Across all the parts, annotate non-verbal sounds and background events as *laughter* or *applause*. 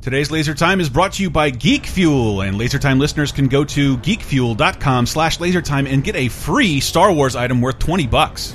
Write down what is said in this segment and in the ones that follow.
Today's Laser Time is brought to you by Geek Fuel, and Laser Time listeners can go to geekfuel.com slash lasertime and get a free Star Wars item worth 20 bucks.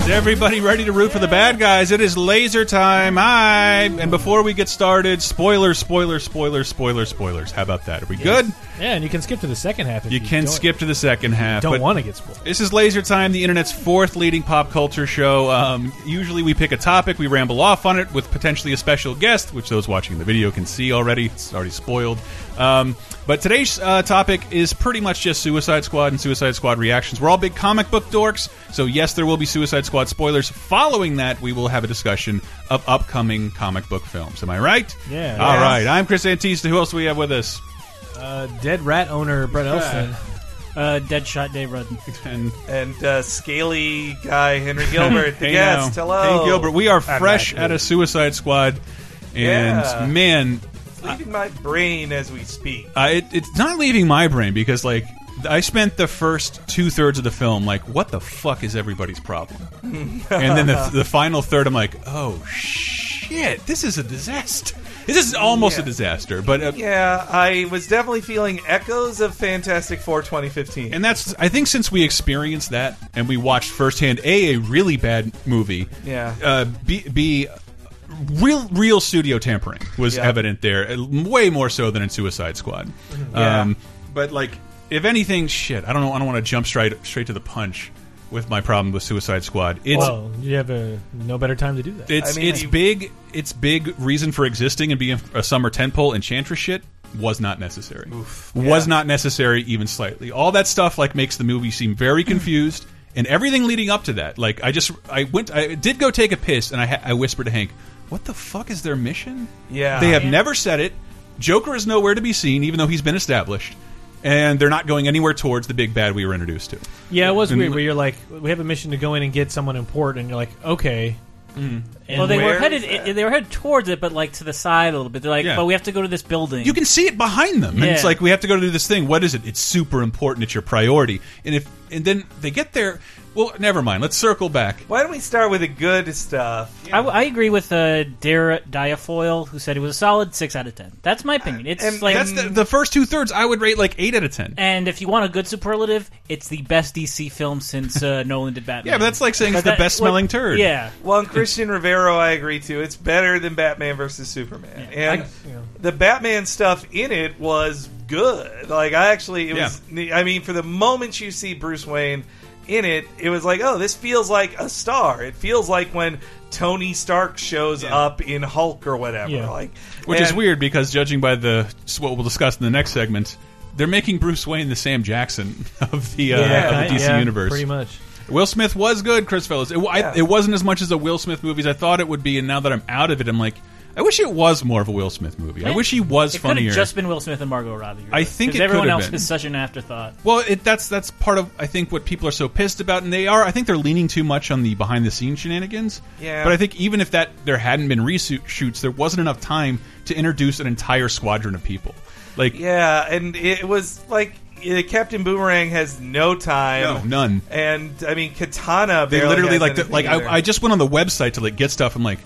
Is everybody ready to root for the bad guys? It is laser time. Hi. And before we get started, spoilers, spoilers, spoilers, spoilers, spoilers. How about that? Are we good? Yeah, and you can skip to the second half. If You you, can don't, skip to the second half. Don't but want to get spoiled. This is Laser Time, the internet's fourth leading pop culture show. Um, usually we pick a topic, we ramble off on it with potentially a special guest, which those watching the video can see already. It's already spoiled. Um, but today's uh, topic is pretty much just Suicide Squad and Suicide Squad reactions. We're all big comic book dorks, so yes, there will be Suicide Squad spoilers. Following that, we will have a discussion of upcoming comic book films. Am I right? Yeah. All Yes. right. I'm Chris Antista. Who else do we have with us? *laughs* Uh, dead rat owner Brett Elston. Uh, Deadshot Dave Rudden. And and uh, scaly *laughs* guy Henry Gilbert. the Hey guest, now. hello. Hey Gilbert, we are fresh Matt. out of Suicide Squad, and Yeah. man, It's leaving my brain as we speak. I, it, it's not leaving my brain because like I spent the first two thirds of the film like, what the fuck is everybody's problem? *laughs* and then the, the final third, I'm like, oh shit, this is a disaster. This is almost a Yeah. disaster, but uh, Yeah, I was definitely feeling echoes of Fantastic Four 2015. And that's I think since we experienced that and we watched firsthand a a really bad movie. Yeah. Uh, b b real real studio tampering was Yeah. evident there, uh, way more so than in Suicide Squad. Yeah. Um, but like if anything, shit, I don't know. I don't want to jump straight straight to the punch with my problem with Suicide Squad. It's Well, you have a no better time to do that. it's I mean, it's you- big. It's big reason for existing and being a summer tentpole enchantress shit was not necessary. Was Yeah. not necessary even slightly. All that stuff like makes the movie seem *clears throat* very confused. And everything leading up to that, like I just, I went, I did go take a piss, and I, ha I whispered to Hank, "What the fuck is their mission? Yeah. they have never said it. Joker is nowhere to be seen, even though he's been established, and they're not going anywhere towards the big bad we were introduced to. yeah, it was And- weird. Where you're like, we have a mission to go in and get someone important, and you're like, okay. Mm. And Well, they Where were headed. is that? It, they were headed towards it, but like to the side a little bit. They're like, Yeah. "But we have to go to this building." You can see it behind them. And it's Yeah. like we have to go do this thing. What is it? It's super important. It's your priority. And if and then they get there. Well, never mind. Let's circle back. Why don't we start with the good stuff? I, I agree with uh, Dara Diafoil, who said it was a solid six out of ten. That's my opinion. It's and like, That's the, the first two thirds. I would rate like eight out of ten. and if you want a good superlative, it's the best DC film *laughs* since uh, Nolan did Batman. Yeah, but that's like saying it's the that- best smelling what- turd. Yeah, Well, and Christian Rivero, I agree too. It's better than Batman versus Superman, Yeah. and I- yeah. the Batman stuff in it was good. Like I actually, it was. I mean, for the moments you see Bruce Wayne in it, it was like, oh, this feels like a star. It feels like when Tony Stark shows up in Hulk or whatever. Yeah. Like, Which is and- weird because judging by the what we'll discuss in the next segment, they're making Bruce Wayne the Sam Jackson *laughs* of the, uh, of the DC yeah, universe. Pretty much. Will Smith was good, Chris Fellows. It, I- Yeah. it wasn't as much as a Will Smith movie as I thought it would be, and now that I'm out of it, I'm like, I wish it was more of a Will Smith movie. I Yeah. wish he was it could funnier. have just been Will Smith and Margot Robbie. I think 'Cause it everyone could have else been. is such an afterthought. Well, it, that's that's part of I think what people are so pissed about, and they are. I think they're leaning too much on the behind the scenes shenanigans. Yeah. But I think even if that there hadn't been reshoots, there wasn't enough time to introduce an entire squadron of people. Like Yeah, and it was like uh, Captain Boomerang has no no, time. none. And I mean, Katana. They barely literally has like the, anything like either. I, I just went on the website to like get stuff. I'm like,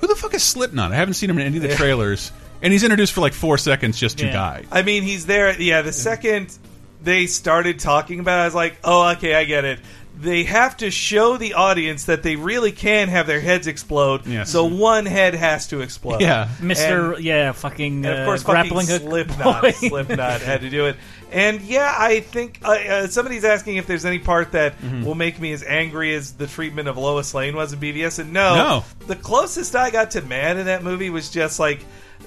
who the fuck is Slipknot? I haven't seen him in any of the trailers, and he's introduced for like four seconds just to Yeah. die. I mean, he's there. Yeah, the second they started talking about it, I was like, oh, okay, I get it. They have to show the audience that they really can have their heads explode, Yes. so one head has to explode. Yeah. Mister, And- yeah, fucking, And uh, of course, grappling hook. fucking *laughs* Slipknot, boy. *laughs* Slipknot had to do it. And yeah, I think uh, uh, somebody's asking if there's any part that Mm-hmm. will make me as angry as the treatment of Lois Lane was in BVS. And no, No. the closest I got to mad in that movie was just like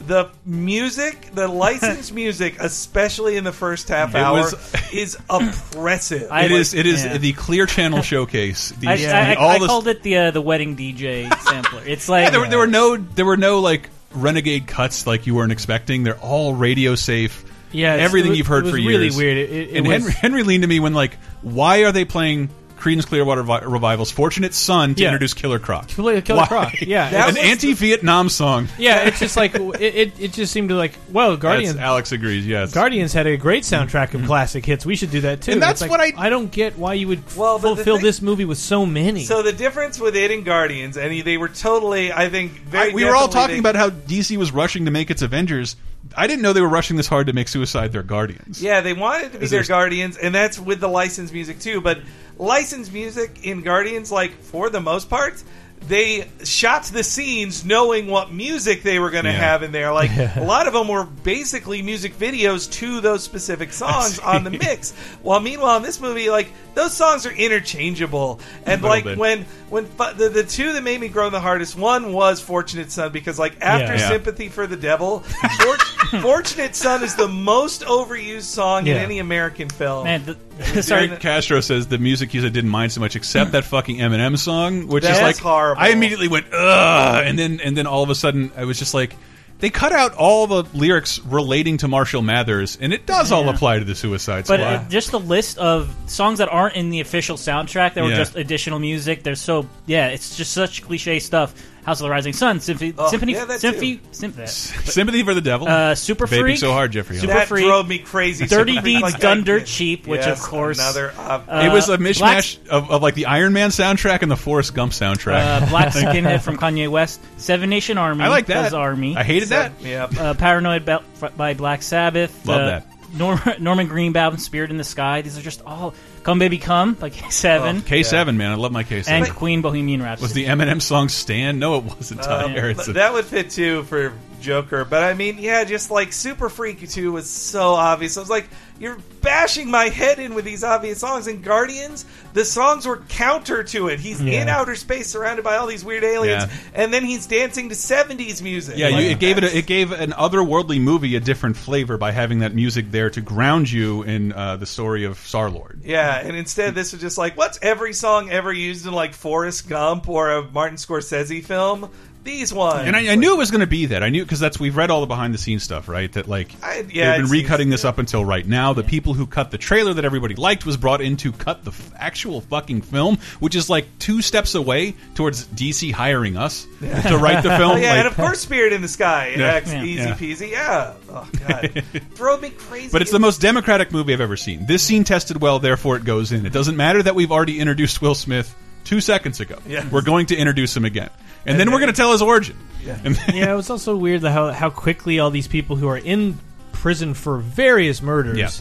the music, *laughs* the licensed music, especially in the first half It hour, was- *laughs* is oppressive. I It like- is it is yeah. the Clear Channel showcase. *laughs* The, I, the- I, I, all I the- called it the uh, the wedding DJ sampler. It's *laughs* like Yeah, there, were, there were no there were no like renegade cuts like you weren't expecting. They're all radio safe. Yeah, it's- everything it was- you've heard it was for really years. weird. It- it- it and was- Henry, Henry leaned to me when like, why are they playing Creedence Clearwater Vi- Revival's "Fortunate Son" to Yeah. introduce Killer Croc. Killer Why? Croc. Yeah, That *laughs* an was the- anti-Vietnam song. yeah. It's just like it, it. It just seemed to like whoa, Guardians. That's, Alex agrees. Yes. Guardians had a great soundtrack of classic hits. We should do that too. And that's It's like, what I- I don't get why you would Well, but the fulfill thing- this movie with so many. So the difference with it and Guardians, and they were totally, I think, very. I- we were all talking definitely- about how DC was rushing to make its Avengers. I didn't know they were rushing this hard to make Suicide their Guardians. Yeah, they wanted to be Is their there- Guardians, and that's with the licensed music too. But licensed music in Guardians, like for the most part, they shot the scenes knowing what music they were going to Yeah. have in there. *laughs* Like a lot of them were basically music videos to those specific songs on the mix. While meanwhile, in this movie, like those songs are interchangeable, and little like bit. when when fu- the, the two that made me groan the hardest, one was "Fortunate Son" because like after Yeah. "Sympathy for the Devil," *laughs* Fort- "Fortunate Son" is the most overused song in Yeah. any American film. Man, the, Sorry, sorry. Castro says the music user didn't mind so much, except that fucking Eminem song, which is That's like horrible. I immediately went ugh, and then and then all of a sudden I was just like, they cut out all the lyrics relating to Marshall Mathers, and it does all Yeah. apply to the Suicide But Squad. uh, just the list of songs that aren't in the official soundtrack that were Yeah. just additional music. They're so yeah, it's just such cliche stuff. House of the Rising Sun, Symphony, Oh, Symphony, yeah, that Symphony, Symphony, *laughs* Sympathy for the Devil. uh, Super Vaping Freak. so hard, Jeffrey. Super that Freak. drove me crazy. Dirty Super Freak, Deeds like, Done I- Dirt Cheap, which, Yes, of course- another. ob- it was uh, a mishmash of, of like the Iron Man soundtrack and the Forrest Gump soundtrack. Uh, Black Skinhead from Kanye West, Seven Nation *laughs* Army. I like that. That's Army. I hated that. yeah. uh, Paranoid by, by Black Sabbath. Love uh, that. Norm- Norman Greenbaum, Spirit in the Sky. These are just all Come Baby Come, like *laughs* Seven, K seven, man, I love my K seven. and Uh, Queen Bohemian Rhapsody. Was the Eminem song "Stand"? No, it wasn't. Todd Um, Harris. but that would fit too for Joker, but I mean, yeah, just like Super Freak 2 was so obvious. I was like, you're bashing my head in with these obvious songs. And Guardians, the songs were counter to it. He's in outer space surrounded by all these weird aliens, Yeah. and then he's dancing to 70s music. Yeah, Like, you, it gave it a, that's- it gave an otherworldly movie a different flavor by having that music there to ground you in uh, the story of Star Lord. Yeah, and instead this was just like, what's every song ever used in like Forrest Gump or a Martin Scorsese film? These ones. And I, I knew it was going to be that. I knew because that's we've read all the behind the scenes stuff, right? That like I- yeah, they've it been recutting seems- this up until right now. The people who cut the trailer that everybody liked was brought in to cut the f actual fucking film, which is like two steps away towards DC hiring us to write the *laughs* film. Oh, yeah, like- and of course, Spirit in the Sky. It Yeah. acts Yeah. easy Yeah. peasy. Yeah. Oh *laughs* god, drove me crazy. But it's the most democratic movie I've ever seen. This scene tested well, therefore it goes in. It doesn't matter that we've already introduced Will Smith two seconds ago. Yeah. We're going to introduce him again. And, then we're going to tell his origin. Yeah. yeah, it was also weird the- how how quickly all these people who are in prison for various murders, Yeah.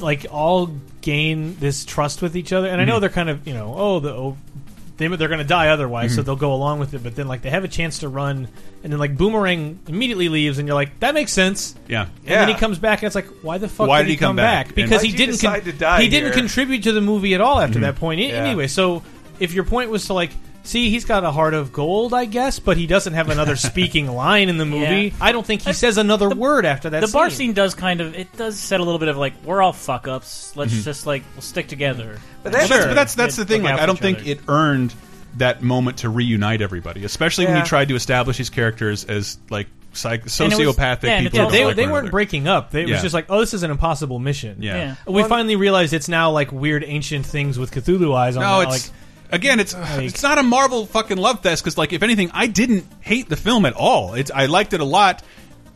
like all gain this trust with each other. And I know they're kind of you know oh the oh, they they're going to die otherwise, so they'll go along with it. But then like they have a chance to run, and then like Boomerang immediately leaves, and you're like that makes sense. yeah. And then Yeah. he comes back, and it's like, why the fuck Why did he come back? And- Because Why'd he you didn't decide to die he didn't here? contribute to the movie at all after that point. a- Yeah. Anyway, so if your point was to like, see, he's got a heart of gold, I guess, but he doesn't have another speaking line in the movie. Yeah. I don't think he says another word after that. the bar scene does kind of it does set a little bit of like we're all fuck ups. Let's Mm-hmm. just like we'll stick together. But that's, Well, that's, but that's, that's They'd the thing. look Like, out I for don't each think other. it earned that moment to reunite everybody, especially when Yeah. he tried to establish his characters as like psych- And it was- sociopathic yeah, and people. who it's Yeah, all- don't they, like they one weren't another. breaking up. They, It Yeah. was just like, oh, this is an impossible mission. Yeah. Yeah. We finally realized it's now like weird ancient things with Cthulhu eyes on. No, it, it's like, again, it's it's not a Marvel fucking love fest because, like, if anything, I didn't hate the film at all. It's I liked it a lot,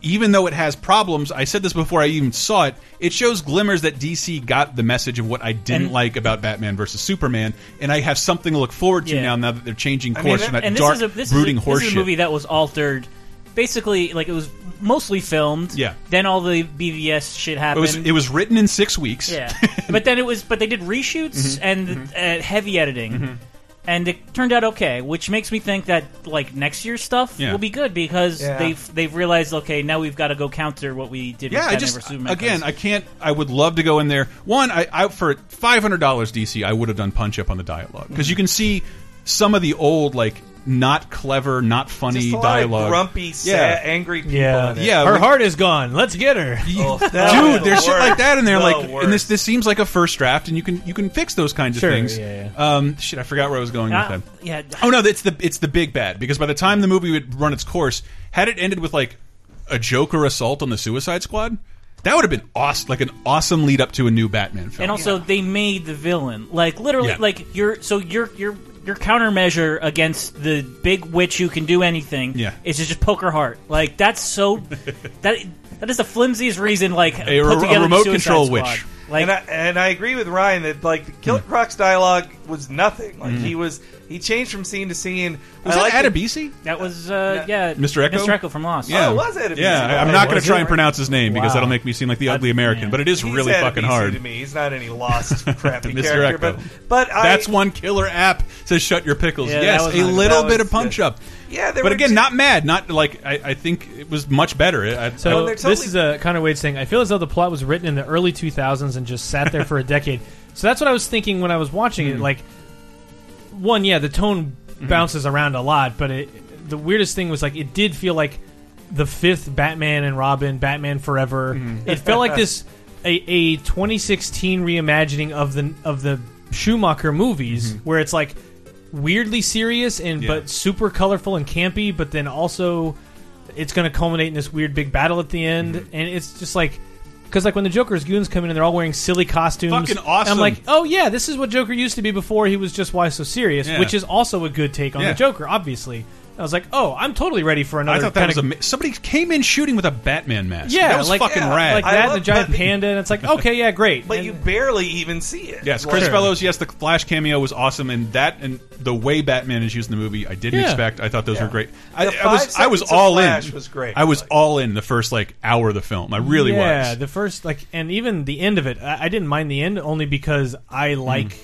even though it has problems. I said this before I even saw it. It shows glimmers that DC got the message of what I didn't And- like about Batman versus Superman, and I have something to look forward to Yeah. now. Now that they're changing course mean, from that and dark, this is a this brooding is a, this horseshit. is a movie that was altered. Basically, like it was mostly filmed. Yeah. Then all the BVS shit it happened. was it was written in six weeks. Yeah, but then it was, but they did Mm-hmm. reshoots and Uh, heavy editing, and it turned out okay, which makes me think that like next year's stuff Yeah. will be good because Yeah. they've they've realized okay now we've got to go counter what we did. Yeah, with I Batman just versus Superman again, 'cause- I can't. I would love to go in there. One, I, I for five hundred dollars DC, I would have done punch up on the dialogue because you can see some of the old like not clever, not funny just a lot of dialogue. grumpy, sad, yeah. angry people. yeah, in it. Yeah, Her we- heart is gone. Let's get her. Oh, that *laughs* was Dude, the there's shit worst. like that in there. The like, worst. and this this seems like a first draft, and you can you can fix those kinds Sure, of things. yeah, Um, shit, I forgot where I was going Uh, Ah, with that. yeah. Oh no, it's the it's the big bad because by the time the movie would run its course, had it ended with like a Joker assault on the Suicide Squad, That would have been awesome, like an awesome lead up to a new Batman film. and also they made the villain like literally Yeah. like your so your your your countermeasure against the big witch who can do anything Yeah. is to just poke her heart like *laughs* that's so that that is the flimsiest reason like A put re- a together the remote Suicide control Squad. witch. like and I, and I agree with Ryan that like the Killer Hmm. Croc's dialogue was nothing. Like he was he changed from scene to scene. was Hmm. I that like the- Adebisi? that was uh, Yeah. yeah. Mr. Echo? Mr Echo from Lost Yeah, it was Adebisi. Yeah, I- I'm Oh, not going was to try it? and pronounce his name because Wow. that'll make me seem like the ugly American. man. But it is He's really Adebisi fucking hard. to me. He's not any *laughs* lost crappy Mr. character, Echo. but but I, That's one killer app says shut your pickles. Yeah, that yes, was a nice. little That bit was of punch good. up. Yeah, there but were again, two- not mad. Not like I, I think it was much better. I- I- *laughs* So Oh, they're this is a kind of weird thing. I feel as though the plot was written in the early 2000s and just sat there for a *laughs* decade. So that's what I was thinking when I was watching Hmm. it. Like, one, yeah, the tone bounces around a lot, but it the weirdest thing was like it did feel like the fifth Batman and Robin, Batman Forever. Hmm. It felt *laughs* like this a, a 2016 reimagining of the of the Schumacher movies, where it's like weirdly serious and Hmm. Yeah. but super colorful and campy, but then also it's going to culminate in this weird big battle at the end, Mm-hmm. and it's just like. Because like when the Joker's goons come in and they're all wearing silly costumes, Fucking awesome. I'm like, oh yeah, this is what Joker used to be before he was just why so serious, Yeah. which is also a good take on Yeah. the Joker, obviously. I was like, oh, I'm totally ready for another. I thought that was kinda- ama- somebody came in shooting with a Batman mask. yeah, that was like, fucking yeah, rad. like I that, love- and the giant but- panda, and it's like, okay, yeah, great. But And- you barely even see it. Yes, Like, Chris Fellows. Yes, the Flash cameo was awesome, and that and the way Batman is used in the movie, I didn't Yeah. expect. I thought those Yeah. were great. The I, I five was I was seconds of all Flash in. was great. I was Like- all in the first like hour of the film. I really yeah, was. the first like, and even the end of it, I, I didn't mind the end only because I Mm. like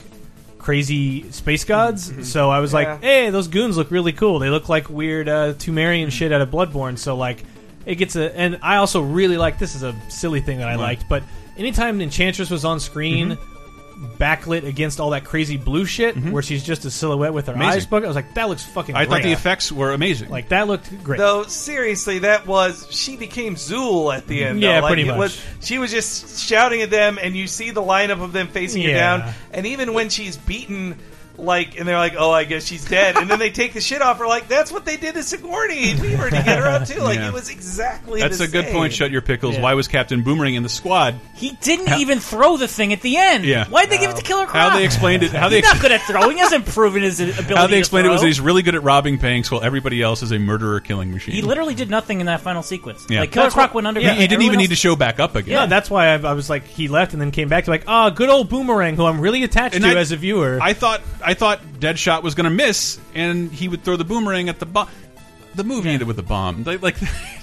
crazy space gods. Mm-hmm. So I was Yeah. like, hey, those goons look really cool. They look like weird uh, Tumerian Mm. shit out of Bloodborne. So like, it gets a, and I also really like this is a silly thing that I liked, but anytime Enchantress was on screen. Mm-hmm. Backlit against all that crazy blue shit, where she's just a silhouette with her Amazing. eyes booked. I was like, that looks fucking. I thought great. the effects were amazing. like that looked great. Though seriously, that was she became Zool at the end. Yeah, though. Like, pretty it much. Was, she was just shouting at them, and you see the lineup of them facing her Yeah. down. And even when she's beaten, like, and they're like, "Oh, I guess she's dead," and then they take the shit off her. Like that's what they did to Sigourney Weaver to get her up too. Like Yeah. it was exactly. That's the a good same. point. Shut your pickles. Yeah. Why was Captain Boomerang in the squad? he didn't even throw the thing at the end Yeah. why'd they give it to Killer Croc How Ah. they explained it? How they *laughs* he's ex- not good at throwing he hasn't proven his ability *laughs* how they to explained it was that throw. he's really good at robbing banks while everybody else is a murderer killing machine. he literally did nothing in that final sequence Yeah. like Killer That's Croc what- went under He- he didn't even need to show back up again. No, that's why I, I was like, he left and then came back to like, ah, good old boomerang, who I'm really attached And to I- as a viewer. I thought I thought Deadshot was going to miss, and he would throw the boomerang at the bomb. The movie ended with a bomb. Like, like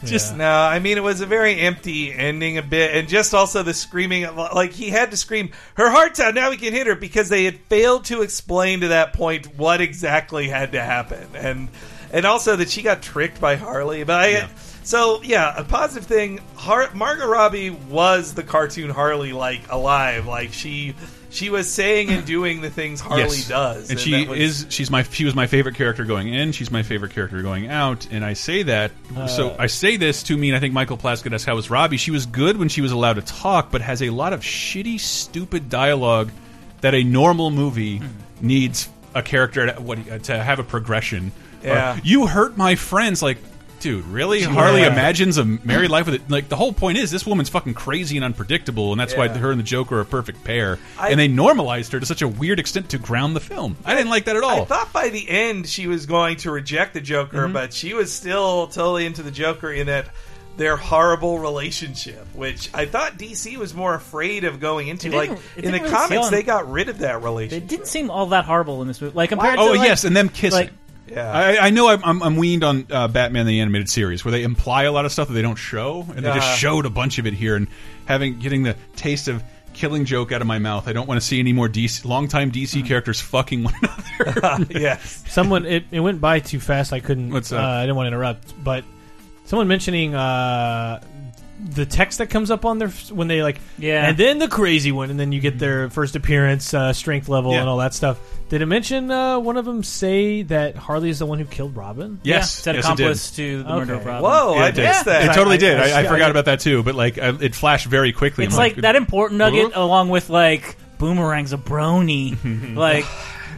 just No, I mean it was a very empty ending, a bit, and just also the screaming. of- Like he had to scream, "Her heart's out! Now we can hit her!" Because they had failed to explain to that point what exactly had to happen, and and also that she got tricked by Harley. But I, Yeah. so yeah, a positive thing. Har- Margot Robbie was the cartoon Harley, like alive, like she she was saying and doing the things Harley yes. does, and she that was- is she's my she was my favorite character going in. She's my favorite character going out, and I say that. Uh. so I say this to mean I think Michael Plaska that's how was Robbie. She was good when she was allowed to talk, but has a lot of shitty, stupid dialogue that a normal movie Hmm. needs a character to, what, to have a progression. Yeah. Uh, you hurt my friends, like. Dude, really? Harley imagines a married life with it. Like the whole point is, this woman's fucking crazy and unpredictable, and that's why Yeah. her and the Joker are a perfect pair. I- and they normalized her to such a weird extent to ground the film. I didn't like that at all. I thought by the end she was going to reject the Joker, Mm-hmm. but she was still totally into the Joker in that their horrible relationship, which I thought DC was more afraid of going into. It Like didn't- it in the didn't really comics, feel- they got rid of that it relationship. didn't seem all that horrible in this movie like compared oh to like, yes, and them kissing. like- Yeah. I, I know I'm, I'm, I'm weaned on uh, Batman the animated series where they imply a lot of stuff that they don't show, and they Yeah. just showed a bunch of it here. And having getting the taste of killing joke out of my mouth, I don't want to see any more DC longtime DC Mm-hmm. characters fucking one another. *laughs* *laughs* yes. someone it, it went by too fast. I couldn't. What's uh, up? I didn't want to interrupt, but someone mentioning uh, the text that comes up on their f- when they like, Yeah. and then the crazy one, and then you get their first appearance, uh, strength level, Yeah. and all that stuff. Did it mention uh, one of them say that Harley is the one who killed Robin? yeah, yes, said yes, it did. accomplice to the murder Okay. of Robin Whoa, Yeah, I it did. missed It that. totally I- did. I, I- I I- forgot about that too, but like I, it flashed very quickly. I'm *laughs* It's like that important nugget along with like boomerangs a brony. like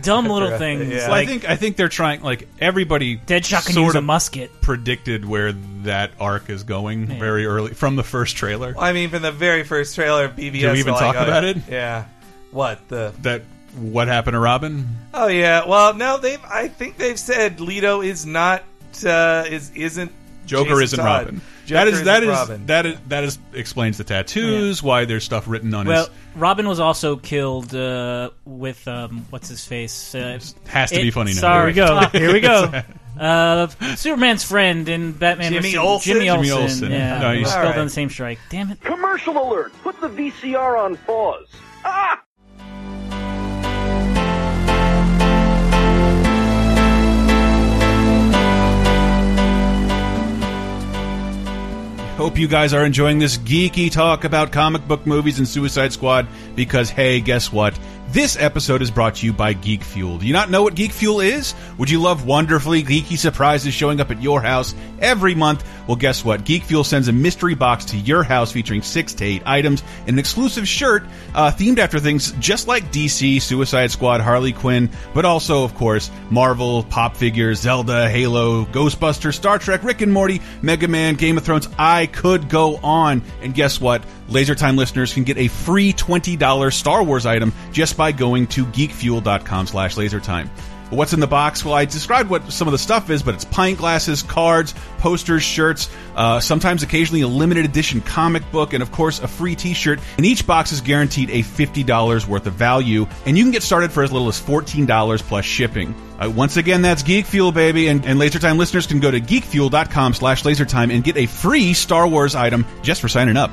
dumb little things. Yeah. Like, Well, I think I think they're trying. Like everybody, Deadshot can sort use a of musket. predicted where that arc is going very early from the first trailer. I mean, from the very first trailer of BBS. Did we even like, talk oh, about it? Yeah. What the? That what happened to Robin? Oh yeah. Well, no, they've. I think they've said Leto is not. Uh, is isn't. Joker Jason isn't Todd. Robin. Joker that is isn't that is Robin. that is that is explains the tattoos. Why there's stuff written on Well, his Robin was also killed uh, with um, what's his face? Uh, has to it- be funny now. Sorry, Here we go. Here *laughs* we go. uh, Superman's friend in Batman. Jimmy versus- Olsen? Jimmy Olsen. Jimmy Olsen. Yeah, No, we he's- spelled Alright. on the same strike. Damn it. Commercial alert! Put the VCR on pause. Ah! Hope you guys are enjoying this geeky talk about comic book movies and Suicide Squad because, hey, guess what? This episode is brought to you by Geek Fuel. Do you not know what Geek Fuel is? Would you love wonderfully geeky surprises showing up at your house every month? Well, guess what? Geek Fuel sends a mystery box to your house featuring six to eight items and an exclusive shirt uh, themed after things just like DC, Suicide Squad, Harley Quinn, but also, of course, Marvel, pop figures, Zelda, Halo, Ghostbusters, Star Trek, Rick and Morty, Mega Man, Game of Thrones. I could go on. And guess what? Laser Time listeners can get a free $20 Star Wars item just by going to geekfuel.com slash lasertime. What's in the box? Well, I described what some of the stuff is, but it's pint glasses, cards, posters, shirts, uh, sometimes occasionally a limited edition comic book, and of course a free T-shirt. And each box is guaranteed a fifty dollars worth of value, and you can get started for as little as fourteen dollars plus shipping. Uh, once again, that's Geek Fuel, baby, and, and LaserTime listeners can go to geekfuel.com/lasertime and get a free Star Wars item just for signing up.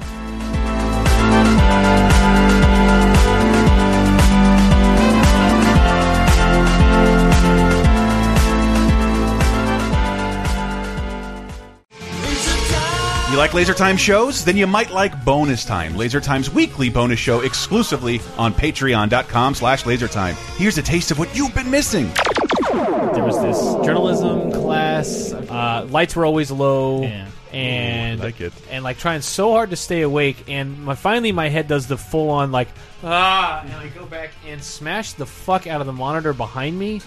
You like Laser Time shows? Then you might like Bonus Time, Laser Time's weekly bonus show exclusively on patreon.com slash lasertime. Here's a taste of what you've been missing. there was this Oh. journalism class. Uh, lights were always low, Yeah. and Ooh, I like it. and like trying so hard to stay awake. And my, finally, my head does the full on like ah, and I go back and smash the fuck out of the monitor behind *laughs* me.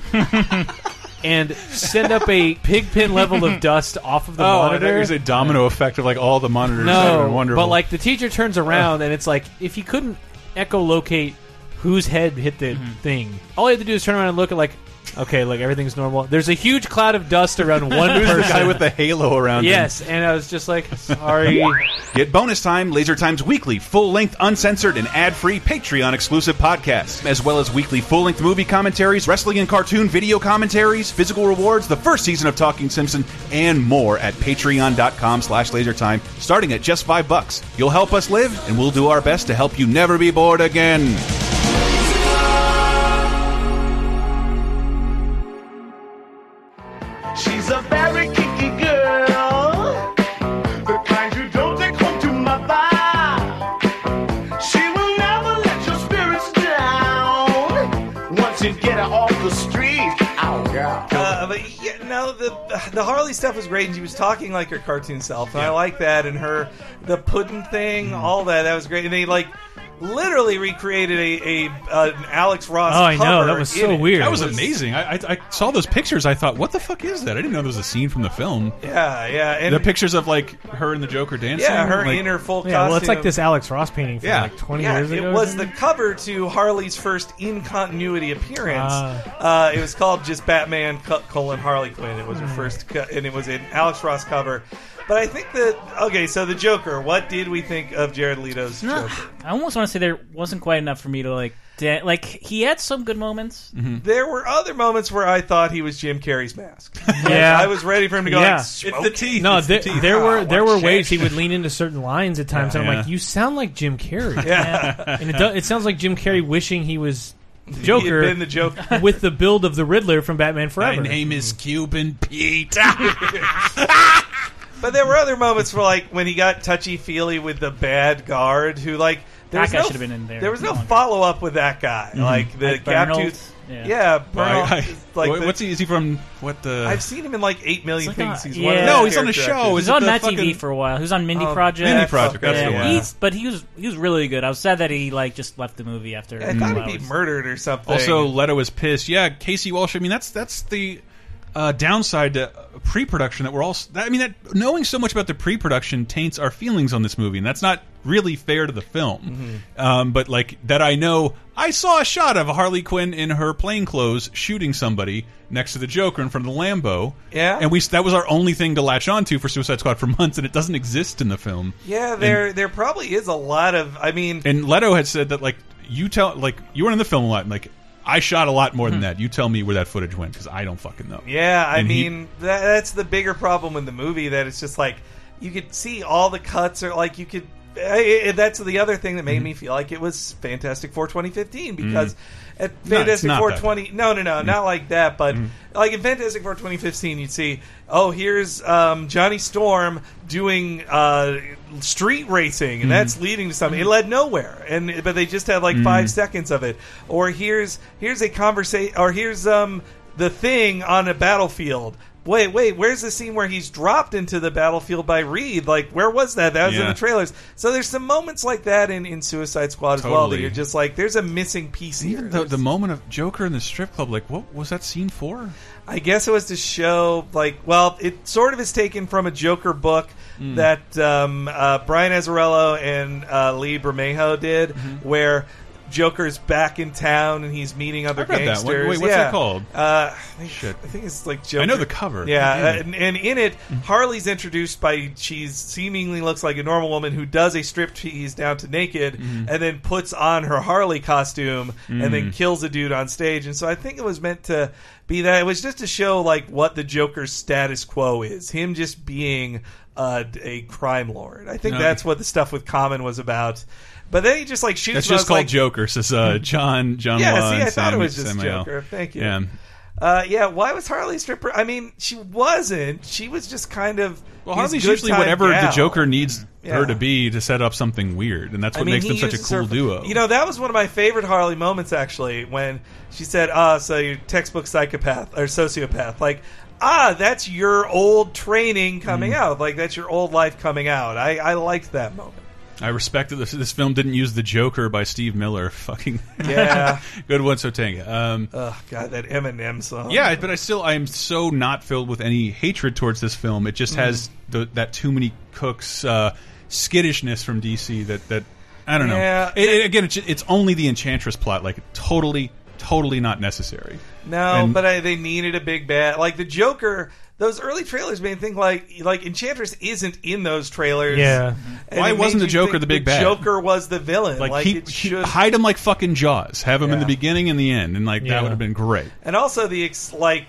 And send up a pigpen level of dust off Oh, of the monitor. domino effect of like all the monitors. No, but like the teacher turns around and it's like if you couldn't echolocate whose head hit the Mm-hmm. thing, all you had to do is turn around and look at like, okay, like everything's normal. There's a huge cloud of dust around one *laughs* who's the guy person. with the halo around? him? Yes, and I was just like, sorry. Get bonus time, Laser Time's weekly, full length, uncensored, and ad free Patreon exclusive podcasts, as well as weekly full length movie commentaries, wrestling and cartoon video commentaries, physical rewards, the first season of Talking Simpson, and more at patreon.com slash lasertime, starting at just five bucks. You'll help us live, and we'll do our best to help you never be bored again. She's a very kinky girl, the kind you don't take home to mother. She will never let your spirits down. Once you get her off the street, oh girl. Uh, but yeah, no, the the Harley stuff was great, and she was talking like her cartoon self, and I like that. And her the pudding thing, Mm-hmm. all that that was great. And they like literally recreated a, a uh, an Alex Ross. Oh, I know cover that was in so it. weird. amazing. I, I, I saw those pictures. I thought, what the fuck is that? I didn't know there was a scene from the film. Yeah, yeah, and pictures of like her and the Joker dancing. yeah, her in her full costume. Yeah, well, it's like this Alex Ross painting from Yeah. like 20 Yeah, years ago. it was the cover to Harley's first in continuity appearance. Ah. Mm. Uh, it was called just Batman co- colon Harley Quinn. It was her first, co- and it was an Alex Ross cover. But I think that okay, so the Joker. What did we think of Jared Leto's Joker? I almost want to say there wasn't quite enough for me to like. Da- like he had some good moments. Mm-hmm. There were other moments where I thought he was Jim Carrey's mask. *laughs* Yeah. I was ready for him to go. Yeah. Like, it's the teeth. No, *laughs* it's the there, teeth. there Ah, were there what were a ways he shame. would lean into certain lines at times. and I'm Yeah. like, you sound like Jim Carrey, Yeah, and it, do, it sounds like Jim Carrey wishing he was the He had Joker been the Joker. with the build of the Riddler from Batman Forever. is Cuban Pete. But there were other moments where, like, when he got touchy feely with the bad guard, who like There was That guy no- should have been in there There was no longer. follow up with that guy. Like the Like gap Bernald? tooth. Yeah. Yeah, Mm-hmm. Well, Bernald I- is like what- the- what's he? Is he from what the? I've seen him in like eight million It's like things. a- he's one of yeah. those No, he's on a character show. actors. Oh, Is He's it on the Matt fucking- TV for a while. He was on Mindy Oh, Project. Mindy Project, that's yeah. the one. He's, but he was he was really good. I was sad that he like just left the movie after. I a thought while. he'd be murdered or something. Mm. Also, Leto is pissed. Yeah, Casey Walsh. I mean, that's that's the uh, downside to uh, pre-production that we're all. s- That, I mean, that knowing so much about the pre-production taints our feelings on this movie, and that's not really fair to the film. Um, but like that, I know I saw a shot of Harley Quinn in her plain clothes shooting somebody next to the Joker in front of the Lambo. Yeah. and we s- that was our only thing to latch onto for Suicide Squad for months, and it doesn't exist in the film. yeah, there there probably is a lot of. I mean, And Leto had said that like you tell like you were in the film a lot and like I shot a lot more than that. You tell me where that footage went because I don't fucking know. Yeah, I And he- mean that, that's the bigger problem in the movie that it's just like you could see all the cuts or like you could. I, I- that's the other thing that Mm-hmm. made me feel like it was Fantastic Four 2015 because at No, it's Fantastic not Four that 20 no no no not like that but Mm-hmm. like in Fantastic Four 2015 you'd see oh here's um, Johnny Storm doing uh, street racing and Mm-hmm. that's leading to something it led nowhere and but they just had like five seconds of it or here's here's a conversation or here's um the thing on a battlefield. Wait, wait, where's the scene where he's dropped into the battlefield by Reed? Like, where was that? That was in Yeah. the trailers. So there's some moments like that in, in Suicide Squad as well that Totally. you're just like, there's a missing piece here. Even the, the moment of Joker in the strip club, like what was that scene for? I guess it was to show, like, well, it sort of is taken from a Joker book Hmm. that um, uh, Brian Azzarello and uh, Lee Bermejo did, Mm-hmm. where Joker's back in town and he's meeting other read that gangsters. one. Wait, what's that Yeah. called? Uh, I, think, Shit. I think it's like Joker. I know the cover. Yeah, uh, God damn it. and, and in it, Harley's introduced by she seemingly looks like a normal woman who does a strip tease down to naked, Mm-hmm. and then puts on her Harley costume and Mm. then kills a dude on stage. And so I think it was meant to be that it was just to show like what the Joker's status quo is, him just being uh, a crime lord. I think No. that's what the stuff with Common was about. But then he just like shoots. That's him. I just was called like, Hmm. Joker. Says uh, John John. Yeah, Law see, and I thought it Sam- was just Samuel. Joker. Thank you. Yeah. Uh, yeah, why was Harley a stripper? I mean, she wasn't. She was just kind of. Well, his Harley's good usually time whatever the gal. Joker needs Yeah. her to be to set up something weird, and that's I what mean, makes he them such a uses cool her for- duo. You know, that was one of my favorite Harley moments, actually, when she said, ah, so you're textbook psychopath or sociopath. Like, ah, that's your old training Mm. coming out. Like, that's your old life coming out. I, I liked that moment. I respect that this, this film didn't use the Joker by Steve Miller. *laughs* Fucking Yeah. *laughs* good one, Sotenga. Um, oh, God, that Eminem song. Yeah, but I still I am so not filled with any hatred towards this film. It just Mm. has the, that too many cooks uh, skittishness from DC that that I don't Yeah. know. It, it- again, it's, it's only the Enchantress plot, like totally, totally not necessary. No, And- but I, they needed a big bad. Like the Joker, those early trailers made me think like like Enchantress isn't in those trailers. Yeah. And Why it made wasn't the you Joker think the big bad? Joker was the villain. Like, Like, keep, it keep- should. hide him like fucking Jaws. Have him in the Yeah. beginning and the end, and like that Yeah. would have been great. and also the ex- like.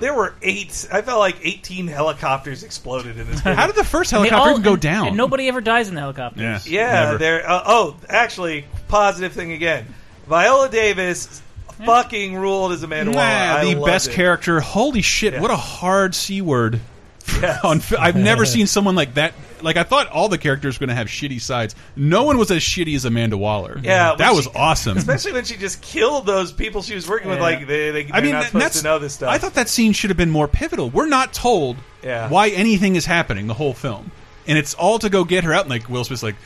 There were eight. I felt like eighteen helicopters exploded in *laughs* this. How movie. did the first They helicopter all- even go and- down? And nobody ever dies in the helicopter. Yeah, Yeah, never. there. Uh, oh, actually, positive thing again. Viola Davis fucking ruled as Amanda Waller. Nah, I the loved best it. character. Holy shit! Yeah. What a hard c word. Yes. *laughs* on fi- I've never seen someone like that. Like I thought all the characters were going to have shitty sides. No one was as shitty as Amanda Waller. Yeah, that when was she- awesome. Especially when she just killed those people she was working with. Yeah. Like they, they, they're I mean, not that- supposed that's to know this stuff. I thought that scene should have been more pivotal. We're not told Yeah. why anything is happening the whole film, and it's all to go get her out. And like Will Smith's like.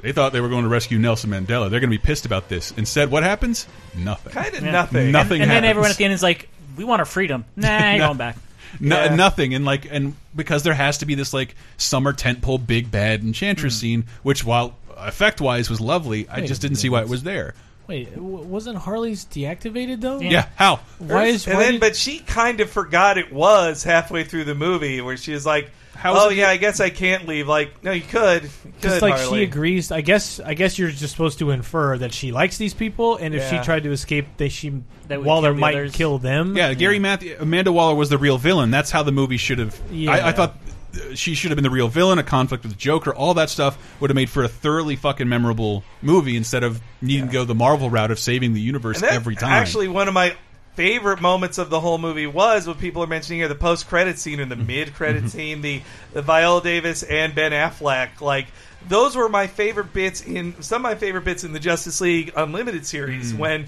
They thought they were going to rescue Nelson Mandela. They're going to be pissed about this. Instead, what happens? Nothing. kind of Yeah. nothing. Nothing. And then happens. everyone at the end is like, "We want *laughs* our freedom." Nah, you're going back. no, Yeah. nothing and like and because there has to be this like summer tentpole big bad enchantress scene which while effect wise was lovely i Wait just a didn't see why it was there Wait, w- wasn't Harley's deactivated though? yeah, how Why is and why then, did- but she kind of forgot it was halfway through the movie where she was like, How is "Oh it- yeah, I guess I can't leave." Like, no, you could. You Just could, like Harley. she agrees. I guess. I guess you're just supposed to infer that she likes these people, and if Yeah. she tried to escape, they she That would Waller kill the might others. kill them. yeah gary matthew amanda waller was the real villain that's how the movie should have I, I Yeah. thought uh, she should have been the real villain a conflict with the joker all that stuff would have made for a thoroughly fucking memorable movie instead of needing to go the marvel route of saving the universe And that's every time Actually, one of my favorite moments of the whole movie was what people are mentioning here: the post-credit scene and the Mm-hmm. mid-credit scene, the, the Viola Davis and Ben Affleck. Like those were my favorite bits in some of my favorite bits in the Justice League Unlimited series Mm. when.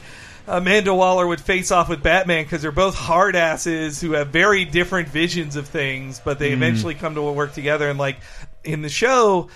Amanda Waller would face off with Batman because they're both hard asses who have very different visions of things, but Mm. they eventually come to work together. And like in the show,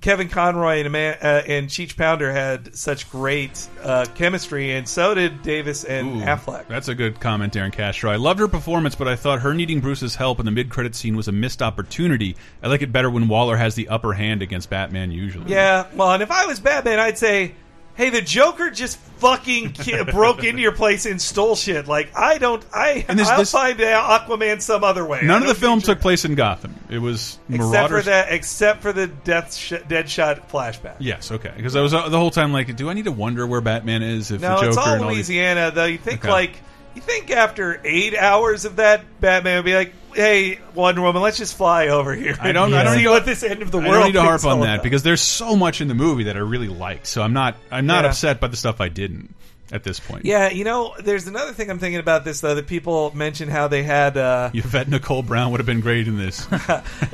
Kevin Conroy and, Ama- uh, and Cheech Pounder had such great uh, chemistry, and so did Davis and Ooh, Affleck. That's a good comment, Darren Castro. I loved her performance, but I thought her needing Bruce's help in the mid-credit scene was a missed opportunity. I like it better when Waller has the upper hand against Batman usually. yeah, well, and if I was Batman, I'd say, "Hey, the Joker just fucking ki- *laughs* broke into your place and stole shit. Like, I don't, I, And this- I'll this- find Aquaman some other way. None I of the don't film need your- took place in Gotham. It was except for Marauders. that, except for the death sh- Deadshot flashback. Yes, okay. Because I was uh, the whole time like, do I need to wonder where Batman is if No, the Joker it's all and all these- Louisiana, though. You think Okay. like you think after eight hours of that, Batman would be like, "Hey, Wonder Woman, let's just fly over here. I don't- I and don't see need- what this end of the I world." don't need to harp thing's all on that about." because there's so much in the movie that I really like. So I'm not I'm not Yeah. upset by the stuff I didn't at this point. yeah, you know, there's another thing I'm thinking about this though. That people mention how they *laughs* had, uh, Yvette Nicole Brown would have been great in *laughs* this.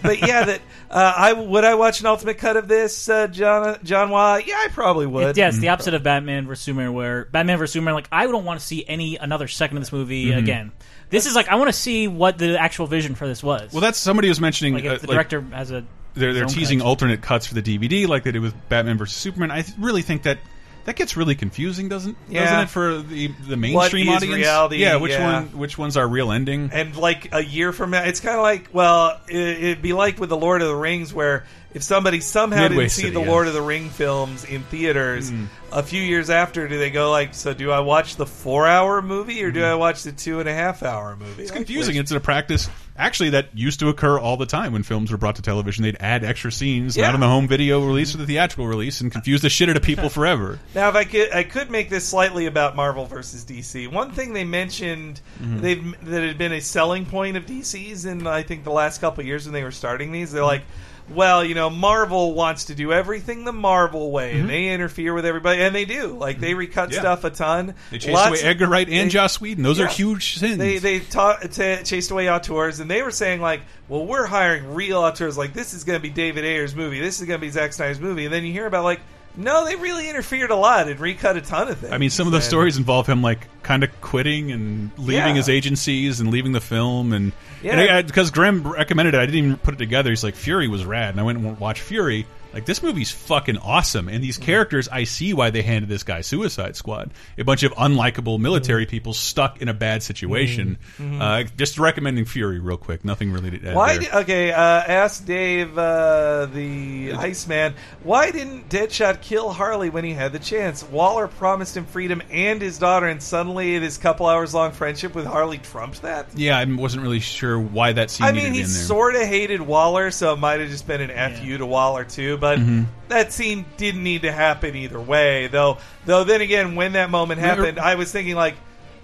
but yeah, that uh, I would I watch an ultimate cut of this, uh, John John Wah? Yeah, I probably would. It, yeah, Mm-hmm. it's the opposite of Batman vs Superman, where Batman vs Superman, like I don't want to see any another second of this movie Mm-hmm. again. This is like I want to see what the actual vision for this was. well, that's somebody was mentioning like uh, if the like, director has a they're they're his own teasing cuts. alternate cuts for the DVD, like they did with Batman versus Superman. I th- really think that that gets really confusing, doesn't doesn't Yeah. it, for the the mainstream is audience? reality? yeah, which Yeah. one which one's our real ending? and like a year from now, it's kind of like well, it, it'd be like with the Lord of the Rings, where if somebody somehow Midway didn't see City, the yeah. Hmm. Lord of the Ring films in theaters, a few years after, do they go like, so do I watch the four-hour movie Hmm. or do I watch the two and a half-hour movie? It's confusing. It's a practice actually that used to occur all the time when films were brought to television. They'd add extra scenes, Yeah. not in the home video release or the theatrical release, and confuse the shit out of people forever. Now, if I could, I could make this slightly about Marvel versus DC. One thing they mentioned Mm-hmm. they've that had been a selling point of DC's in I think the last couple of years when they were starting these, they're like, well, you know, Marvel wants to do everything the Marvel way, and they interfere with everybody, and they do. Like they recut Mm-hmm. Yeah. stuff a ton. They chased Lots away of- Edgar Wright and they- Joss Whedon. Those are yeah. huge sins. they they ta- ta chased away auteurs, and they were saying like, "Well, we're hiring real auteurs. Like, this is going to be David Ayer's movie. This is going to be Zack Snyder's movie." And then you hear about like, "No, they really interfered a lot and recut a ton of things." I mean, some of those And- stories involve him like kind of quitting and leaving Yeah. his agencies and leaving the film, and Yeah. because Graham recommended it, I didn't even put it together. He's like, Fury was rad, and I went and watched Fury. Like this movie's fucking awesome, and Mm-hmm. these characters, I see why they handed this guy Suicide Squad, a bunch of unlikable military Mm-hmm. people stuck in a bad situation. Uh, just recommending Fury real quick. Nothing really to add Why? there. Di- okay, uh, ask Dave uh, the Iceman. Why didn't Deadshot kill Harley when he had the chance? Waller promised him freedom and his daughter, and suddenly this couple hours long friendship with Harley trumped that. yeah, I wasn't really sure why that scene. I needed to mean, be he in there. sort of hated Waller, so it might have just been an fu to Waller too. But Mm-hmm. that scene didn't need to happen either way, though. Though then again, when that moment Remember- happened, I was thinking like,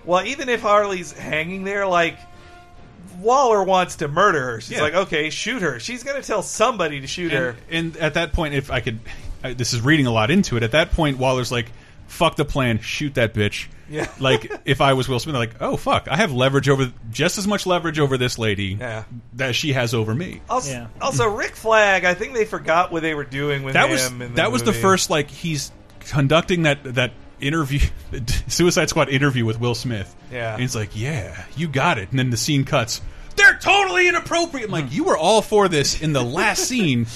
well, even if Harley's hanging there, like Waller wants to murder her. She's Yeah. like, okay, shoot her. She's gonna tell somebody to shoot her. and, and at that point, if I could, I, this is reading a lot into it. At that point, Waller's like, "Fuck the plan, shoot that bitch." Yeah. *laughs* Like if I was Will Smith, like, "Oh fuck, I have leverage over just as much leverage over this lady Yeah. Oh, that she has over me." Also, Yeah. also Rick Flag. I think they forgot what they were doing with that him. was in that the was the movie. first like he's conducting that that interview *laughs* Suicide Squad interview with Will Smith. Yeah. and it's like, yeah, you got it. And then the scene cuts. They're totally inappropriate. I'm Mm. like, you were all for this in the last *laughs* scene.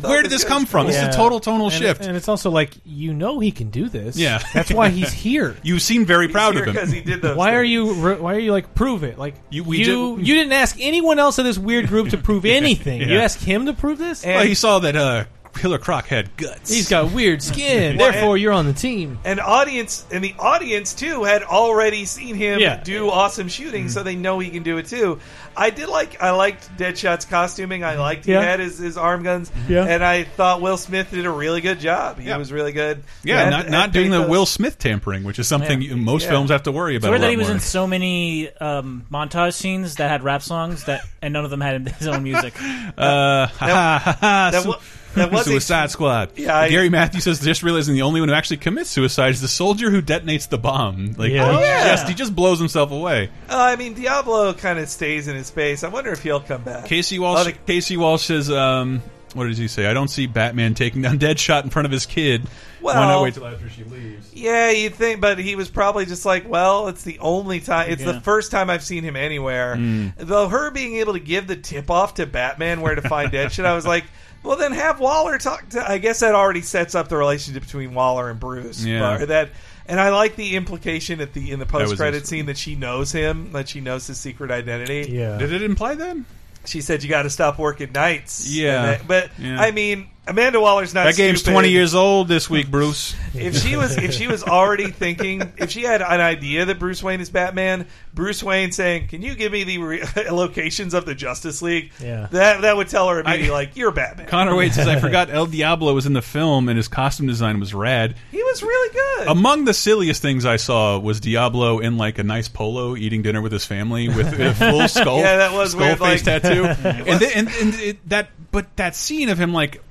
Where did this this guy come was from? This Yeah. is a total tonal And- shift. and it's also like you know he can do this. Yeah. that's why he's here. *laughs* You seem very proud of because him. he did those. Why are things. you? re- Why are you like prove it? Like You- you, we you, did- didn't ask anyone else in this weird group to prove anything. You *laughs* Yeah. asked him to prove this. And- well, he saw that uh, Killer Croc had guts. He's got weird *laughs* skin. therefore, you're on the team. an audience and the audience too had already seen him Yeah. Mm-hmm. do awesome shooting so they know he can do it too i did like i liked deadshot's costuming i liked Yeah. he had his, his arm guns Yeah. and i thought will smith did a really good job he Yeah. was really good yeah, And- not and not doing the pathos. Will Smith tampering, which is something you- most Yeah. films have to worry about. It's weird a that lot he was *laughs* more. in so many um, montage *laughs* scenes *laughs* that had rap songs that, and none of them had his own music. uh, ha, ha, ha, ha, that, so- Will- That was Suicide Squad. Yeah, I- Gary Matthews says just realizing the only one who actually commits suicide is the soldier who detonates the bomb. Like, Yeah. he Oh, yeah. just he just blows himself away. Uh, I mean, Diablo kind of stays in his space. I wonder if he'll come back. Casey Walsh. Other- Casey Walsh says, um, "What does he say? I don't see Batman taking down Deadshot in front of his kid. Why not Well- wait till after she leaves?" Yeah, you would think, but he was probably just like, well, it's the only time. It's Yeah. the first time I've seen him anywhere. Mm. Though her being able to give the tip off to Batman where to find Deadshot, I was like, well, then have Waller talk to. I guess that already sets up the relationship between Waller and Bruce. Yeah. but that. And I like the implication at the in the was post credit interesting. scene that she knows him, that she knows his secret identity. Yeah. Did it imply then? She said you got to stop working nights. Yeah. And that- but Yeah. I mean, Amanda Waller's not. that game's stupid twenty years old this week, Bruce. if she was if she was already thinking if she had an idea that Bruce Wayne is Batman, Bruce Wayne saying, "Can you give me the re- *laughs* locations of the Justice League?" Yeah. that that would tell her immediately, I- like, "You're Batman." *laughs* Connor Wade says, "I forgot El Diablo was in the film, and his costume design was rad." he was really good. Among the silliest things I saw was Diablo in like a nice polo, eating dinner with his family with a *laughs* full skull, Yeah, that was skull weird, face *laughs* like- tattoo, and, then, and, and it, that. But that scene of him like,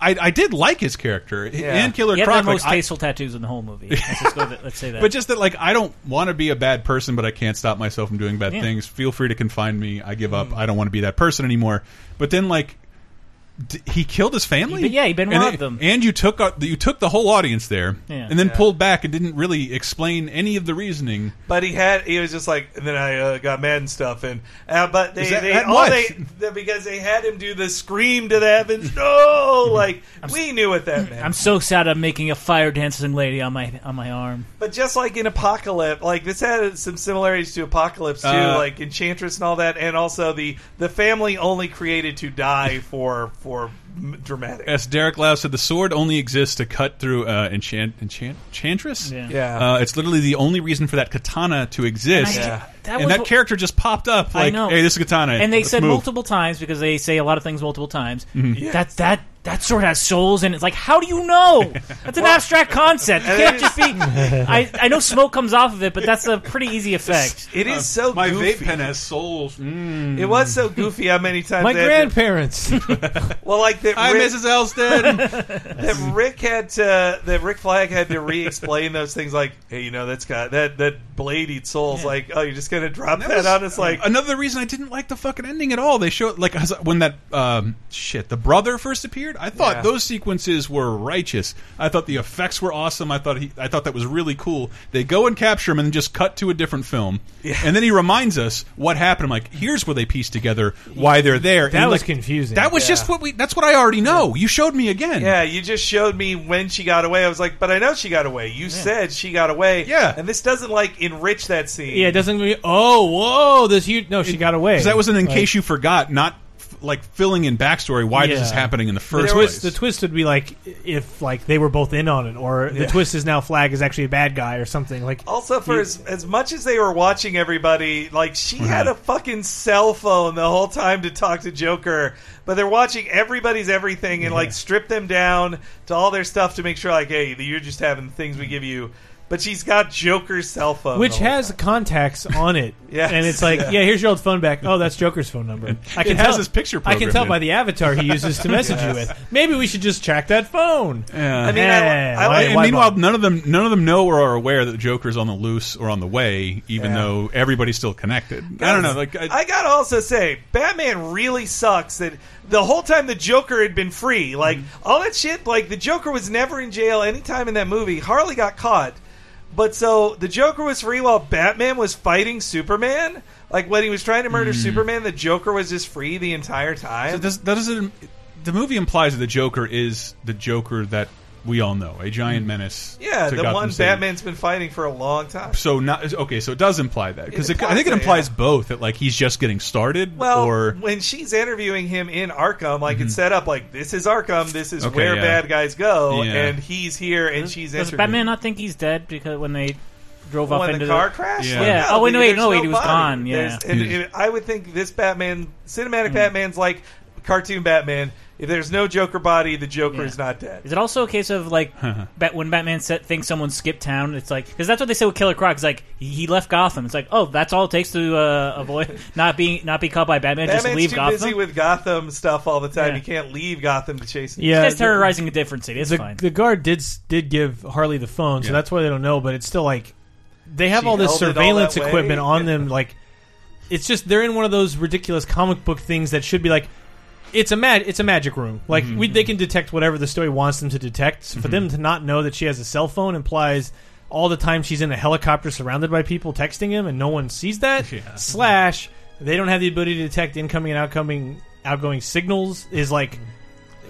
I, I did like his character and Killer He had Croc. the most like, I- tasteful tattoos in the whole movie. Let's, just go with it. *laughs* Let's say that. but just that, like, I don't want to be a bad person, but I can't stop myself from doing bad Yeah. Hmm. things. Feel free to confine me. I give up. I don't want to be that person anymore. But then, like, d- he killed his family. He- yeah, he been and robbed they- them. And you took out- you took the whole audience there, Yeah. and then Yeah. pulled back and didn't really explain any of the reasoning. but he had he was just like, and then I uh, got mad and stuff, and uh, but they, Is that- they that all much? they the- because they had him do the scream to the heavens, *laughs* no, like we knew what that meant. I'm so sad I'm making a fire dancing lady on my on my arm. But just like in Apocalypse, like this had some similarities to Apocalypse too, Uh, like Enchantress and all that, and also the the family only created *laughs* to die for for m- dramatic. As Derek Lau said, the sword only exists to cut through uh, enchant enchant enchantress. Yeah. Yeah. Uh, it's literally the only reason for that katana to exist, And I- Yeah. that and was that what- character just popped up I like, know. "Hey, this is a katana." And they Let's said move. Mm-hmm. multiple times because they say a lot of things multiple times. That that that sword has souls, and it's like, how do *laughs* you know? That's an abstract concept. It can't just be. I, I know smoke comes off of it, but that's a pretty easy effect. it is so My Mm. vape goofy. pen has souls. It was so goofy how many times My they had- grandparents. well, like that. Hi, Rick, Mrs. *laughs* Elston. that Rick had to that Rick Flag had *laughs* to re-explain those things. Like, hey, you know that's got that that blade eats souls. Like, oh, you're just gonna drop that, was- on us? Like, Another reason I didn't like the fucking ending at all. They show it like as- when that um, shit the brother first appeared. I thought Yeah. those sequences were righteous. I thought the effects were awesome. I thought he, I thought that was really cool. They go and capture him and then just cut to a different film. And then he reminds us what happened. I'm like, here's where they piece together why they're there. That and was like, confusing. That was just what we. That's what I already know. You showed me again. Yeah, you just showed me when she got away. I was like, but I know she got away. You said she got away. Yeah. And this doesn't like enrich that scene. Yeah, it doesn't. Be, oh, whoa! This huge. No, she got away. Because that was an in case you forgot, not f- like filling in backstory why this Yeah. is happening in the first the place. twist. The twist would be like if like they were both in on it, or the twist is now Flag is actually a bad guy or something. Like Also, for as, as much as they were watching everybody, like she had a fucking cell phone the whole time to talk to Joker. But they're watching everybody's everything and like strip them down to all their stuff to make sure, like, hey, you're just having the things we give you. But she's got Joker's cell phone, which the whole has *laughs* contacts on it. Yes. and it's like, Yeah. yeah. here's your old phone back. Oh, that's Joker's phone number. I can It has tell his picture I can tell programmed in. by the avatar he *laughs* uses to message you with. Maybe we should just track that phone. Yeah. I mean, Yeah. I, I Why- like and why meanwhile, bother? none of them none of them know or are aware that the Joker's on the loose or on the way, even Yeah. though everybody's still connected. I don't know. Like, I, I gotta also say, Batman really sucks that the whole time the Joker had been free. Like, Mm-hmm. all that shit, like, the Joker was never in jail any time in that movie. Harley got caught. But so the Joker was free while Batman was fighting Superman? Like, when he was trying to murder Mm. Superman, the Joker was just free the entire time? does, that doesn't. The movie implies that the Joker is the Joker that we all know, a giant menace. Mm-hmm. yeah, to the Gotham one City. Batman's been fighting for a long time. So not okay. So it does imply that because It I think it implies implies that, both that like he's just getting started, Well, or Mm-hmm. when she's interviewing him in Arkham, like it's set up like this is Arkham, this is Okay, where yeah. bad guys go, Yeah. and he's here, and she's Does interviewing. Batman not think he's dead because when they drove up when into the car crashed? Yeah. Like, Yeah. no, Oh, wait, no, dude, wait, there's no, wait, he was body. gone, yeah. Hmm. There's- and, He was- and I would think this Batman, cinematic Batman's like cartoon Batman. If there's no Joker body, the Joker is not dead. Is it also a case of like *laughs* bat, when Batman set, thinks someone skipped town? It's like because that's what they say with Killer Croc. It's like he, he left Gotham. It's like oh, that's all it takes to uh, avoid *laughs* not being not be caught by Batman. just Batman's leave too Gotham. busy with Gotham stuff all the time. Yeah. He can't leave Gotham to chase. him. Yeah, This guy's the- terrorizing a different city. It's the, fine. the guard did s- did give Harley the phone, so Yeah. that's why they don't know. But it's still like they have She all this held it all surveillance that way. equipment on Yeah. them. Like it's just they're in one of those ridiculous comic book things that should be like it's a mag it's a magic room. Like Mm-hmm. we, they can detect whatever the story wants them to detect. So for them to not know that she has a cell phone implies. All the time she's in a helicopter surrounded by people texting him, and no one sees *laughs* that. Yeah. Slash, they don't have the ability to detect incoming and outgoing outgoing signals. Is like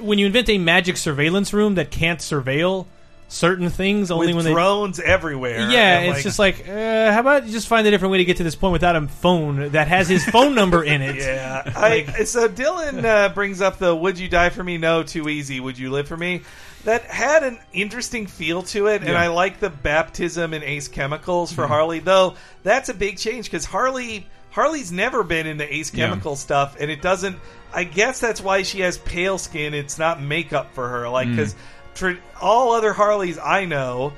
when you invent a magic surveillance room that can't surveil certain things only with when drones they everywhere. yeah and, it's just like uh, how about you just find a different way to get to this point without a phone that has his phone number in *laughs* it *laughs* Yeah. I, so Dylan uh, brings up the "Would you die for me? No, too easy. Would you live for me?" That had an interesting feel to it, and Yeah. Mm-hmm. I like the baptism in Ace Chemicals for Harley. Though that's a big change because Harley Harley's never been in the Ace Yeah. Chemical stuff, and it doesn't. I guess that's why she has pale skin. It's not makeup for her, Mm. like because all other Harleys I know.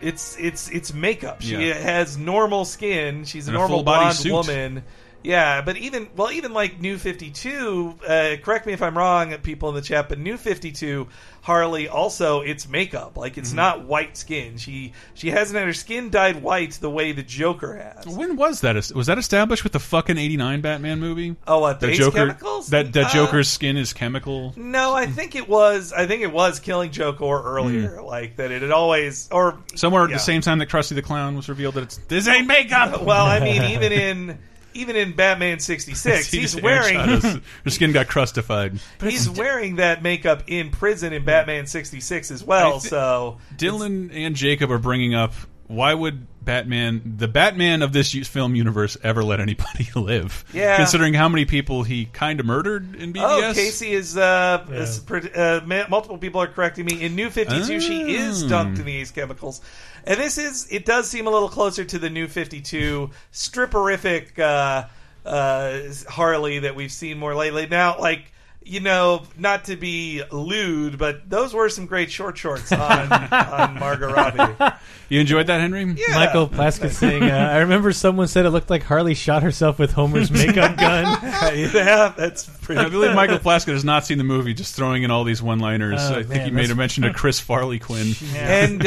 It's it's it's makeup. She Yeah. has normal skin. She's a And a normal full-body blonde suit. woman. And, yeah, but even well, even like New Fifty Two. Uh, correct me if I'm wrong, people in the chat. But New Fifty Two, Harley also it's makeup. Like Mm-hmm. it's not white skin. She she hasn't had her skin dyed white the way the Joker has. When was that? est- Was that established with the fucking '89 Batman movie? Oh, what The the Joker. chemicals? That that Uh, Joker's Mm. skin is chemical. No, I think it was. I think it was Killing Joke or earlier. Like that, it had always or Mm. Somewhere at yeah. the same time that Krusty the Clown was revealed that it's this ain't *laughs* makeup. Well, *laughs* I mean, even in even in Batman sixty six, He he's just wearing *laughs* aired shot us. *laughs* Her skin got crustified. he's wearing that makeup in prison in Batman '66 as well. I thi- so Dylan and Jacob are bringing up why would Batman, the Batman of this u- film universe, ever let anybody *laughs* live? Yeah. Considering how many people he kind of murdered in oh, BBS. Casey is. Uh, is pre- uh, ma- multiple people are correcting me. In New Fifty Two, she is Oh. dunked in the Ace Chemicals, and this is. It does seem a little closer to the New Fifty Two stripperific uh, uh, Harley that we've seen more lately. Now, like. You know, not to be lewd, but those were some great short shorts on, *laughs* on Margarotti. You enjoyed that, Henry? Yeah. Michael Plaskett saying, uh, "I remember someone said it looked like Harley shot herself with Homer's makeup *laughs* gun." yeah, that's pretty I believe Michael Plaskett has not seen the movie, just throwing in all these one-liners. Oh, I think man, he made that's- a mention *laughs* to Chris Farley Quinn. And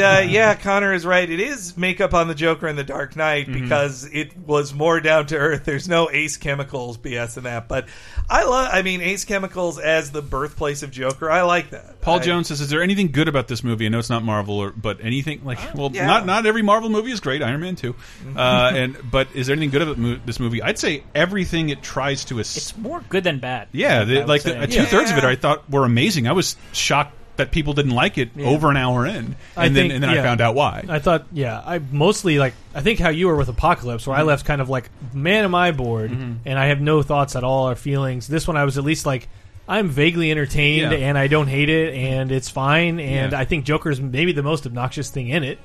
*laughs* uh, yeah, Connor is right. It is makeup on the Joker in the Dark Knight Mm-hmm. because it was more down to earth. There's no Ace Chemicals BS in that. But I love. I mean, Ace Chemicals as the birthplace of Joker. I like that. Paul I- Jones says, "Is there anything good about this movie? I know it's not Marvel, or, but anything like well, Oh, yeah. Mm-hmm. not not every Marvel movie is great. Iron Man two, uh, and but is there anything good about mo- this movie? I'd say everything it tries to es- it's more good than bad. Yeah, I the, would like say. the, two thirds of it, Yeah. I thought were amazing. I was shocked that people didn't like it over an hour in, and I then think- and then yeah. I found out why. I thought, yeah, I mostly like I think how you were with Apocalypse, where I Mm-hmm. left kind of like, man, am I bored, and I have no thoughts at all or feelings. This one, I was at least like, I'm vaguely entertained, Yeah. and I don't hate it, and it's fine, and Yeah. I think Joker's maybe the most obnoxious thing in it.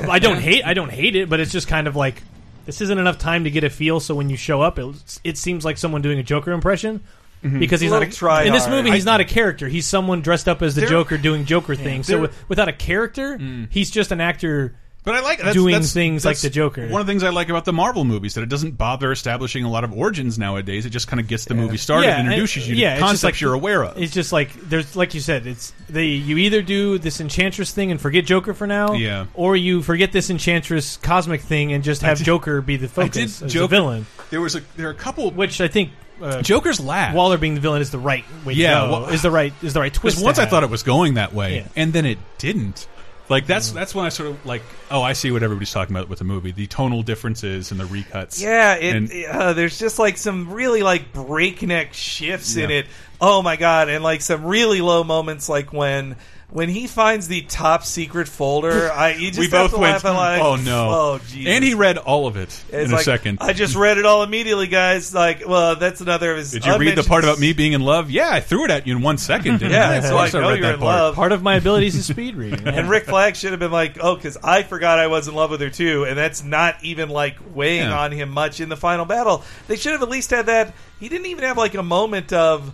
I don't hate, I don't hate it, but it's just kind of like. This isn't enough time to get a feel, so when you show up, it, it seems like someone doing a Joker impression Mm-hmm. because he's A not little try in this hard. movie. He's not a character; he's someone dressed up as the There- Joker doing Joker things. So There- with- without a character, he's just an actor But I like that's, doing that's- things that's like the Joker. One of the things I like about the Marvel movies that it doesn't bother establishing a lot of origins nowadays. It just kind of gets the movie started and it- introduces you to yeah, it's just concepts like- you're aware of. It's just like there's like you said, it's they you either do this enchantress thing and forget Joker for now, Yeah. or you forget this enchantress cosmic thing and just have did- Joker be the focus, did as Joker- the villain. There was a there are a couple Which I think uh, Joker's laugh. Waller being the villain is the right way. to Yeah, go, well- is the right is the right twist. Because once I thought it was going that way, Yeah. and then it didn't. Like that's Mm. that's when I sort of like oh I see what everybody's talking about with the movie the tonal differences and the recuts Yeah, it, And- uh, there's just like some really like breakneck shifts in Yeah. it. Oh my god, and like some really low moments, like when when he finds the top secret folder. I you *laughs* just we have both to went laugh out loud, like, oh no oh Jesus. and he read all of it It's in like, a second I just read it all immediately, guys. Like, well, that's another of his. Did you read the unmentioned- part about me being in love? Yeah, I threw it at you in one second. *laughs* Didn't Yeah, I? it's Of course like, I oh, read you're that in part. love. part of my abilities is speed reading. And Rick Flag should have been like, oh, because I forgot I was in love with her too, and that's not even like weighing Yeah. on him much in the final battle. They should have at least had that. He didn't even have like a moment of.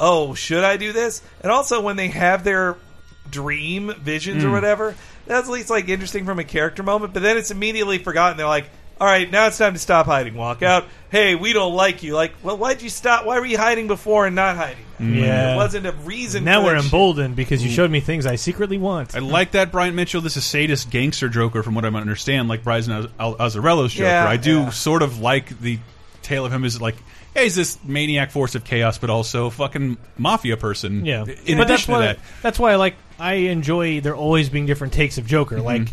oh, should I do this? And also when they have their dream visions Mm. or whatever, that's at least like interesting from a character moment. But then it's immediately forgotten. They're like, all right, now it's time to stop hiding. Walk out. Hey, we don't like you. Like, well, why'd you stop? Why were you hiding before and not hiding? now? Like, *laughs* Mm. Yeah. there wasn't a reason. Now for we're that shit. emboldened because you showed me things I secretly want. I like that Brian Mitchell. This is sadist gangster Joker, from what I understand, like Brian Az- Al- Azzarello's Joker. Yeah, I do yeah. sort of like the tale of him as like, hey, he's this maniac force of chaos, but also fucking mafia person. Yeah, In but that's addition to why that, that's why like I enjoy there always being different takes of Joker. Like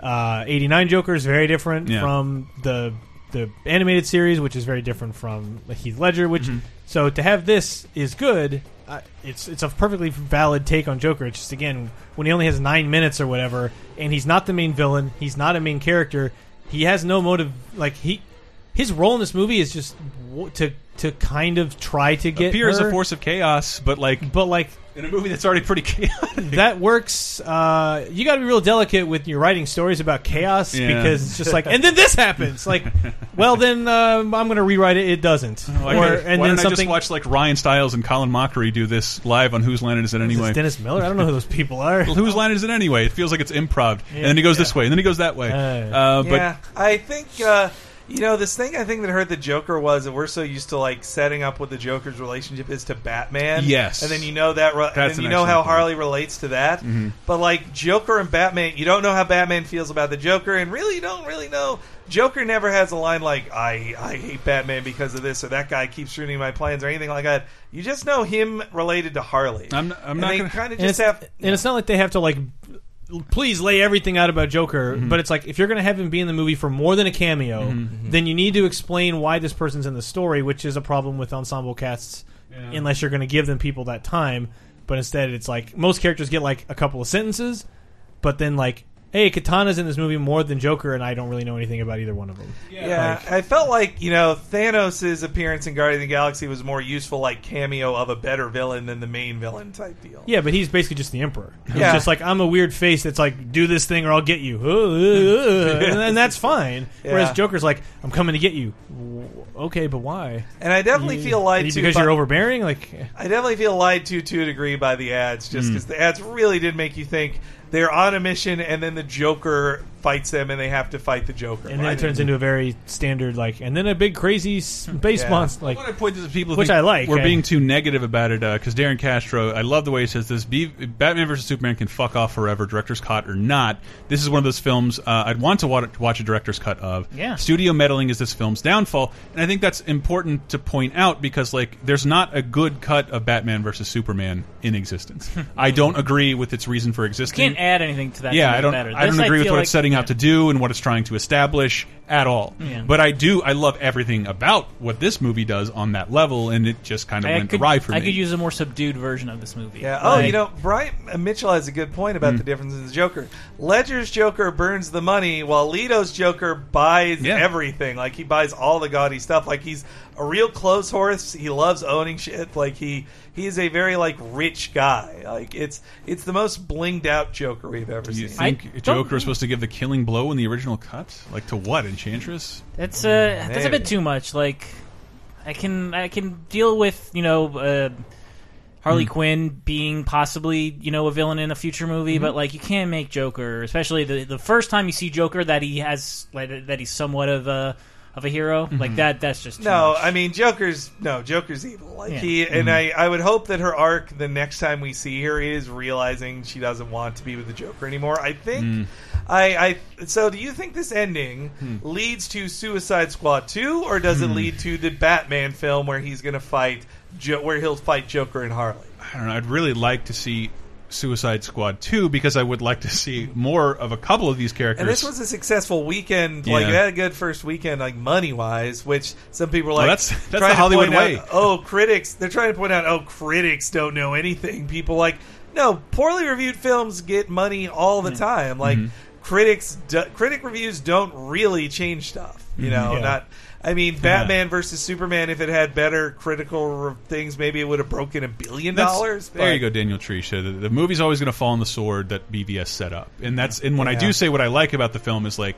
uh, eighty nine Joker is very different Mm-hmm. Yeah. from the the animated series, which is very different from Heath Ledger. Which Mm-hmm. so to have this is good. Uh, it's it's a perfectly valid take on Joker. It's just again when he only has nine minutes or whatever, and he's not the main villain. He's not a main character. He has no motive. Like he. His role in this movie is just w- to to kind of try to get appear as a her, force of chaos, but like but like in a movie that's already pretty *laughs* chaotic. that works. Uh, you got to be real delicate with your writing stories about chaos Yeah. because *laughs* it's just like, and then this happens. Like, well, then um, I'm going to rewrite it. It doesn't. Like, or why and then didn't I just something. watch like Ryan Stiles and Colin Mockery do this live on Whose Line Is It Is this Anyway? Dennis Miller. I don't know who those *laughs* people are. Well, whose line is it anyway? It feels like it's improv. and then he goes this way, and then he goes that way. Uh, Uh, but yeah, I think uh, you know this thing. I think that hurt the Joker was that we're so used to like setting up what the Joker's relationship is to Batman. Yes. and then you know that, re- and That's then an you know excellent point. how Mm-hmm. Harley relates to that. But like Joker and Batman, you don't know how Batman feels about the Joker, and really you don't really know. Joker never has a line like "I I hate Batman because of this" or "That guy keeps ruining my plans" or anything like that. You just know him related to Harley. I'm- I'm And not They gonna- kind of and, just it's, have. and it's not like they have to like. Please lay everything out about Joker, but it's like if you're going to have him be in the movie for more than a cameo, Mm-hmm. then you need to explain why this person's in the story, which is a problem with ensemble casts, unless you're going to give them people that time. But instead, it's like most characters get like a couple of sentences, but then like, hey, Katana's in this movie more than Joker, and I don't really know anything about either one of them. Yeah, I felt like you know Thanos' appearance in Guardians of the Galaxy was more useful, like cameo of a better villain than the main villain type deal. Yeah, but he's basically just the emperor. He's Yeah. just like I'm a weird face that's like do this thing or I'll get you, *laughs* and, then that's fine. Whereas Yeah. Joker's like I'm coming to get you. W- Okay, but why? and I definitely feel lied to because by- you're overbearing. Like I definitely feel lied to to a degree by the ads, just Hmm. because the ads really did make you think they're on a mission, and then the Joker fights them, and they have to fight the Joker. and then I it turns didn't- into a very standard like, and then a big crazy space Yeah. monster. Like I want to point this to people, who Which think I like, We're eh? being too negative about it because Darren Castro. I love the way he says this. Be, Batman versus Superman can fuck off forever, director's cut or not. This is one of those films uh, I'd want to wa- watch a director's cut of. Yeah. Studio meddling is this film's downfall, and I think that's important to point out because like there's not a good cut of Batman versus Superman in *laughs* existence. I don't agree with its reason for existing. Can't add anything to that. Yeah, to make I it don't. Better. I don't This agree with feel what like- it's setting out yeah. to do and what it's trying to establish at all. Yeah. But I do. I love everything about what this movie does on that level, and it just kind of I, I went could, awry for I me. could use a more subdued version of this movie. Yeah. Oh, Like, you know, Brian uh, Mitchell has a good point about the difference in the Joker. Ledger's Joker burns the money, while Leto's Joker buys Yeah. everything. Like he buys all the gaudy stuff. Like he's a real close horse. He loves owning shit. Like he he is a very like rich guy. Like it's it's the most blinged out Joker we've ever Do you seen. think I don't- Joker was supposed to give the killing blow in the original cut? Like to what, Enchantress? That's uh, that's a Maybe. bit too much. Like, I can I can deal with you know uh, Harley Mm-hmm. Quinn being possibly you know a villain in a future movie, Mm-hmm. but like you can't make Joker, especially the the first time you see Joker that he has like, that he's somewhat of a of a hero Mm-hmm. like that. That's just too No, much. I mean Joker's no Joker's evil. Like Yeah. Mm-hmm. he and I, I would hope that her arc the next time we see her is realizing she doesn't want to be with the Joker anymore. I think Mm. I, I so do you think this ending Hmm. leads to Suicide Squad two or does it lead to the Batman film where he's going to fight jo- where he'll fight Joker and Harley? I don't know. I'd really like to see Suicide Squad two because I would like to see more of a couple of these characters. And this was a successful weekend. Like Yeah. it had a good first weekend, like money wise, which some people are Well, like that's- that's the trying to Hollywood point out, way. oh, critics! They're trying to point out, oh, critics don't know anything. People like no, poorly reviewed films get money all Mm. the time. Like Mm-hmm. critics, do, critic reviews don't really change stuff. Mm-hmm. You know, Yeah. not. I mean, Batman versus Superman. If it had better critical re- things, maybe it would have broken a billion That's- dollars. There but- you go, Daniel Trisha. The, the movie's always going to fall on the sword that BVS set up, and that's and when I do say what I like about the film is like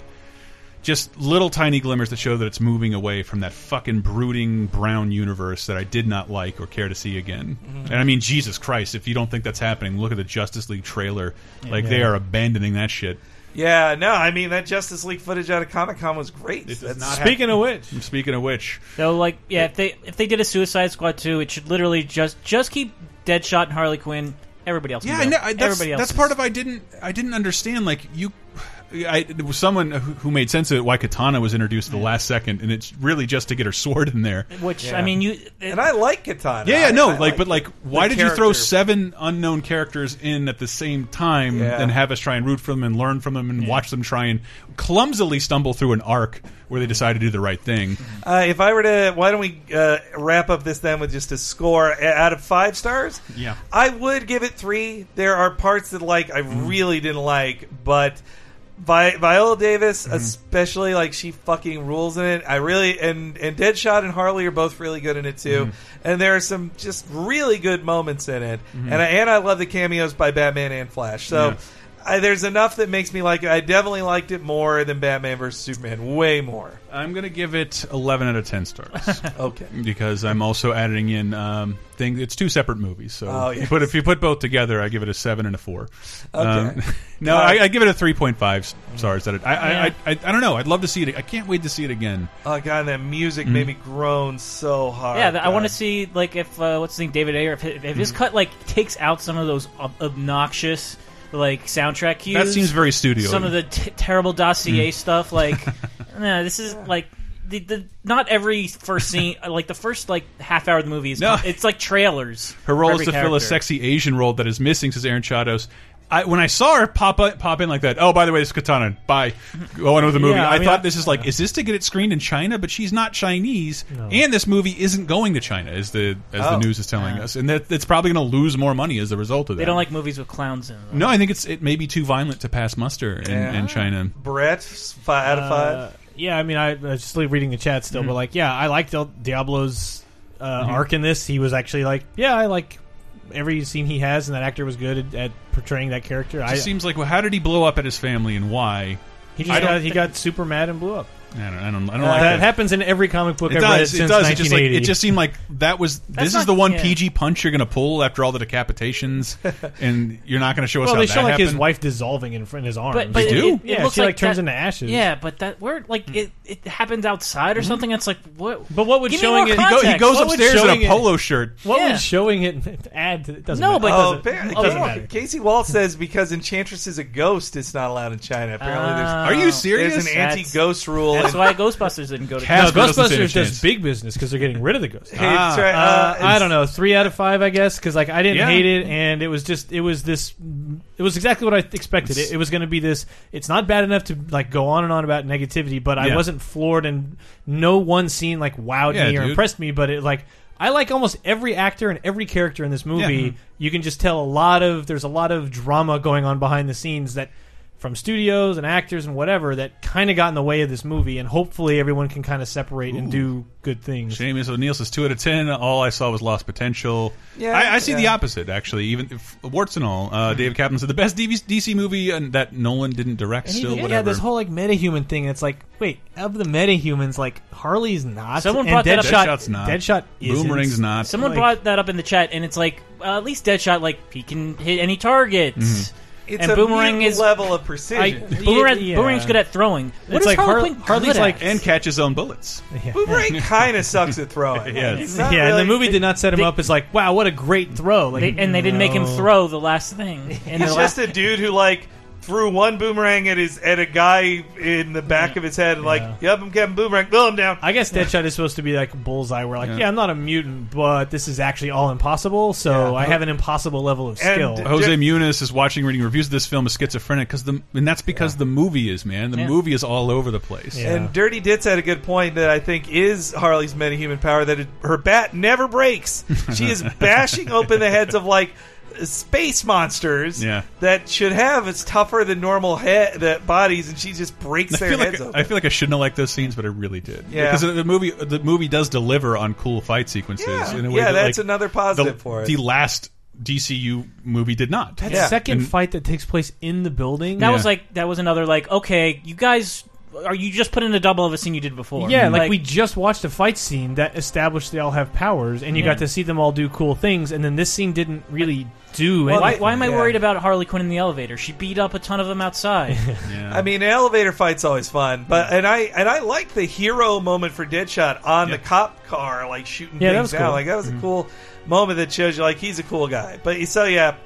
just little tiny glimmers that show that it's moving away from that fucking brooding brown universe that I did not like or care to see again. Mm-hmm. And I mean, Jesus Christ, if you don't think that's happening, look at the Justice League trailer. Like they are abandoning that shit. Yeah, no, I mean that Justice League footage out of Comic Con was great. It does That's- not Speaking of which, Speaking of which, Though, like, yeah, if they if they did a Suicide Squad too, it should literally just just keep Deadshot and Harley Quinn. Everybody else, Yeah, can I go. know. I- That's, everybody else. that's is- part of I didn't I didn't understand like you. I, there was someone who who made sense of it why Katana was introduced at the last second, and it's really just to get her sword in there. Which Yeah. I mean, you. and I like Katana. Yeah, yeah, no, I- I like, but like, why did you throw character. seven unknown characters in at the same time Yeah. and have us try and root for them and learn from them and watch them try and clumsily stumble through an arc where they decide to do the right thing? Uh, if I were to, why don't we uh, wrap up this then with just a score A- out of five stars? Yeah. I would give it three. There are parts that like I Mm. really didn't like, but Vi- Viola Davis, Mm-hmm. especially, like she fucking rules in it. I really and and Deadshot and Harley are both really good in it too. Mm-hmm. And there are some just really good moments in it. And I, and I love the cameos by Batman and Flash. So. Yeah. I, there's enough that makes me like it. I definitely liked it more than Batman versus Superman, way more. I'm gonna give it 11 out of 10 *laughs* stars. Okay. because I'm also adding in um, things. It's two separate movies, so Oh, if you yes. put if you put both together, I give it a seven and a four. Um, Okay. *laughs* no, Uh, I, I give it a three point five stars. That it, I, I, Yeah. I, I I don't know. I'd love to see it. I can't wait to see it again. Oh god, that music made me groan so hard. Yeah, that- I want to God. see like if uh, what's his name, David Ayer, if, if Mm-hmm. his cut like takes out some of those ob- obnoxious like soundtrack cues. That seems very Mm. studio. Some of the t- terrible dossier *laughs* stuff, like nah, this is like the, the not every first scene, uh, like the first like half hour of the movie is No. it's like *laughs* trailers. her for role is to every fill a character. sexy Asian role that is missing, says Aaron Chados. I, when I saw her pop up, pop in like that, oh, by the way, it's Katana. Bye. Go on with the movie. Yeah, I I, mean, thought I- this is like, is this to get it screened in China? But she's not Chinese, and this movie isn't going to China, as the as the Oh. news is telling us, and that it's probably going to lose more money as a result of that. They don't like movies with clowns in them. No, I think it's it may be too violent to pass muster in, Yeah. in China. Brett five out of five. uh, yeah, I mean, I, I was just like, reading the chat still, but like, yeah, I liked Del- Diablo's uh, arc in this. He was actually like, yeah, I like every scene he has, and that actor was good at, at portraying that character. It I just seems like, well, how did he blow up at his family and why? he I just don't got, he got super mad and blew up. I don't, I don't, I don't Uh, that, like that. happens in every comic book It I've read does. It since does. It just like 1980. it just seemed like that was. this is not- the one yeah. PG punch you're going to pull after all the *laughs* decapitations, and you're not going to show us well, how they that show like his happened. wife dissolving in front of his arms. But, but They it- do? It, it yeah, looks she like, turns that- into ashes. Yeah, but that word Mm. like it, it happens outside Mm-hmm. or something. That's like what? But what would Give me showing more it- He, go- he context. goes What would upstairs in showing a it- polo shirt. What Yeah. would showing *laughs* it add to it? Doesn't No, matter. but- It oh, doesn't- apparently, it doesn't Casey- matter. Casey Wall says because Enchantress is a ghost, it's not allowed in China. Apparently, Ah. Are you Oh, there's, serious? there's an That's- anti-ghost rule. That's in- why Ghostbusters didn't go to. Cat- Casper no, doesn't stand a Ghostbusters chance. does big business because they're getting rid of the ghost. Hey, Ah. try- Uh, I it's- don't know. Three out of five, I guess, because like I didn't Yeah. hate it, and it was just it was this. It was exactly what I expected. It, it was going to be this. It's not bad enough to like go on and on about negativity, but Yeah. I wasn't floored, and no one scene like wowed Yeah, me or dude. impressed me. But it like I like almost every actor and every character in this movie. Yeah. You can just tell a lot of there's a lot of drama going on behind the scenes that. From studios and actors and whatever that kind of got in the way of this movie, and hopefully everyone can kind of separate and do good things. James O'Neill says two out of ten. All I saw was lost potential. Yeah, I, I see the yeah. opposite actually. Even if, warts and all, uh, Dave Kaplan said the best DV DC movie and that Nolan didn't direct. Hmm. And he- Still, yeah, whatever. this whole like metahuman thing. It's like, wait, of the metahumans, like Harley's not. Someone and brought that up. Deadshot, Deadshot's not. Deadshot isn't. Boomerang's not. Someone Like- brought that up in the chat, and it's like uh, at least Deadshot like he can hit any targets. It's and a Boomerang mutant is- level of I- precision. *laughs* Boomerang, yeah. Boomerang's good at throwing. What It's is like Har- Harley Quinn good Harley's at? like- and catch his own bullets. Boomerang kind of sucks at throwing. Yes. It's Yeah, not and the really- movie did not set him they- up as like, wow, what a great throw. Like, They- and they didn't make him no. throw the last thing. And the He's just last, a dude who like threw one boomerang at his at a guy in the back of his head. and Like, yep, I'm Captain Boomerang. Bill, I'm down. I guess Deadshot is supposed to be like bullseye. Where like, Yeah. yeah. I'm not a mutant, but this is actually all impossible. So Yeah. I have an impossible level of And- skill. Jose Jeff- Muniz is watching, reading reviews of this film is schizophrenic because the and that's because the movie is man. The Yeah. movie is all over the place. Yeah. And Dirty Dits had a good point that I think is Harley's metahuman power that it, her bat never breaks. She *laughs* is bashing open the heads of like space monsters Yeah. that should have it's tougher than normal head that bodies, and she just breaks I their feel heads like open. I feel like I shouldn't have liked those scenes, but I really did. Yeah. because the movie the movie does deliver on cool fight sequences. yeah, in a way yeah, that, that's like, another the, positive for it. the last DCU movie did not. that Yeah. second And- fight that takes place in the building. that Yeah. was like that was another like okay, you guys are you just putting a double of a scene you did before? Mm-hmm. Yeah, like, we just watched a fight scene that established they all have powers, and you Yeah. got to see them all do cool things, and then this scene didn't really do. anything. Why, why am I Yeah. worried about Harley Quinn in the elevator? She beat up a ton of them outside. Yeah. *laughs* I mean, an elevator fight's always fun, but and I and I like the hero moment for Deadshot on Yeah. Mm-hmm. the cop car, like shooting Yeah, that things was down. cool. Like that was a cool moment that shows you like he's a cool guy. But so yeah,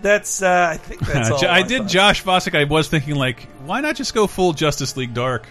that's uh, I *laughs* think that's all. J- I my did thoughts. Josh Vosick. I was thinking like, why not just go full Justice League Dark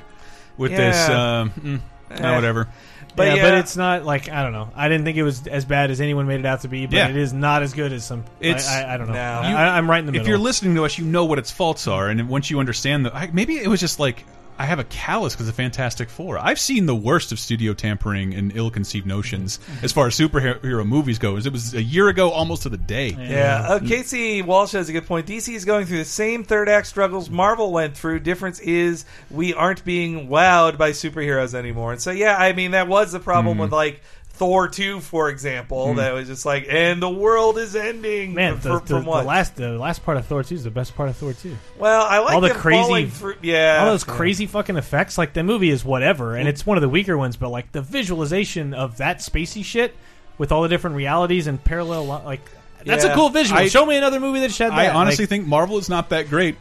with this? Yeah. Um, mm, Eh. nah, whatever. but yeah, yeah, but it's not like I don't know. I didn't think it was as bad as anyone made it out to be, but Yeah. it is not as good as some. It's- I, I, I don't know. No. I, You- I- I'm right in the middle. If you're listening to us, you know what its faults are, and once you understand the, I, maybe it was just like I have a callus because of Fantastic Four. I've seen the worst of studio tampering and ill-conceived notions as far as superhero movies goes. It was a year ago, almost to the day. Yeah, uh, Casey Walsh has a good point. DC is going through the same third act struggles Marvel went through. Difference is we aren't being wowed by superheroes anymore. And so, yeah, I mean that was the problem with like Thor two, for example. That was just like, and the world is ending. Man, the, for- the- from the what? last the last part of Thor two is the best part of Thor two. well, I like all the them crazy- falling through- yeah, All those crazy fucking effects. Like the movie is whatever, and it's one of the weaker ones. But like the visualization of that spacey shit with all the different realities and parallel, li- like that's Yeah. a cool visual. I- Show me another movie that had that. I honestly Like, think Marvel is not that great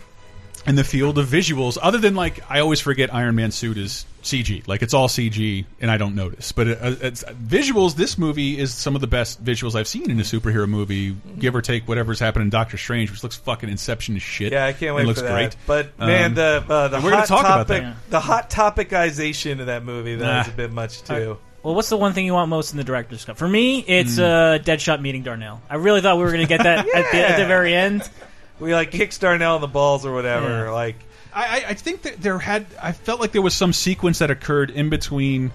in the field of visuals, other than like I always forget Iron Man suit is CG, like it's all CG, and I don't notice. But it, uh, it's, visuals, this movie is some of the best visuals I've seen in a superhero movie, give or take whatever's happened in Doctor Strange, which looks fucking Inception as shit. Yeah, I can't wait It looks for that. great. But man, Um, the uh, the and we're gonna hot talk about topic, that. the hot topicization of that movie that Nah. was a bit much too. well, what's the one thing you want most in the director's cut? For me, it's Hmm. uh, Deadshot meeting Darnell. I really thought we were going to get *laughs* that at, the, at the Yeah. very end. we like kicked Darnell in the balls or whatever. Yeah. Like I, I- I think that there had I felt like there was some sequence that occurred in between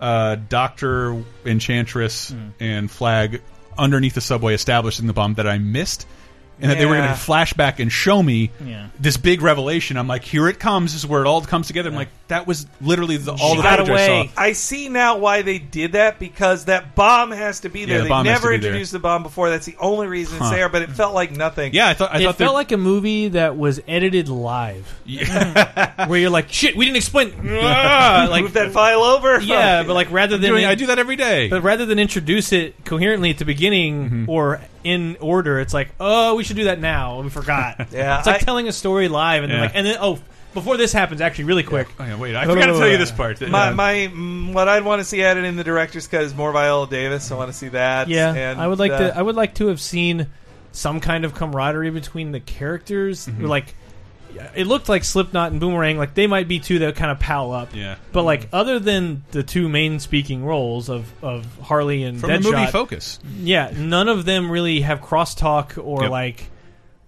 uh, Doctor Enchantress and Flag underneath the subway establishing the bomb that I missed. And that they were going Yeah. to flashback and show me Yeah. this big revelation. I'm like, here it comes. This is where it all comes together. I'm like, that was literally the, all She the got footage I away. saw. I see now why they did that because that bomb has to be there. the they bomb has never to be there. introduced the bomb before. That's the only reason it's Huh. there, but it felt like nothing. Yeah, I thought. I it thought they- felt *laughs* like a movie that was edited live, where you're like, shit, we didn't explain. *laughs* Ah, like Move that file *laughs* over. yeah, but like rather than doing, I do that every day. But rather than introduce it coherently at the beginning Mm-hmm. or in order, it's like, oh, we should do that now. We *laughs* forgot. Yeah, it's like I- telling a story live, and then Yeah. like, and then oh, before this happens, actually, really quick. Oh, yeah, wait, I forgot to tell you this part. *laughs* My, Yeah. my mm, what I'd want to see added in the director's cut is more Viola Davis. I want to see that. Yeah, and, I would like uh, to. I would like to have seen some kind of camaraderie between the characters. Mm-hmm. Like, it looked like Slipknot and Boomerang. Like they might be two that kind of pal up. yeah. Mm-hmm. But like, other than the two main speaking roles of, of Harley and From Deadshot, the movie Focus. Yeah, none of them really have crosstalk or Yep. Mm-hmm. like,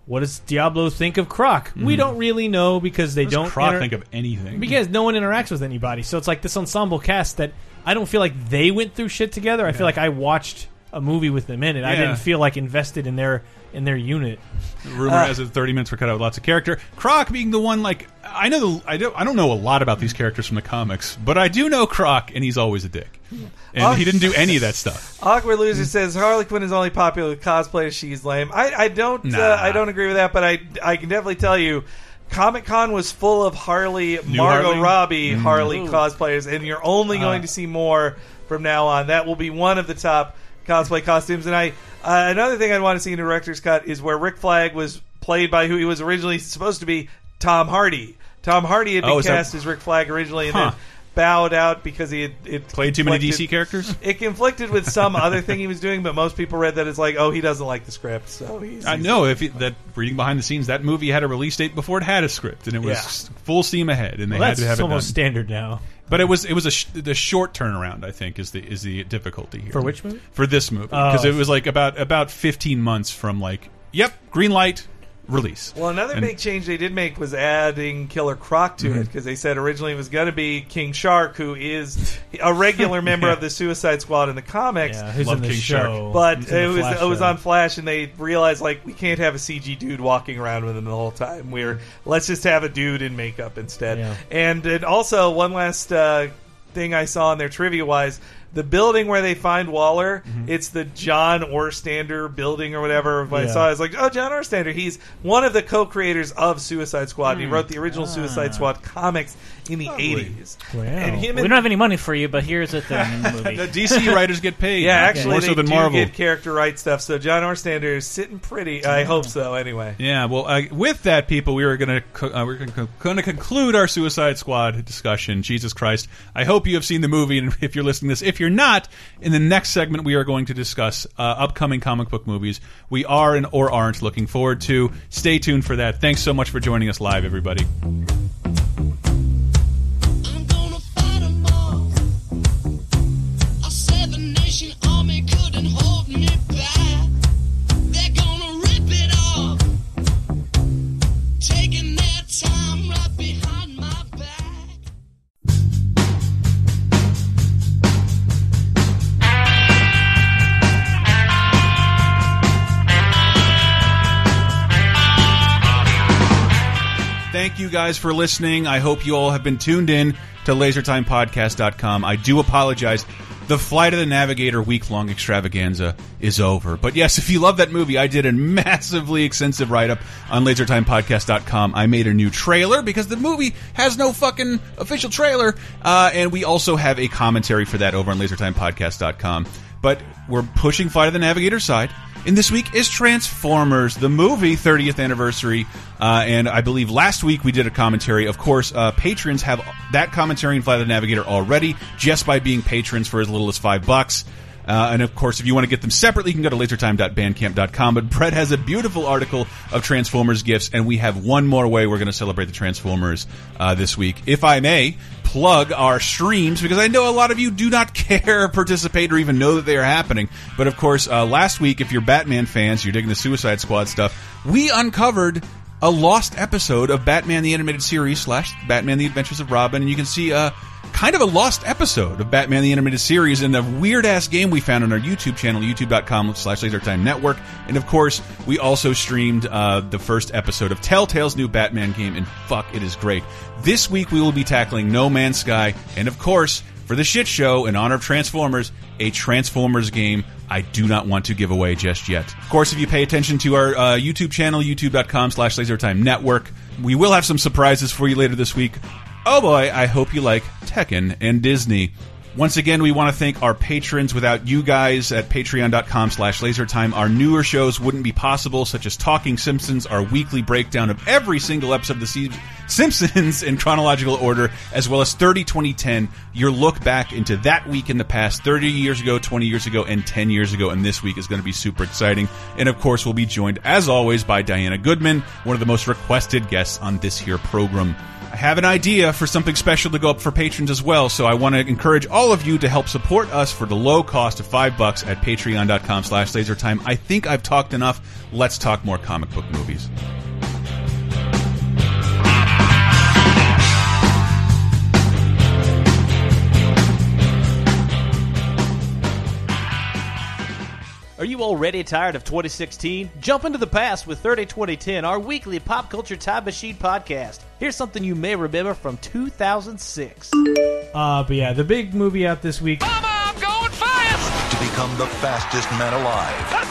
what does Diablo think of Croc? We don't really know because they don't Does Croc inter- think of anything? because no one interacts with anybody. So it's like this ensemble cast that I don't feel like they went through shit together. I feel like I watched a movie with them in it. I Yeah. didn't feel like invested in their in their unit. Rumor Uh. has it 30 minutes were cut out with lots of character. Croc being the one, like I know, the, I don't, I don't know a lot about these characters from the comics, but I do know Croc, and he's always a dick, and Oh. he didn't do any of that stuff. Awkward loser says Harley Quinn is only popular with cosplayers. She's lame. I, I don't uh, Nah. I don't agree with that, but I I can definitely tell you. Comic Con was full of Harley, Margot Harley? Mm. Uh. Robbie, Harley cosplayers, and you're only going to see more from now on. That will be one of the top cosplay costumes. And I uh, another thing I'd want to see in the director's cut is where Rick Flag was played by who he was originally supposed to be, Tom Hardy. Tom Hardy had been Oh, is that- cast as Rick Flag originally, and Huh. then bowed out because he had it Played too many conflicted- DC characters. it conflicted with some other thing he was doing, but most people read that as like, oh, he doesn't like the script, so he's. I he's- know if it, that reading behind the scenes, that movie had a release date before it had a script, and it was Yeah. full steam ahead, and they Well, had that's to have it done. almost standard now. but it was it was a sh the short turnaround. I think is the is the difficulty here For which movie? For this movie, because Oh. it was like about about 15 months from like, yep, green light, release. Well, another And- Mm-hmm. *laughs* big change they did make was adding Killer Croc to it because they said originally it was going to be King Shark, who is *laughs* a regular member of the Suicide Squad in the comics. Yeah, who's Love in the King Shark. show? But Who's in it the was Flash it was show? on Flash, and they realized like we can't have a CG dude walking around with him the whole time. We're let's just have a dude in makeup instead. Yeah. And, and also Mm-hmm. one last uh, thing I saw in their trivia wise, the building where they find Waller It's the John Orstander building or whatever. When I saw, it, I was like, oh, John Orstander. He's one of the co-creators of Suicide Squad. Hmm. He wrote the original Suicide Squad comics in the eighties. Ah. Wow. And him Oh. We and don't have any money for you, but here's the thing in *laughs* the movie. The DC writers get paid. yeah, actually, more they so than do Marvel. get character right stuff. So John Orstander is sitting pretty. I hope so. Anyway, Yeah, well, uh, with that, people, we are going to uh, we're going to conclude our Suicide Squad discussion. Jesus Christ! I hope you have seen the movie, and *laughs* if you're listening to this, if you're not, in the next segment we are going to discuss uh, upcoming comic book movies we are and or aren't looking forward to. Stay tuned for that. Thanks so much for joining us live, everybody. I'm gonna fight 'em all. I said the nation army couldn't hold me back. They're gonna rip it off, taking their time right behind my back. Thank you guys for listening. I hope you all have been tuned in to lasertimepodcast.com. I do apologize. The Flight of the Navigator week long extravaganza is over. But yes, *laughs* if you love that movie, I did a massively extensive write up on lasertimepodcast.com. I made a new trailer because the movie has no fucking official trailer. Uh, and we also have a commentary for that over on lasertimepodcast.com. But we're pushing Flight of the Navigator side. And this week is Transformers, the movie 30th anniversary. Uh, and I believe last week we did a commentary. Of course, uh, patrons have that commentary in Flight of the Navigator already just by being patrons for as little as five bucks. Uh, and of course, if you want to get them separately, you can go to lasertime.bandcamp.com. But Brett has a beautiful article of Transformers gifts, and we have one more way we're going to celebrate the Transformers uh, this week. If I may, plug our streams because I know a lot of you do not *laughs* care, participate, or even know that they are happening. But of course, uh, last week, if you're Batman fans, you're digging the Suicide Squad stuff, we uncovered a lost episode of Batman the Animated Series slash Batman the Adventures of Robin, and you can see uh, kind of a lost episode of Batman the Animated Series in a weird ass game we found on our YouTube channel, youtube.com slash lasertime network. And of course, we also streamed uh, the first episode of Telltale's new Batman game, and fuck, it is great. This week we will be tackling No Man's Sky, and of course, for the shit show in honor of Transformers, a Transformers game I do not want to give away just yet. Of course, if you pay attention to our uh, YouTube channel, youtube.com slash lasertime network, we will have some surprises for you later this week. Oh boy, I hope you like Tekken and Disney. Once again, we want to thank our patrons. Without you guys at patreon.com slash lasertime, our newer shows wouldn't be possible, such as Talking Simpsons, our weekly breakdown of every single episode of The Se- Simpsons in chronological order, as well as 30 2010, your look back into that week in the past, 30 years ago, 20 years ago, and 10 years ago. And this week is going to be super exciting. And of course, we'll be joined, as always, by Diana Goodman, one of the most requested guests on this here program. I have an idea for something special to go up for patrons as well, so I want to encourage all of you to help support us for the low cost of five bucks at patreon.com slash lasertime. I think I've talked enough. Let's talk more comic book movies. Are you already tired of 2016? Jump into the past with 30 2010, our weekly pop culture time machine podcast. Here's something you may remember from 2006. Uh, but yeah, the big movie out this week. to become the fastest man alive.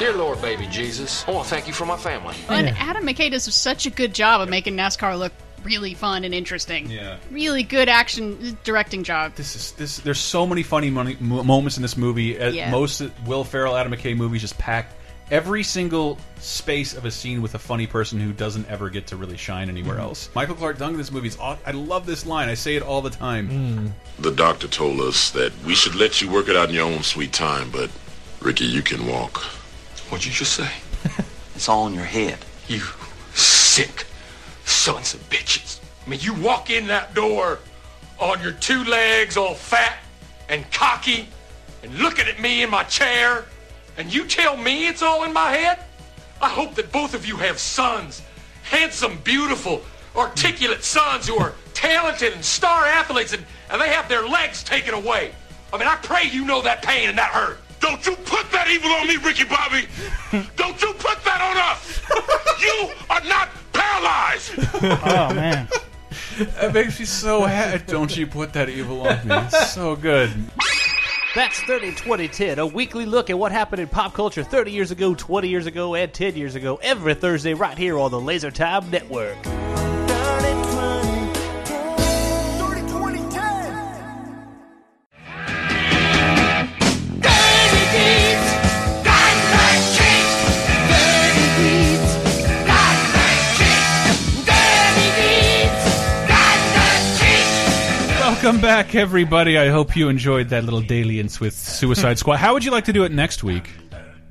Dear Lord, baby Jesus, I want to thank you for my family. And Adam McKay does such a good job of making NASCAR look really fun and interesting. Yeah. Really good action directing job. This is this. There's so many funny money, mo- moments in this movie. Uh, Yeah. Most Will Ferrell, Adam McKay movies just packed every single space of a scene with a funny person who doesn't ever get to really shine anywhere else. Michael Clark Duncan, this movie is. aw- I love this line. I say it all the time. The doctor told us that we should let you work it out in your own sweet time, but Ricky, you can walk. What'd *laughs* you just say? It's all in your head. You sick sons of bitches. I mean, you walk in that door on your two legs, all fat and cocky, and looking at me in my chair, and you tell me it's all in my head? I hope that both of you have sons, handsome, beautiful, articulate sons who are talented and star athletes, and, and they have their legs taken away. I mean, I pray you know that pain and that hurt. Don't you put that evil on me, Ricky Bobby! Don't you put that on us! You are not paralyzed! oh man. That makes me so happy. Don't you put that evil on me? It's so good. That's 30 20 10, a weekly look at what happened in pop culture 30 years ago, 20 years ago, and 10 years ago, every Thursday right here on the Laser Time Network. Welcome back, everybody. I hope you enjoyed that little daily in with Suicide Squad. How would you like to do it next week?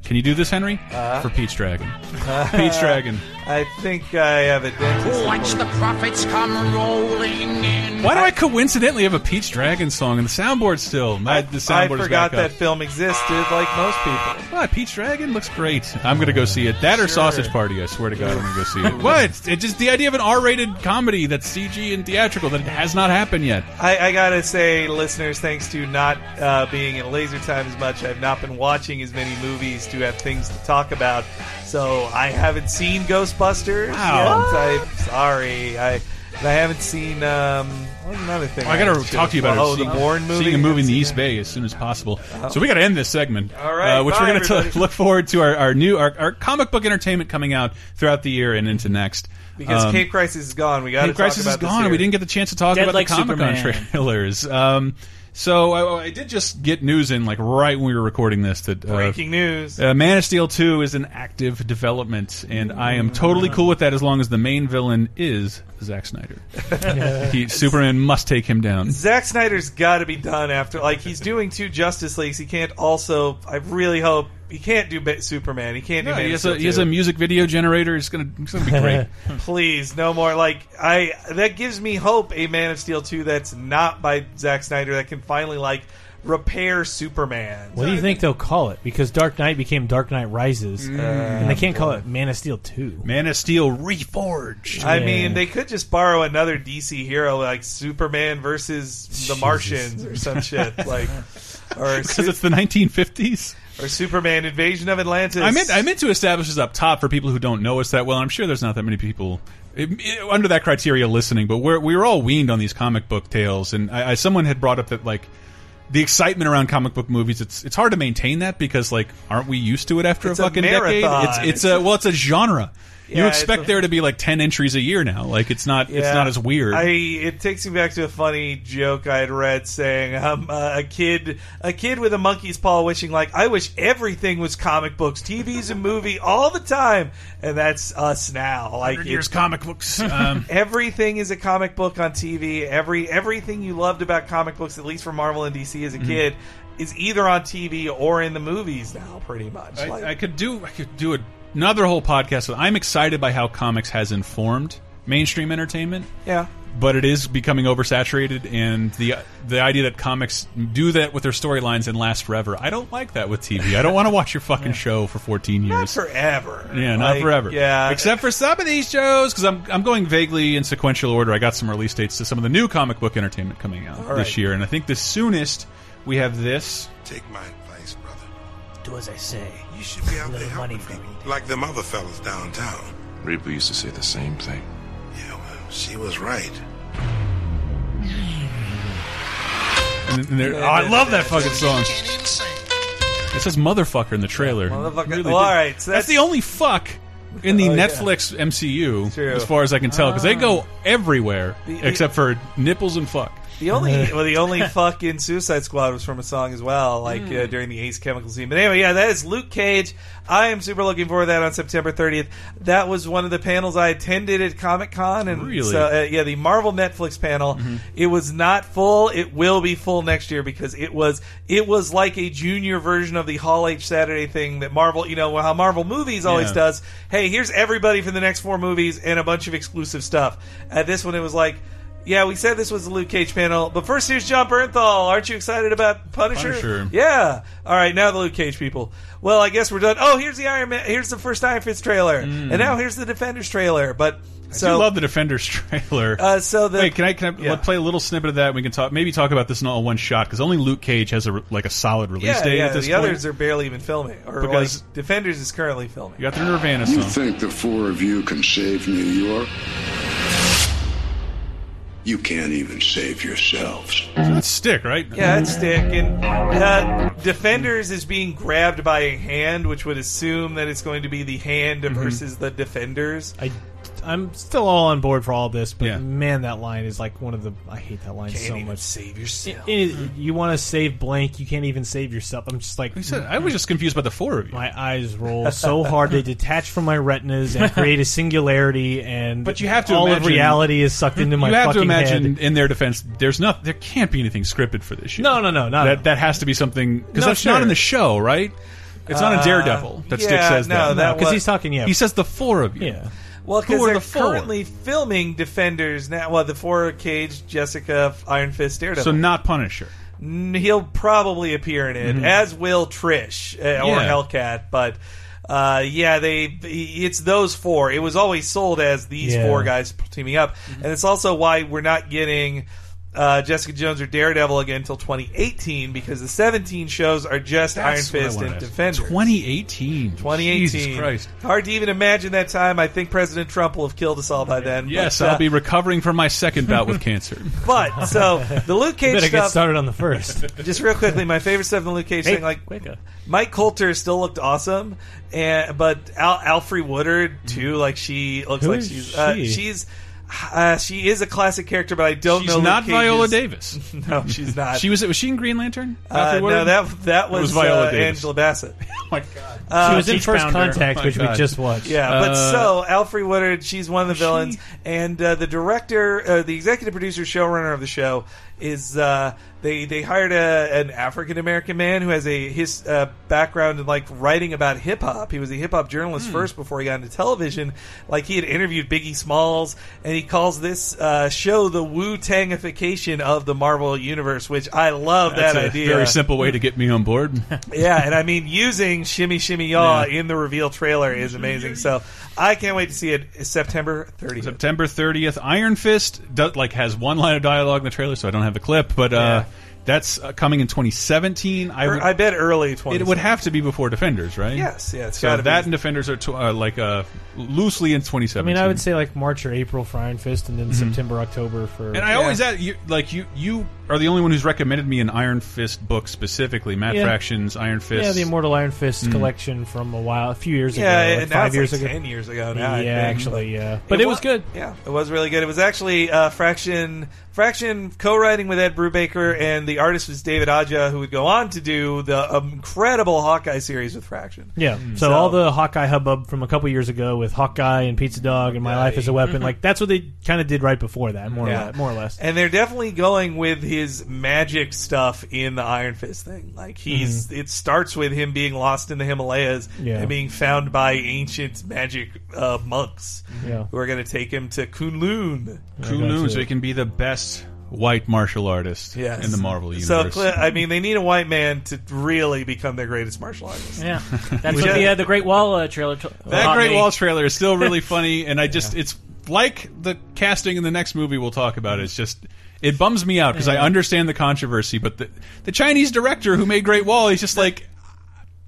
Can you do this, Henry? Uh. For Peach Dragon. Uh-huh. Peach Dragon. I think I have a dentist. Watch the profits come rolling in. Why do I coincidentally have a Peach Dragon song in the soundboard still? My, the I soundboard is back forgot that film existed, like most people. Up. Ah, Peach Dragon looks great. I'm gonna go see it. That or Sausage Party. I swear to God, I'm gonna go see *laughs* it. what? It just the idea of an R-rated comedy that's CG and theatrical that has not happened yet. I, I gotta say, listeners, thanks to not uh, being in laser time as much, I've not been watching as many movies to have things to talk about. So I haven't seen Ghostbusters. Wow. yet. I'm sorry. I and I haven't seen um, what was another thing. Well, I got to should've- talk to you about oh, it. Seeing, the Bourne movie. seeing a movie in the East Bay as soon as possible. So we got to end this segment. Uh-huh. All right, uh, which bye, we're going to everybody. look forward to our, our new our, our comic book entertainment coming out throughout the year and into next. Because Um, Cape Crisis is gone. We got to Cape talk about Crisis this is gone. here. We didn't get the chance to talk Dead about like the Comic Con Superman. *laughs* trailers. Um, so I, I did just get news in like right when we were recording this that uh, Breaking news. Uh, Man of Steel two is an active development, and I am totally cool with that as long as the main villain is Zack Snyder. *laughs* he, Superman must take him down. Zack Snyder's got to be done after. Like he's doing two Justice Leagues. He can't also. I really hope he can't do Ba- Superman. He can't do. No, Man Oh, he of has Steel a he has a 2. music video generator. It's gonna it's gonna be *laughs* great. Please, no more. Like I, that gives me hope. A Man of Steel two that's not by Zack Snyder that can finally like repair Superman. What do you think they'll call it? Because Dark Knight became Dark Knight Rises, and they can't call it Man of Steel Two. Man of Steel reforged. I Yeah. mean, they could just borrow another DC hero like Superman versus the Martians or some shit, like *laughs* or Because it's the 1950s. or Superman Invasion of Atlantis. I meant I meant to establish this up top for people who don't know us that well. I'm sure there's not that many people eh, eh, under that criteria listening, but we're we were all weaned on these comic book tales, and I, I someone had brought up that like. The excitement around comic book movies it's it's hard to maintain that because like aren't we used to it after It's a a fucking decade? marathon. It's it's a well it's a genre. Yeah, you it's expect a- there to be like 10 entries a year now. Like it's not it's Yeah. not as weird. I it takes me back to a funny joke I had read saying um, uh, a kid a kid with a monkey's paw wishing like I wish everything was comic books, TVs, and movie all the time, and that's us now. Like 100 years it's- comic *laughs* books. Um, everything is a comic book on TV. Every everything you loved about comic books, at least for Marvel and DC Mm-hmm. as a kid, is either on TV or in the movies now, pretty much. Like- I, I could do I could do another whole podcast. with- I'm excited by how comics has informed mainstream entertainment, yeah. but it is becoming oversaturated, and the the idea that comics do that with their storylines and last forever. I don't like that with TV. I don't *laughs* want to watch your fucking show for 14 years. Forever. yeah, not Like, forever. Yeah. except for some of these shows because I'm I'm going vaguely in sequential order. I got some release dates to some of the new comic book entertainment coming out All this right. year, and I think the soonest we have this. Take my advice, brother. Do as I say. You should be out Little there money helping for people, like them other fellas downtown. Ripley used to say the same thing. Yeah, well, she was right. And, and they're- oh, I love that fucking song. It says motherfucker in the trailer. Motherfucker. Really Well, all did. right, so that's, that's- the only fuck in the Oh, yeah. Netflix MCU, True. Ah. as far as I can tell, because they go everywhere The- the- except for nipples and fuck. The only *laughs* well, the only fucking Suicide Squad was from a song as well, like uh, during the Ace Chemical scene. But anyway, yeah, that is Luke Cage. I am super looking forward to that on September 30th. That was one of the panels I attended at Comic Con, and Really? so, uh, yeah, the Marvel Netflix panel. Mm-hmm. It was not full. It will be full next year because it was it was like a junior version of the Hall H Saturday thing that Marvel, you know, how Marvel movies always Yeah. does us, hey, here's everybody from the next four movies and a bunch of exclusive stuff. At this one, it was like, yeah, we said this was the Luke Cage panel, but first here's John Bernthal. Aren't you excited about Punisher? Punisher. Yeah. All right, now the Luke Cage people. Well, I guess we're done. Oh, here's the Iron Man. Here's the first Iron Fist trailer, and now here's the Defenders trailer. But so Mm. I do love the Defenders *laughs* trailer. uh, so the Wait, can I, can I yeah. play a little snippet of that? and We can talk, maybe talk about this in all one shot because only Luke Cage has a re- like a solid release yeah, date yeah, at this the point. others are barely even filming, or Because- like Defenders is currently filming. you got the Nirvana You song. think the four of you can save New York? You can't even save yourselves. That's stick, right? Yeah, that's stick. And uh, defenders is being grabbed by a hand, which would assume that it's going to be the hand Mm-hmm. versus the defenders. I, I'm still all on board for all this, but Yeah. man, that line is like one of the. I hate that line Can't so even much. save yourself. It- it- you want to save blank, you can't even save yourself. I'm just like. said- I was just confused by the four of you. My eyes roll so hard they detach from my retinas and create a singularity, and But you have to all imagine, of reality is sucked into my You have fucking to imagine, head. in their defense, there's not, there can't be anything scripted for this shit. No, no, no, not that that has to be something because No, that's not sure. in the show, right? It's not Uh, in Daredevil that Stick yeah, says no, that that No, 'cause was- he's talking, yeah. he says the four of you. Yeah, Well, Who because are they're the four? currently filming Defenders now. Well, the four Cage, Jessica, Iron Fist, Daredevil. so not Punisher. N- he'll probably appear in it, Mhm. as will Trish uh, or Yeah. Hellcat. But uh, yeah, they it's those four. It was always sold as these Yeah. four guys teaming up, and it's also why we're not getting. Uh, Jessica Jones or Daredevil again until 2018 because the 17 shows are just That's Iron what I Fist wanted and to ask. Defenders. 2018, 2018. Jesus Christ. Hard to even imagine that time. I think President Trump will have killed us all by then. Yes, but, uh, I'll be recovering from my second bout *laughs* with cancer. *laughs* But so the Luke Cage Better stuff. get started on the first. Just real quickly, my favorite stuff in the Luke Cage Hey, thing, like quicker. Mike Coulter still looked awesome, and but Al- Alfrey Woodard too. Like she looks Mm-hmm. Who like is she's Uh, she? she's uh, she is a classic character, but I don't She's know. Luke not Cage's- Viola Davis. *laughs* No, she's not. She was was she in Green Lantern? Uh, Alfred no, Woodard? that that It was, Viola uh, Davis. Angela Bassett. Oh my god, She was in First Contact, which we just watched. Yeah, but Uh, so Alfred Woodard, she's one of the villains, and uh, the director, uh, the executive producer, showrunner of the show is uh, they they hired a, an African American man who has a his uh, background in like writing about hip hop. He was a hip hop journalist first before he got into television. Like he had interviewed Biggie Smalls, and he calls this uh, show the Wu Tangification of the Marvel Universe, which I love That's that a idea. Very simple way to get me on *laughs* board. Yeah, and I mean using Shimmy Shimmy Yaw in the reveal trailer is amazing. So I can't wait to see it It's September 30th. September 30th, Iron Fist do, like has one line of dialogue in the trailer, so I don't have the clip, but uh, Yeah. that's uh, coming in 2017. I Or would, I bet early 20. it would have to be before Defenders, right? Yes, yeah, it's so gotta be. that and Defenders are tw uh, like uh, loosely in I 2017. mean, I would say like March or April for Iron Fist, and then Mhm. September, October for. And I always at you like you you are the only one who's recommended me an Iron Fist book specifically, Matt Yeah. Fraction's Iron Fist. Yeah, the Immortal Iron Fist Mm. collection from a while, a few years Yeah, ago, and like now five it's years like ago, 10 years ago now, I Yeah, think. actually, yeah, but it, was, good. Yeah, it was really good. It was actually uh, Fraction Fraction co-writing with Ed Brubaker, and the artist was David Aja, who would go on to do the incredible Hawkeye series with Fraction. Yeah, so, all the Hawkeye hubbub from a couple years ago with Hawkeye and Pizza Dog and My Life as a Weapon, like that's what they kind of did right before that, more Yeah. or less, more or less. And they're definitely going with his magic stuff in the Iron Fist thing. Like he's it starts with him being lost in the Himalayas Mm-hmm. Yeah. and being found by ancient magic uh, monks Yeah. who are going to take him to Kunlun. Kunlun, so he can be the best white martial artist Yes. in the Marvel universe. So cl- I mean, they need a white man to really become their greatest martial artist. Yeah, that's Which what I- the uh, the Great Wall uh, trailer. t- That taught Great me. Wall trailer is still *laughs* really funny, and I just it's like the casting in the next movie we'll talk about. It's just it bums me out because I Yeah. understand the controversy, but the the Chinese director who made Great Wall, he's just like.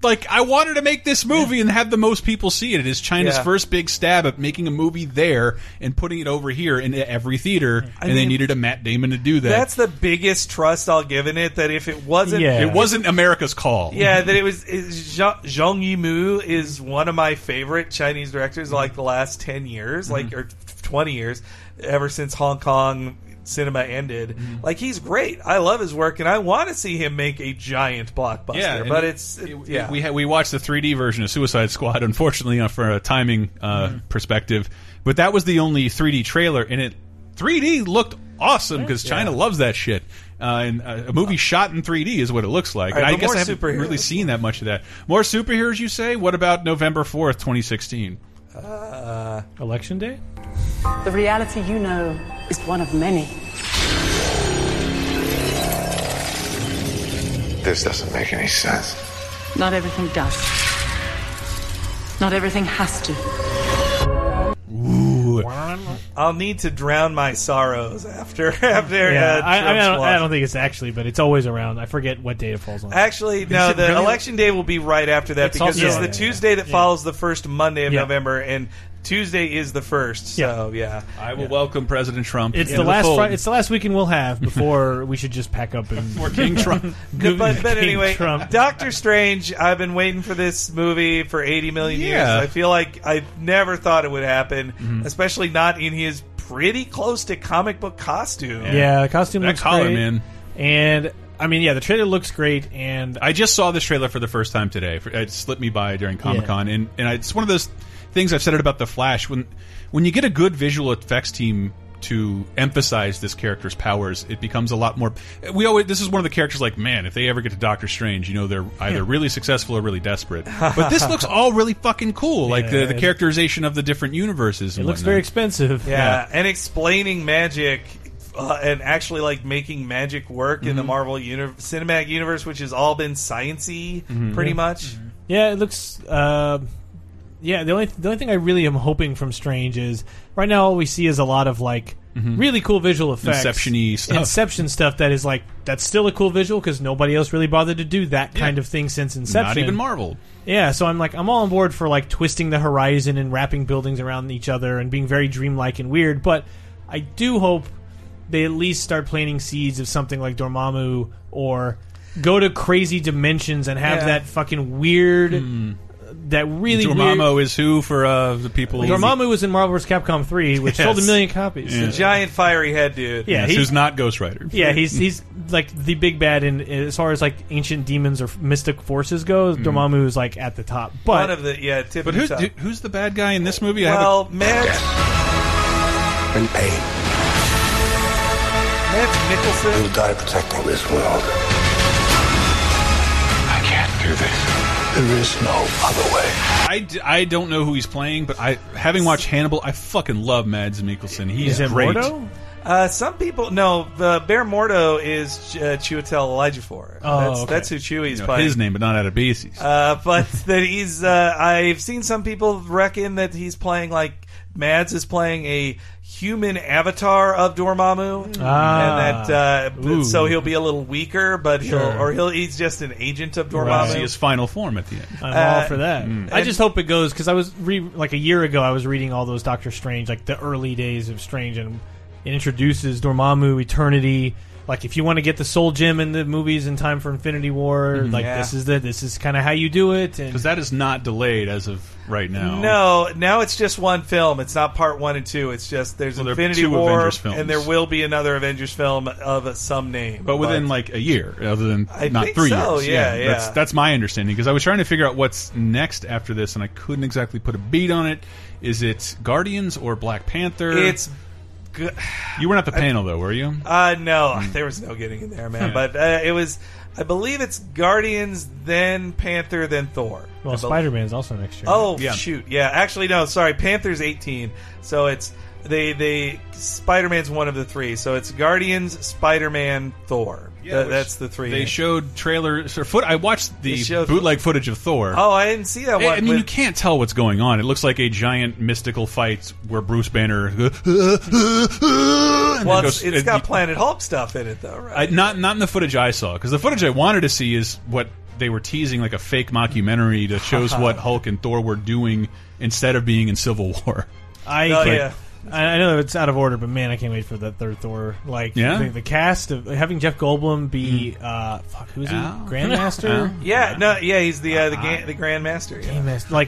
Like I wanted to make this movie and have the most people see it. It is China's Yeah. first big stab at making a movie there and putting it over here in every theater, and they mean, needed a Matt Damon to do that. That's the biggest trust I'll give in it. That if it wasn't, It wasn't America's call. Yeah, that it was. It, Zha- Zhang Yimou is one of my favorite Chinese directors, like the last ten years, Mm-hmm. like or twenty years, ever since Hong Kong cinema ended. Mm-hmm. Like he's great. I love his work, and I want to see him make a giant blockbuster. Yeah, and but it- it's yeah. we ha we watched the 3D version of Suicide Squad, *laughs* unfortunately, uh, for a timing uh, Mm-hmm. perspective. But that was the only 3D trailer, and it 3D looked awesome because China loves that shit. Uh, and uh, a movie shot in 3D is what it looks like. All And right, I but guess more I haven't superheroes. really seen that much of that. More superheroes, you say? What about November 4th, 2016? uh, Election Day. The reality you know is one of many. This doesn't make any sense. Not everything does. Not everything has to. I'll need to drown my sorrows after *laughs* after. yeah, uh, I, I, mean, I, Trump's don't, I loss. don't think it's actually, but it's always around. I forget what day it falls on. *laughs* Actually, no. it The really- election day will be right after that It's because also- it's yeah, the yeah, Tuesday that follows the first Monday of Yeah. November, and Tuesday is the first. So yeah, I will welcome President Trump. It's into the last. fold. Fri- it's the last weekend we'll have before we should just pack up and Before *laughs* King Trump. No, but, but King anyway, Trump. Doctor Strange. I've been waiting for this movie for eighty million years. Yeah. I feel like I never thought it would happen, especially not in his pretty close to comic book costume. Yeah, the costume That looks collar, great. man. And I mean, yeah, the trailer looks great. And I just saw this trailer for the first time today. For- It slipped me by during Comic Con, and and I, it's one of those things I've said it about the Flash. When when you get a good visual effects team to emphasize this character's powers, it becomes a lot more. We always this is one of the characters like, man, if they ever get to Doctor Strange, you know they're either really successful or really *laughs* desperate. But this looks all really fucking cool, like Yeah. the, the characterization of the different universes. it and looks whatnot. very expensive. Yeah, and explaining magic uh, and actually like making magic work in the Mhm. Marvel uni- cinematic universe, which has all been sciency Mhm. pretty Yeah. much. Yeah, it looks. Uh, yeah, the only the only thing I really am hoping from Strange is right now all we see is a lot of like really cool visual effects, Mm-hmm. Inception-y stuff. Inception stuff that is like that's still a cool visual because nobody else really bothered to do that kind of thing since Inception. Not even Marvel. Yeah, so I'm like I'm all on board for like twisting the horizon and wrapping buildings around each other and being very dreamlike and weird, but I do hope they at least start planting seeds of something like Dormammu or go to crazy dimensions and have Yeah. Hmm. that fucking weird that really Dormammu is who for uh, the people. weird Dormammu was in Marvel vs. Capcom 3, which Yes. sold a million copies. Yeah. The giant fiery head dude. Yeah, Yes, he- who's not Ghost Rider? Yeah, he's he's like the big bad in as far as like ancient demons or mystic forces go. Hmm. Dormammu is like at the top, but One of the yeah, tip But and who's top. dude, who's the bad guy in this movie? I well, haven't- Matt And pain. Matt Mickelson. You'll die protecting this world. I can't do this. There is no other way. I, d- I don't know who he's playing, but I having watched Hannibal, I fucking love Mads Mikkelsen. He's Is it great. Mordo? Uh, some people no. The Bear Mordo is uh, Chiwetel Ejiofor. Oh, that's, okay. that's who Chewie's You know, playing. his name, but not out of Beasie's. Uh, but *laughs* that he's. Uh, I've seen some people reckon that he's playing like Mads is playing a human avatar of Dormammu, Ah. and that uh, Ooh. but- so he'll be a little weaker, but Sure. he'll or he'll he's just an agent of Dormammu. Right. See his final form at the end. I'm Uh, all for that. Mm. I just hope it goes because I was re- like a year ago. I was reading all those Doctor Strange, like the early days of Strange, and it introduces Dormammu, Eternity. Like if you want to get the Soul Gem in the movies in time for Infinity War, Mhm. like Yeah. this is the this is kind of how you do it. And Because that is not delayed as of right now. No, now it's just one film. It's not part one and two. It's just there's Well, there are Infinity two War, Avengers films. and there will be another Avengers film of uh, some name. But within like a year, other than I not think three so, years. yeah, yeah. That's, that's my understanding because I was trying to figure out what's next after this, and I couldn't exactly put a beat on it. Is it Guardians or Black Panther? It's good. you weren't at the panel though, were you? Uh, no, Hmm. *laughs* there was no getting in there, man. Yeah. But uh, it was, I believe it's Guardians, then Panther, then Thor. well, I bel- Spider Man's also next year. Oh shoot, yeah. Actually, no. Sorry, Panther's eighteen. So it's they they Spider Man's one of the three. So it's Guardians, Spider Man, Thor. Th- which that's the three. They showed trailers or foot. I watched the showed- bootleg footage of Thor. oh, I didn't see that I- one. I mean, with- you can't tell what's going on. It looks like a giant mystical fight where Bruce Banner. *laughs* and then well, goes- it's, it's uh, got you- Planet Hulk stuff in it though, right? I, not not in the footage I saw because the footage I wanted to see is what they were teasing like a fake mockumentary that *laughs* shows what Hulk and Thor were doing instead of being in Civil War. I Oh, can't- yeah. I I know it's out of order, but man, I can't wait for that third Thor. Like, Yeah? Mm. the, the cast of having Jeff Goldblum be uh, fuck, who's he? Ow. Grandmaster. Ow. yeah, no, yeah. He's the Ah. uh, the ga- the Grand Master. Yeah. He missed- Like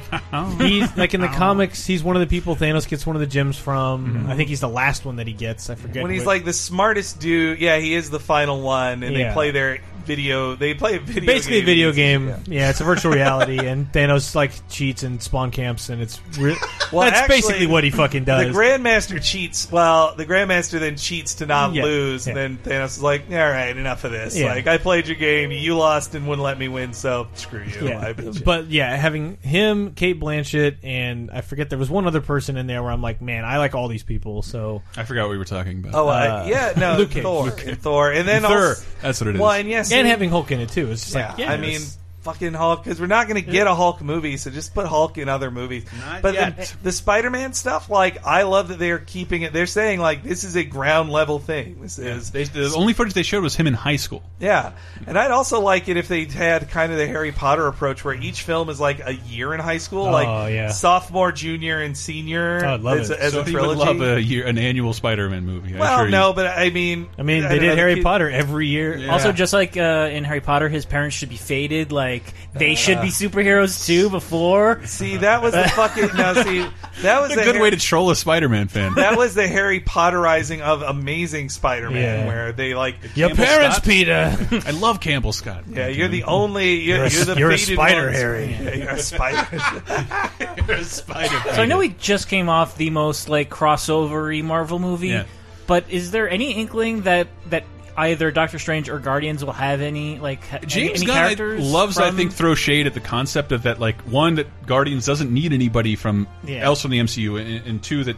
he's like in the comics, he's one of the people Thanos gets one of the gems from. I think he's the last one that he gets. I forget when he's wh- like the smartest dude. Yeah, he is the final one, and Yeah. they play their video. They play a video, basically a video game. Yeah. Yeah. it's a *laughs* virtual reality, and Thanos like cheats and spawn camps, and it's re- *laughs* Well, that's actually, basically what he fucking does. The grandmaster cheats. Well, the grandmaster then cheats to not Yeah. lose, and Yeah. then Thanos is like, "All right, enough of this. Yeah. Like, I played your game. You lost and wouldn't let me win, so screw you." *laughs* yeah. I beat you. But yeah, having him, Kate Blanchett, and I forget there was one other person in there where I'm like, man, I like all these people. So I forgot what we were talking about. oh, I- uh, yeah, no, Luke Cage. Thor, And Thor, and then Thor. also- That's what it is. Well, and yes, and he- having Hulk in it too, it's just yeah, like, yeah, I mean, it's- fucking Hulk because we're not going to get a Hulk movie. So just put Hulk in other movies. Not but yet. The, the Spider-Man stuff, like I love that they're keeping it. They're saying like this is a ground level thing. This is They, the only footage they showed was him in high school. yeah, and I'd also like it if they had kind of the Harry Potter approach, where each film is like a year in high school, Oh, like yeah. Oh, sophomore, junior, and senior. as, a- as so a he trilogy. would love a year, an annual Spider-Man movie. I'm well, sure he- no, but I mean, I mean, they don't know, did Harry the kid- Potter every year. Also, just like uh, in Harry Potter, his parents should be faded. Like they should be superheroes too. Before see, that was the fucking no. See, that was a *laughs* the good Har- way to troll a Spider-Man fan. that was the Harry Potterizing of Amazing Spider-Man, Yeah. where they like Your Campbell parents, Scott- *laughs* Peter. I love Campbell Scott. *laughs* Yeah, you're the only. You're, You're a- you're, the you're a faded spider, ones. Harry. *laughs* Yeah, you're *laughs* a spider. you're a spider. So I know we just came off the most like crossovery Marvel movie, Yeah. but is there any inkling that that either Doctor Strange or Guardians will have any like ha- any- James any Gunn I- characters loves, I from- think, throw shade at the concept of that. Like one that Guardians doesn't need anybody from Yeah. else from the MCU, and, and two that.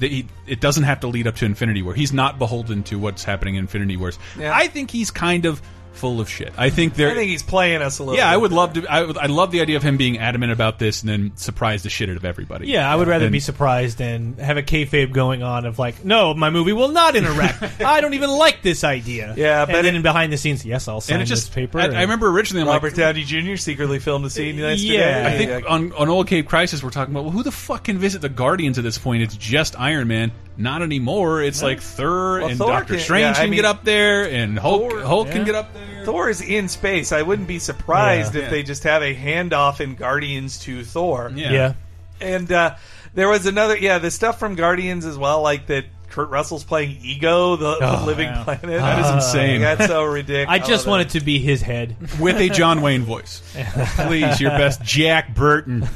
That he, it doesn't have to lead up to Infinity War. He's not beholden to what's happening in Infinity Wars. I think he's kind of full of shit. I think there. I think he's playing us a little. yeah, I bit. would love to. I, would, I love the idea of him being adamant about this and then surprise the shit out of everybody. Yeah, I would rather And- be surprised than have a kayfabe going on of like, no, my movie will *laughs* not interact. I don't even like this idea. Yeah, but but and then behind the scenes, yes, I'll sign it just- this paper. I- I remember originally, I'm like- Robert Downey Jr. secretly filmed the scene yesterday. Yeah, I think on on Old Cape Crisis we're talking about well, who the fuck can visit the Guardians at this point? It's just Iron Man. Not anymore. It's like Thor Well, and Thor Doctor can- Strange yeah, I can mean- get up there, and Hulk Thor- Hulk can yeah. get up there. Thor is in space. I wouldn't be surprised Yeah. if Yeah. they just have a handoff in Guardians to Thor. Yeah. Yeah. And uh, there was another, yeah, the stuff from Guardians as well, like that Kurt Russell's playing Ego, the, the Oh, living yeah. planet. That Ah. is insane. That's so ridiculous. I just love want it to be *laughs* his head with a John Wayne *laughs* voice. Please, your best Jack Burton.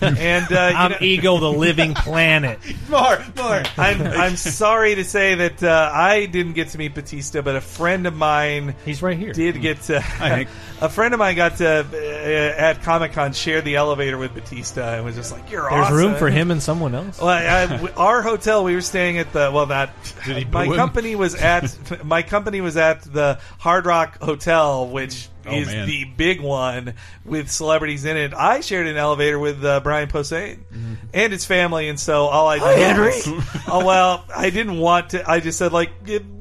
*laughs* And uh, you I'm know- Ego, the living planet. more, *laughs* more. I'm, I'm sorry to say that uh, I didn't get to meet Batista, but a friend of mine, he's right here, did *laughs* get to. Hank. *laughs* a friend of mine got to uh, at Comic Con share the elevator with Batista and was just like, "You're There's awesome." room for him and someone else. Oh, Well, I, I- *laughs* w- our hotel, we were staying at the well. That my boo him? company *laughs* was at my company was at the Hard Rock Hotel, which Oh, is man. the big one with celebrities in it. I shared an elevator with uh, Brian Posehn and his family, and so all I did was- oh well, I didn't want to. I just said like,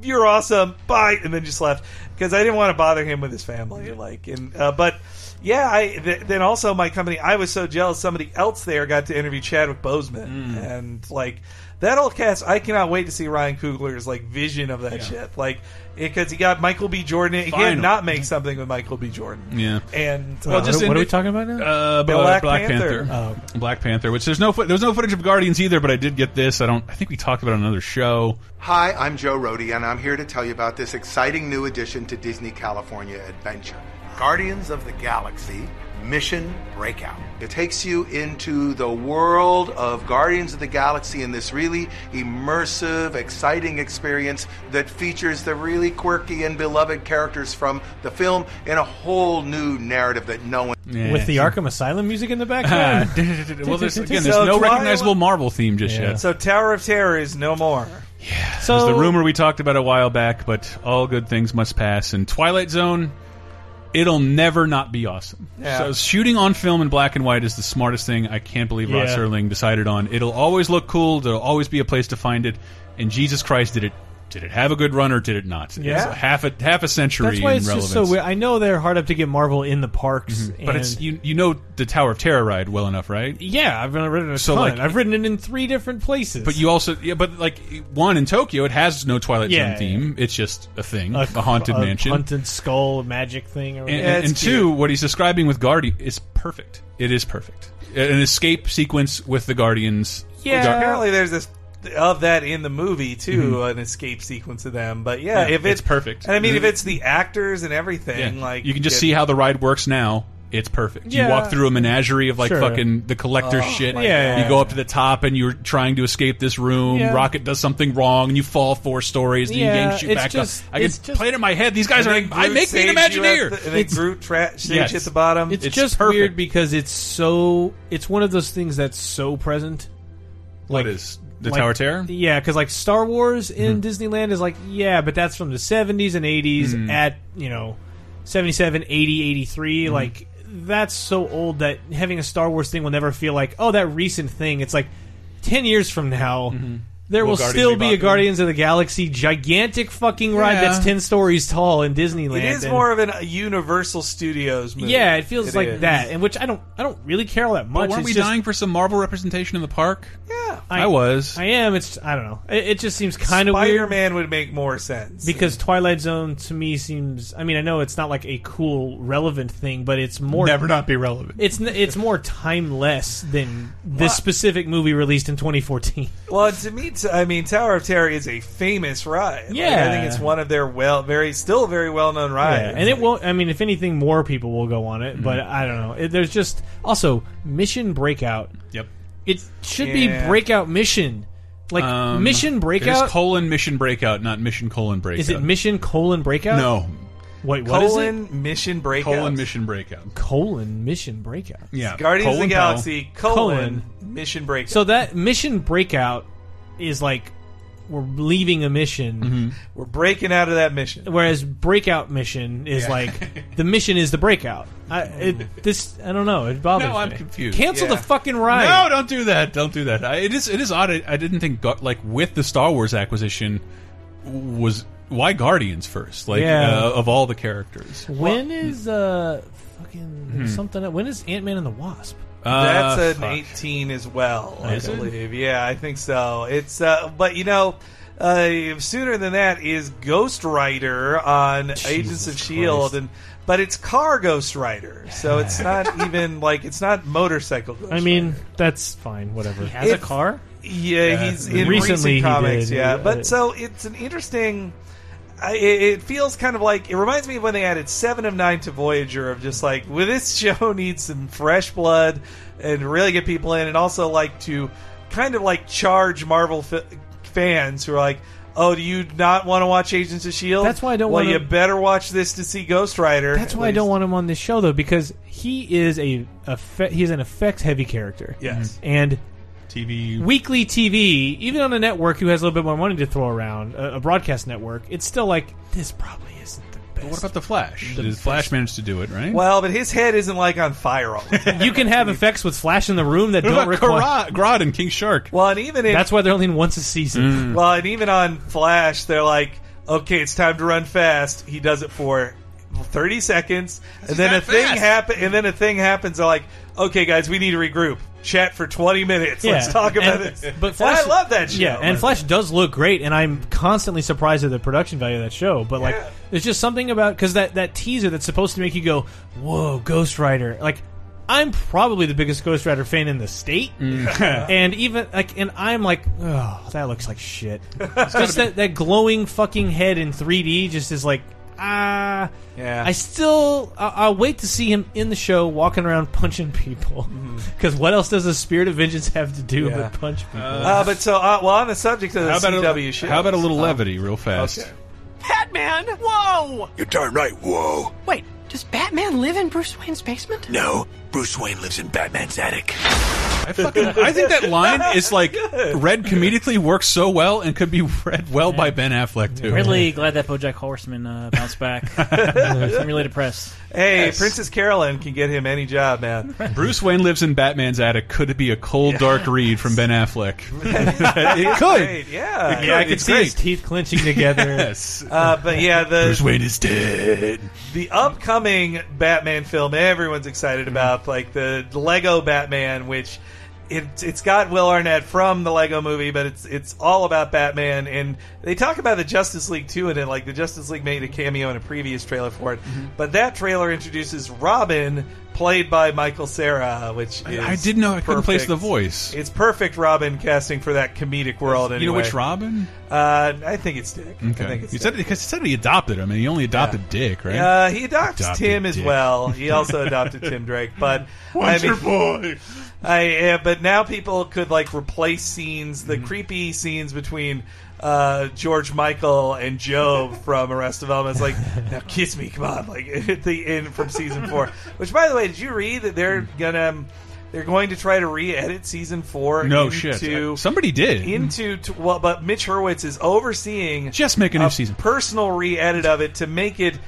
"You're awesome, bye," and then just left because I didn't want to bother him with his family. Like, and uh, but. Yeah, I th- then also my company. I was so jealous. Somebody else there got to interview Chadwick Boseman, and like that old cast. I cannot wait to see Ryan Coogler's like vision of that shit. Like because he got Michael B. Jordan. He Final. can't not make something with Michael B. Jordan. Yeah. And Well, uh, just in- Uh, Black, Black Panther. Oh, Black Panther. Which there's no fo- there's no footage of Guardians either, but I did get this. I don't. I think we talked about it on another show. Hi, I'm Joe Rohde, and I'm here to tell you about this exciting new addition to Disney California Adventure Guardians of the Galaxy Mission Breakout. It takes you into the world of Guardians of the Galaxy in this really immersive, exciting experience that features the really quirky and beloved characters from the film in a whole new narrative that no one. With the Arkham Asylum music in *laughs* the background. Ah, *laughs* well, there's, again, there's *laughs* So no Twilight- recognizable Marvel theme just yet. So Tower of Terror is no more. So, Oh. was the rumor we talked about a while back, but all good things must pass. And Twilight Zone, it'll never not be awesome. Yeah. So shooting on film in black and white is the smartest thing. I can't believe Rod Yeah. Serling decided on. It'll always look cool. There'll always be a place to find it. And Jesus Christ, did it? Did it have a good run or did it not? It's Yeah. half a half a century. That's why in it's just so relevance. weird. I know they're hard up to get Marvel in the parks, Mm-hmm. But it's you. You know the Tower of Terror ride well enough, right? yeah, I've ridden it a So, ton. like- I've ridden it in three different places. But you also, yeah, but like one in Tokyo, it has no Twilight Yeah, Zone theme. It's just a thing, a, a, haunted a mansion, haunted skull magic thing, or and, whatever. and two, what he's describing with Guardian is perfect. It is perfect. An escape sequence with the Guardians. Which Gar- apparently there's this of that in the movie too, an escape sequence of them. But yeah, Mm-hmm. Yeah, if it- it's perfect. and I mean if Mhm. it's the actors and everything, Yeah. like you can just it- see how the ride works now. It's perfect. Yeah. You walk through a menagerie of like Sure. fucking the collector Oh, shit. my Yeah, God. You go up to the top and you're trying to escape this room. Yeah. Rocket does something wrong and you fall four stories and Yeah, you yank you it's back just- up. I could it's just- play it in my head. These guys And are. then I Groot make me an saves you at Imagineer. the- and then Groot tra- saves you at the bottom. It's, It's just perfect. weird because it's so. It's one of those things that's so present. What is the like- Tower of Terror? Yeah, because like Star Wars Hmm. in Disneyland is like yeah, but Hmm. that's from the seventies and 80s Mhm. at you know 77, 80, 83. Mhm. Like that's so old that having a Star Wars thing will never feel like oh that recent thing. It's like ten years from now. There Will will, Hmm. Guardians still be be a popular? Guardians of the Galaxy gigantic fucking ride Yeah. that's ten stories tall in Disneyland. It is and- more of an a Universal Studios movie. Yeah, it feels like is. that, and which I don't, I don't really care all that much. weren't It's we just- dying for some Marvel representation in the park? Yeah, I, was. I am. It's, I don't know. It, it just seems kind of weird. Spider Man would make more sense because Twilight Zone to me seems. I mean, I know it's not like a cool, relevant thing, but it's more Never not be relevant. It's n- it's more timeless than this specific movie released in 2014. *laughs* Well, to me, t- I mean, Tower of Terror is a famous ride. Like, I Yeah. think it's one of their well, very still very well known rides. and it won't. I mean, if anything, more people will go on it. Mm-hmm. But I don't know. It, there's just also Mission Breakout. Yep. It should Yeah. be Breakout Mission, like Um, Mission Breakout. There's colon mission breakout, not mission colon breakout. Is it Mission Colon Breakout? No. Wait, what is colon it? mission breakout. Colon mission breakout. Colon Mission Breakout. Yeah. Guardians of Colon the Powell. Galaxy colon, Colon. mission breakout. So that Mission Breakout is like we're leaving a mission, Mm-hmm. We're breaking out of that mission. whereas Breakout Mission *laughs* is like the mission is the breakout. I, it, this I don't know. It bothers No, I'm me. confused. Cancel Yeah. the fucking ride. No, don't do that. Don't do that. I, it is it is odd. I, I didn't think Gu- like with the Star Wars acquisition was why Guardians first, like Yeah. uh, of all the characters. When is uh fucking Hmm. there's something? When is Ant Man and the Wasp? Uh, That's an fuck. 18 as well, I Is it? believe. Yeah, I think so. It's uh, but you know, uh, sooner than that is Ghost Rider on Agents of Shield, E and but it's car Ghost Rider, so *laughs* it's not even like it's not motorcycle. Ghost I mean, that's fine. Whatever. Rider. It- Yeah, Yeah, he's in recently he recent comics. did, Yeah, yeah. but so it's an interesting. I, it it feels kind of like it reminds me of when they added Seven of Nine to Voyager of just like, *laughs* well, this show needs some fresh blood and really get people in, and also like to kind of like charge Marvel f- fans who are like, oh, do you not want to watch Agents of Shield? That's why I don't E Well, wanna- you better watch this to see Ghost Rider. That's why I don't want him on this show though, because he is a, a fe- he's an effects heavy character. Yes. and TV. weekly TV, even on a network who has a little bit more money to throw around, a, a broadcast network, it's still like this probably isn't the What best. about the Flash? Did Flash manage to do it right? Well, but his head isn't like on fire all *laughs* the time. you can have effects with Flash in the room that what don't about require. Karad, Grodd and King Shark? well, and even in That's why they're only in once a season. Well, and even on Flash, they're like, okay, it's time to run fast. He does it for thirty seconds, and then a not thing fast. happen, and then a thing happens. They're like, okay, guys, we need to regroup, chat for twenty minutes. Let's Yeah. talk about And- this. *laughs* but And I Flash- love that show. Uh, Yeah, and Like, Flash does look great, and I'm constantly surprised at the production value of that show. But like, Yeah. there's just something about because that that teaser that's supposed to make you go, "Whoa, Ghost Rider!" Like, I'm probably the biggest Ghost Rider fan in the state, *laughs* *laughs* and even like, and I'm like, "Oh, that looks like *laughs* shit." It's just that that glowing fucking head in 3D just is like. Ah, Yeah. I still I, I'll wait to see him in the show walking around punching people *laughs* because what else does the Spirit of Vengeance have to do Yeah. but punch people? uh, but so uh, well on the subject of the how about CW a, show. how about a little levity, real fast? okay. Batman! Whoa! You're darn right, whoa. Wait, does Batman live in Bruce Wayne's basement? No, Bruce Wayne lives in Batman's attic. I fucking I think that line is *laughs* like read comedically works so well and could be read well by Ben Affleck too. Really glad that BoJack Horseman uh, bounced *laughs* back. I'm really depressed. Hey, Princess Carolyn can get him any job, man. Bruce Wayne lives in Batman's attic. Could it be a cold, dark read from Ben Affleck? *laughs* it *laughs* could. Great, yeah. Yeah, I could It's see his great. teeth clenching *laughs* together. Yes. Uh, but yeah, the Bruce Wayne is dead. the upcoming Batman film everyone's excited Mm-hmm. about, like the Lego Batman, which it, it's got Will Arnett from the Lego movie, but it's it's all about Batman, and they talk about the Justice League too, and then like the Justice League made a cameo in a previous trailer for it, Mm-hmm. but that trailer introduces Robin, played by Michael Sarah, which is I didn't know I couldn't place perfect. the voice. It's perfect Robin casting for that comedic world. Anyway. You know which Robin? Uh, I think it's Dick. I think it's You Dick. said because he said he adopted him, and he only adopted Dick, right? Uh, he adopts Adopted Tim as Dick. *laughs* well. He also adopted Tim Drake, but I mean, boy. I, yeah, but now people could like replace scenes, Mm-hmm. the creepy scenes between uh, George Michael *laughs* and Joe from Arrested Development. It's like, now kiss me, come on, like *laughs* at the end from season four. Which, by the way, did you read that Mm. they're gonna they're going to try to re-edit season four? No into, shit. Uh, Somebody did. into t- well, but Mitch Hurwitz is overseeing Just make a new a season. personal re-edit of it to make it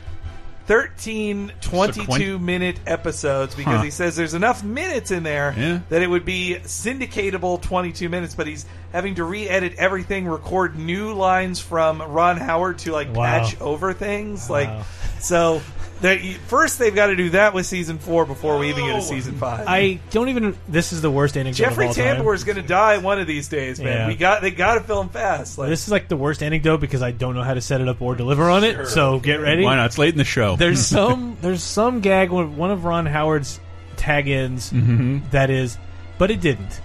13 22 minute episodes because Huh. he says there's enough minutes in there Yeah. that it would be syndicatable 22 minutes but he's having to re-edit everything record new lines from ron howard to like Wow. patch over things like so they, first they've got to do that with season four before we even get to season five I don't even. This is the worst anecdote. jeffrey of all time. tambor is going to die one of these days man Yeah. we got they got to film fast like This is like the worst anecdote because I don't know how to set it up or deliver on it. So get ready. Why not? It's late in the show. There's some there's some gag when one of Ron Howard's tag ends Mhm. that is, but it didn't.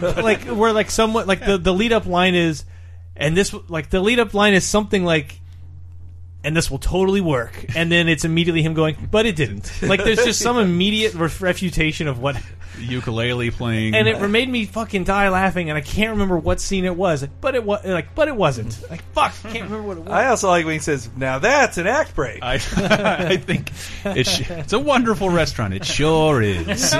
like where like somewhat like the the lead up line is, and this like the lead up line is something like. And this will totally work. And then it's immediately him going, but it didn't. Like there's just some immediate ref- refutation of what ukulele playing. and it re- made me fucking die laughing. And I can't remember what scene it was, but it was like, but it wasn't. Like, fuck, I can't remember what it was. I also like when he says, "Now that's an act break." I, *laughs* I think it sh- it's a wonderful restaurant. It sure *laughs* is.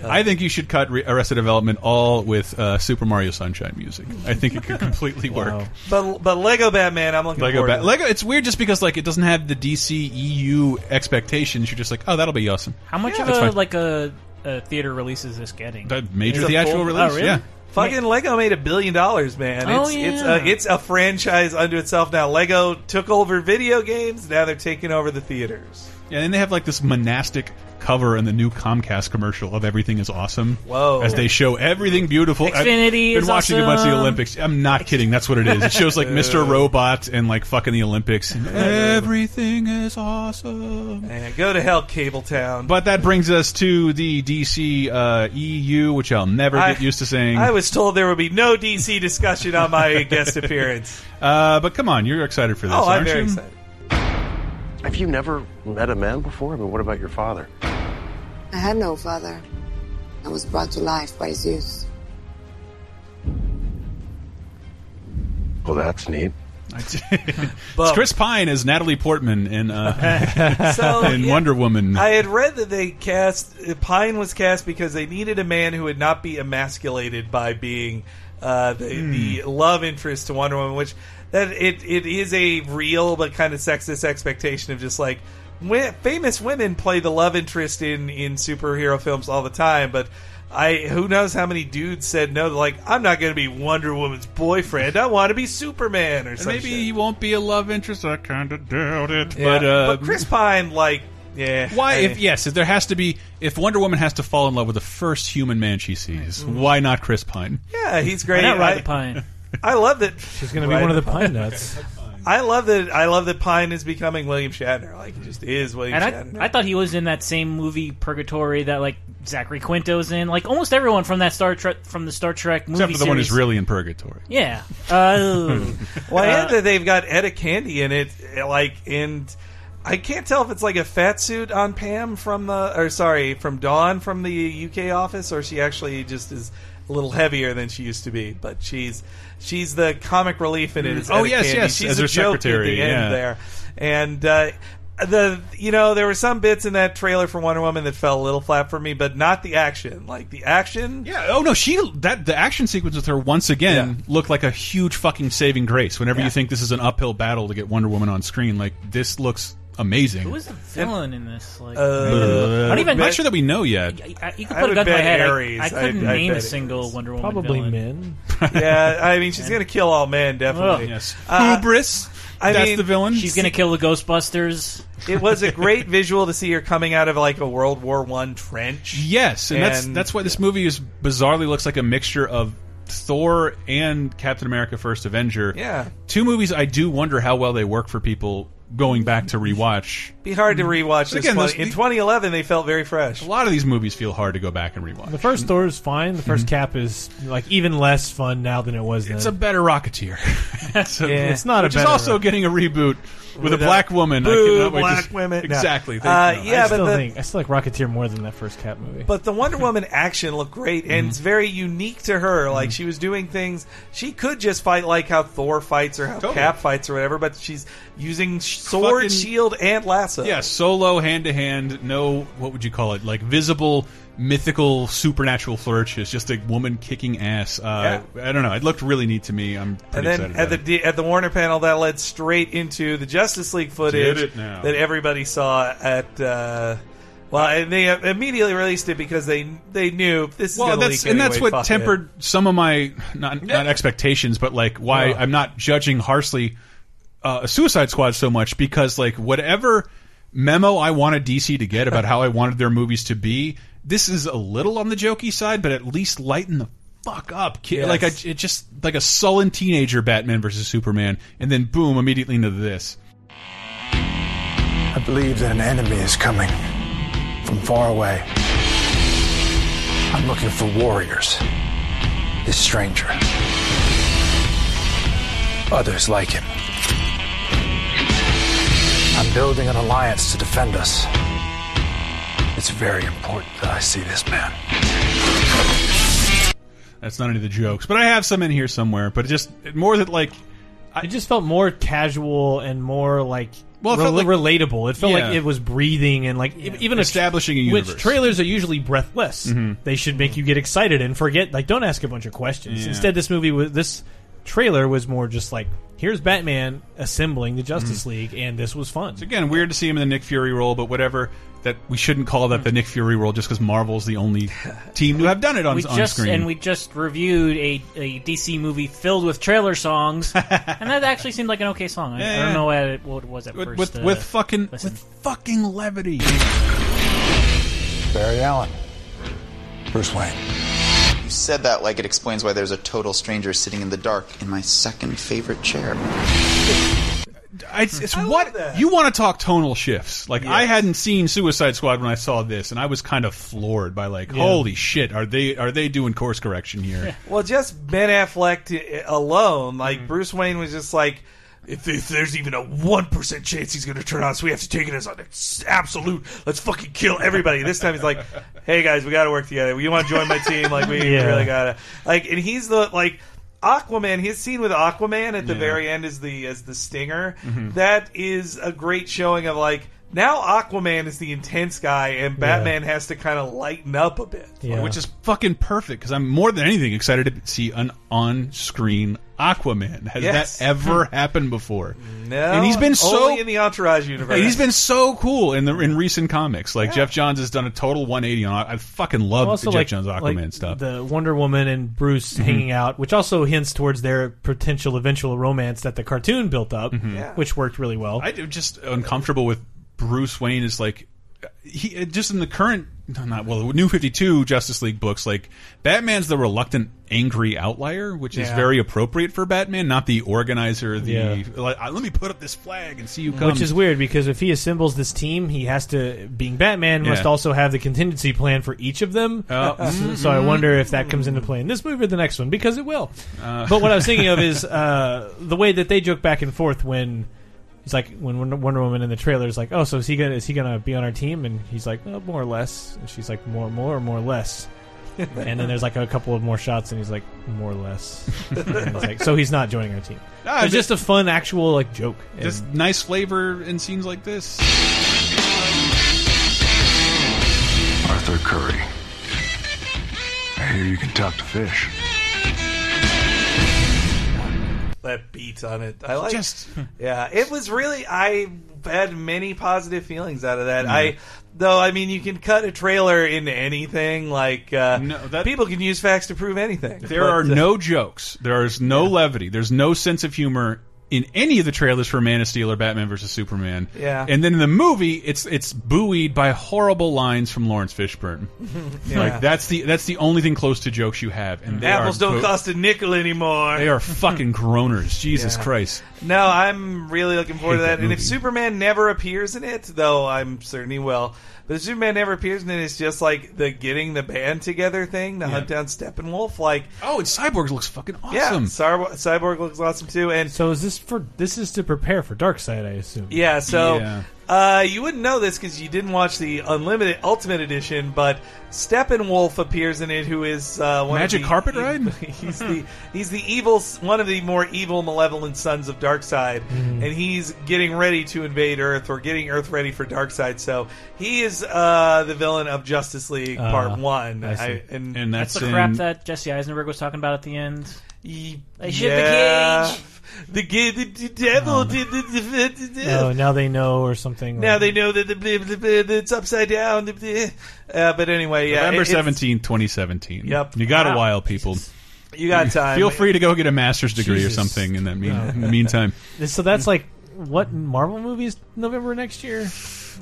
I think you should cut Re- Arrested Development all with uh, Super Mario Sunshine music. I think it could completely work. But but Lego Batman, I'm looking Lego, forward ba- to. Lego. It's weird just because like it doesn't have the DC EU expectations. You're just like, oh, that'll be awesome. How much of That's a fine. like a, a theater release is this getting? The major It's a theatrical full- release? Oh, really? Yeah. Fucking Lego made a billion dollars, man. It's Oh, it's yeah. a, it's a franchise unto itself now. Lego took over video games, now they're taking over the theaters. Yeah, and they have like this monastic cover in the new Comcast commercial of everything is awesome. Whoa. As they show everything beautiful. I've Xfinity been is watching a bunch of the awesome. Olympics. I'm not kidding. That's what it is. It shows like *laughs* Mr. Robot and like fucking the Olympics. Everything is awesome. And go to hell, Cable Town. But that brings us to the DC uh, EU, which I'll never get I- used to saying. I was told there would be no DC discussion on my guest appearance. uh, but come on, you're excited for this, Oh, I'm aren't very you? excited. *laughs* Have you never met a man before? I mean, what about your father? I had no father. I was brought to life by Zeus. Well, that's neat. *laughs* It's Chris Pine as Natalie Portman in, *laughs* uh, So, *laughs* in Oh, yeah. Wonder Woman. I had read that they cast uh, Pine was cast because they needed a man who would not be emasculated by being uh, the, Hmm. the love interest to Wonder Woman, which that it it is a real but kind of sexist expectation of just like wi- famous women play the love interest in in superhero films all the time, but. I who knows how many dudes said no. Like I'm not going to be Wonder Woman's boyfriend. I want to be Superman or And something. maybe he won't be a love interest. I kind of doubt it. Yeah. But, uh, but Chris Pine, like, yeah. Why, I- if yes, if there has to be, if Wonder Woman has to fall in love with the first human man she sees, why not Chris Pine? Yeah, he's great. Why not Ride the *laughs* Pine. I love that She's gonna be one of the pine nuts. I love that. I love that Pine is becoming William Shatner. Like he just is William Shatner. And I, I thought he was in that same movie Purgatory that like Zachary Quinto's in. Like almost everyone from that Star Trek from the Star Trek movie Except for the one series. who's really in purgatory. yeah. Uh, *laughs* well, and uh, that they've got Etta Candy in it. Like, and I can't tell if it's like a fat suit on Pam from the, or sorry, from Dawn from the UK office, or she actually just is a little heavier than she used to be. But she's she's the comic relief in it. Is Oh, Etta yes, Candy. yes, She's as a her joke secretary, at the end yeah. there, and. uh the you know there were some bits in that trailer for Wonder Woman that fell a little flat for me, but not the action. Like the action, Yeah. Oh no, she that the action sequence with her once again looked like a huge fucking saving grace. Whenever you think this is an uphill battle to get Wonder Woman on screen, like this looks amazing. who was the villain in this? Like, Uh, I don't even. I'm not sure that we know yet. I, you could I put a would gun to my bet head. I- Ares. I, couldn't I- I name bet a single Wonder Woman. Probably villain. men. yeah, I mean, she's gonna kill all men, definitely. Ugh. Yes. Hubris. I That's mean, the villain. She's gonna kill the Ghostbusters. it was a great visual to see her coming out of like a World War One trench. Yes, and, that's And- that's why this movie is bizarrely looks like a mixture of Thor and Captain America: First Avenger. Yeah. two movies I do wonder how well they work for people going back to rewatch. Be hard to rewatch But this again, one. those- in 2011, they felt very fresh. A lot of these movies feel hard to go back and rewatch. The first Thor is fine. The 1st Cap is like even less fun now than it was. Mm-hmm. It's a then. better Rocketeer. *laughs* it's, a, Yeah. It's not a which is better also Rock- getting a reboot with a Without- black woman. I Boo, cannot wait to black s- women. No. Exactly. They- Uh, no. yeah, I still but the- think I still like Rocketeer more than that first Cap movie. But the Wonder Woman action looked great, and Mm-hmm. it's very unique to her. Like she was doing things she could just fight, like how Thor fights or how Totally. Cap fights or whatever. But she's using sh- sword, Fucking- shield, and lasso. also. Yeah, solo, hand to hand, no, what would you call it? Like visible, mythical, supernatural flourishes. Just a woman kicking ass. Uh, I don't know. It looked really neat to me. I'm And pretty then excited. at about the it. D- at the Warner panel, that led straight into the Justice League Did footage it now. that everybody saw at. Uh, well, and they immediately released it because they they knew this is well, gonna that's leak and that's anyway, what fuck it. tempered some of my not not expectations, but like why Yeah. I'm not judging harshly uh, Suicide Squad so much because like whatever memo I wanted DC to get about how I wanted their movies to be, this is a little on the jokey side, but at least lighten the fuck up, kid. Yes. Like I, it just like a sullen teenager Batman versus Superman, and then boom, immediately into this. I believe that an enemy is coming from far away. I'm looking for warriors, this stranger, others like him. I'm building an alliance to defend us. It's very important that I see this man. That's not any of the jokes, but I have some in here somewhere. But it just more that like it just felt more casual and more like Well, it re- felt like- relatable. It felt Yeah. like it was breathing and like e- even a- Establishing a Which universe. trailers are usually breathless. Mhm. They should make you get excited and forget. Like, don't ask a bunch of questions. Yeah. Instead, this movie was this trailer was more just like here's Batman assembling the Justice Mm-hmm. League, and this was fun. So again, weird to see him in the Nick Fury role, but whatever. That we shouldn't call Hmm. that the Nick Fury role just because Marvel's the only team to have done it on, we on just screen. and we just reviewed a, a DC movie filled with *laughs* trailer songs, and that actually seemed like an okay song. I, I Yeah. don't know what it, what it was at with, first. with, uh, with fucking listen. with fucking levity. Barry Allen, Bruce Wayne. You said that like it explains why there's a total stranger sitting in the dark in my second favorite chair. I- It's, it's what you want to talk tonal shifts. Like I hadn't seen Suicide Squad when I saw this, and I was kind of floored by like, Yeah. holy shit, are they are they doing course correction here? Well, just Ben Affleck to, alone, like Mm-hmm. Bruce Wayne was just like, if, if there's even a one percent chance he's going to turn on us, we have to take it as an ex- absolute. Let's fucking kill everybody. This time *laughs* he's like, hey guys, we got to work together. You want to join my team? Like we Yeah. really got to. Like, and he's the like. Aquaman, his scene with Aquaman at the very end is the as the stinger. Mm-hmm. Mhm. That is a great showing of like now Aquaman is the intense guy and Yeah. Batman has to kind of lighten up a bit. Which is fucking perfect because I'm more than anything excited to see an on-screen Aquaman. Has Yes. that *laughs* ever happened before? No, And he's been so only in the Entourage universe. And he's been so cool in the in recent comics. Like Jeff Johns has done a total 180 on. I fucking love also Jeff like, Johns Aquaman like stuff. The Wonder Woman and Bruce Mhm. hanging out, which also hints towards their potential eventual romance that the cartoon built up, Mhm. Yeah. which worked really well. I am just uncomfortable with Bruce Wayne is like he uh, just in the current no, not well new 52 Justice League books like Batman's the reluctant angry outlier which is Yeah. very appropriate for Batman not the organizer the Yeah. like I- let me put up this flag and see you come Which is weird because if he assembles this team, he has to, being Batman, must Yeah. also have the contingency plan for each of them. Oh. *laughs* so, so I wonder if that comes into play in this movie or the next one because it will. Uh. But what I was *laughs* thinking of is uh, the way that they joke back and forth when. It's like when Wonder- Wonder Woman in the trailer is like, "Oh, so is he gonna is he gonna be on our team?" And he's like, "Well, more or less." And she's like, "More, more, more, less." and then there's like a couple of more shots, and he's like, "More, or *laughs* less." And it's like, so he's not joining our team. Ah, It's but- just a fun actual like joke. just And- nice flavor in scenes like this Arthur Curry. I hear you can talk to fish. that beat on it. I like Just- *laughs* yeah. It was really I had many positive feelings out of that. Mhm. I though I mean you can cut a trailer into anything. Like uh, people can use facts to prove anything. There But, are uh, no jokes. There is no levity. There's no sense of humor in any of the trailers for Man of Steel or Batman versus Superman. Yeah. And then in the movie, it's it's buoyed by horrible lines from Lawrence Fishburne. *laughs* Yeah. Like that's the that's the only thing close to jokes you have. And they apples are don't bo- cost a nickel *laughs* anymore. They are fucking groaners. Jesus Yeah. Christ. No, I'm really looking forward to Hate that. that and if movie. Superman never appears in it, though I'm certain he will, but if Superman never appears in it, it's just like the getting the band together thing to Yeah. hunt down Steppenwolf. Like, oh, and Cyborg looks fucking Yeah, awesome. Cyborg, Cyborg looks awesome too. And so is this is for this is to prepare for Dark Side, I assume. Yeah, so Uh, you wouldn't know this because you didn't watch the Unlimited Ultimate Edition, but Steppenwolf appears in it, who is uh, one Magic of the, carpet ride? *laughs* He's the he's the evil one of the more evil, malevolent sons of Darkseid, Mhm. and he's getting ready to invade Earth or getting Earth ready for Darkseid. So he is uh, the villain of Justice League Ah, Part One, I see. and, And That's, that's the crap in- that Jesse Eisenberg was talking about at the end. They ship yeah. the cage. The, ga- the, the devil Um, did the, the, the, the- Oh, now they know or something. Now they know that the, the, the, the, it's upside down. the- the- Uh, but anyway, yeah, November it- it's- seventeenth, 2017. Yep. You got Wow. a while, people. You got time. Feel free to go get a master's degree Jesus. or something in that mean, No. in the *laughs* meantime. So that's like what Marvel movies November next year?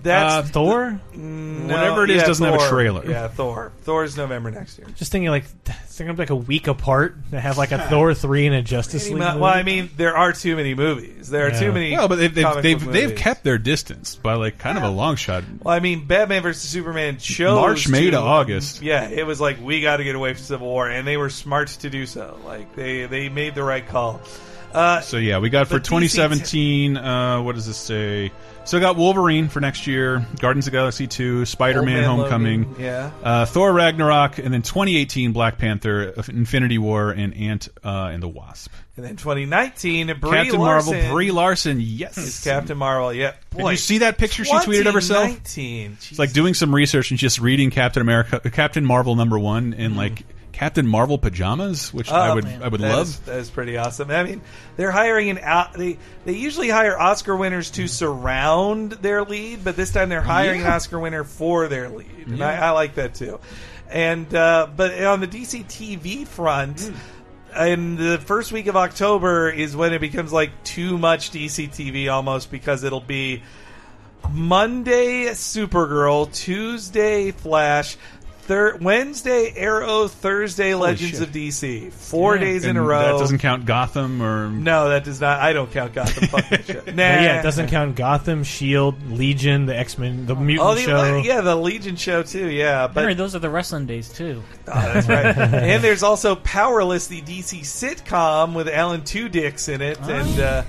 That's uh, Thor. No, Whatever it is yeah, doesn't have a Thor. trailer. Yeah, Thor. Thor's November next year. Just thinking like it's gonna be like a week apart to have *laughs* like a Thor three and a Justice Pretty League. much- movie. well, I mean, there are too many movies. There are Yeah. too many. Well, but they've comic they've they've, book they've movies. kept their distance by like kind of a long shot. Well, I mean, Batman vs Superman chose March, May to um, August. Yeah, it was like we got to get away from Civil War, and they were smart to do so. Like they they made the right call. Uh, So yeah, we got for but DC 2017. Uh, what does this say? So we got Wolverine for next year, Guardians of the Galaxy 2, Spider-Man: Old Man Homecoming, Logan, yeah. uh, Thor Ragnarok, and then 2018 Black Panther, uh, Infinity War, and Ant uh, and the Wasp. And then 2019, Brie Captain Larson Marvel, Brie Larson, yes, is Captain Marvel. Yep. Did you see that picture she tweeted of herself? 2019. It's like doing some research and just reading Captain America, Captain Marvel number one, and like Captain Marvel pajamas, which I Mm. Oh, would man. I would That love. is- that is pretty awesome. I mean, they're hiring an out. They they usually hire Oscar winners to surround their lead, but this time they're hiring an Yeah. Oscar winner for their lead, and I, I like that too. And uh, but on the DC TV front. Hmm. And the first week of October is when it becomes like too much DC TV almost because it'll be Monday Supergirl, Tuesday Flash, thir- Wednesday Arrow, Thursday Legends shit. of DC. Four Yeah. days in And a row. That doesn't count Gotham or no, that does not. I don't count Gotham. *laughs* fucking shit. Nah. But yeah, it doesn't count Gotham, Shield, E Legion, the X Men, the Mutant Oh, the, Show. yeah, the Legion show too. Yeah, but Henry, those are the wrestling days too. *laughs* that's right. and there's also Powerless, the DC sitcom with Alan Two Dicks in it, and uh,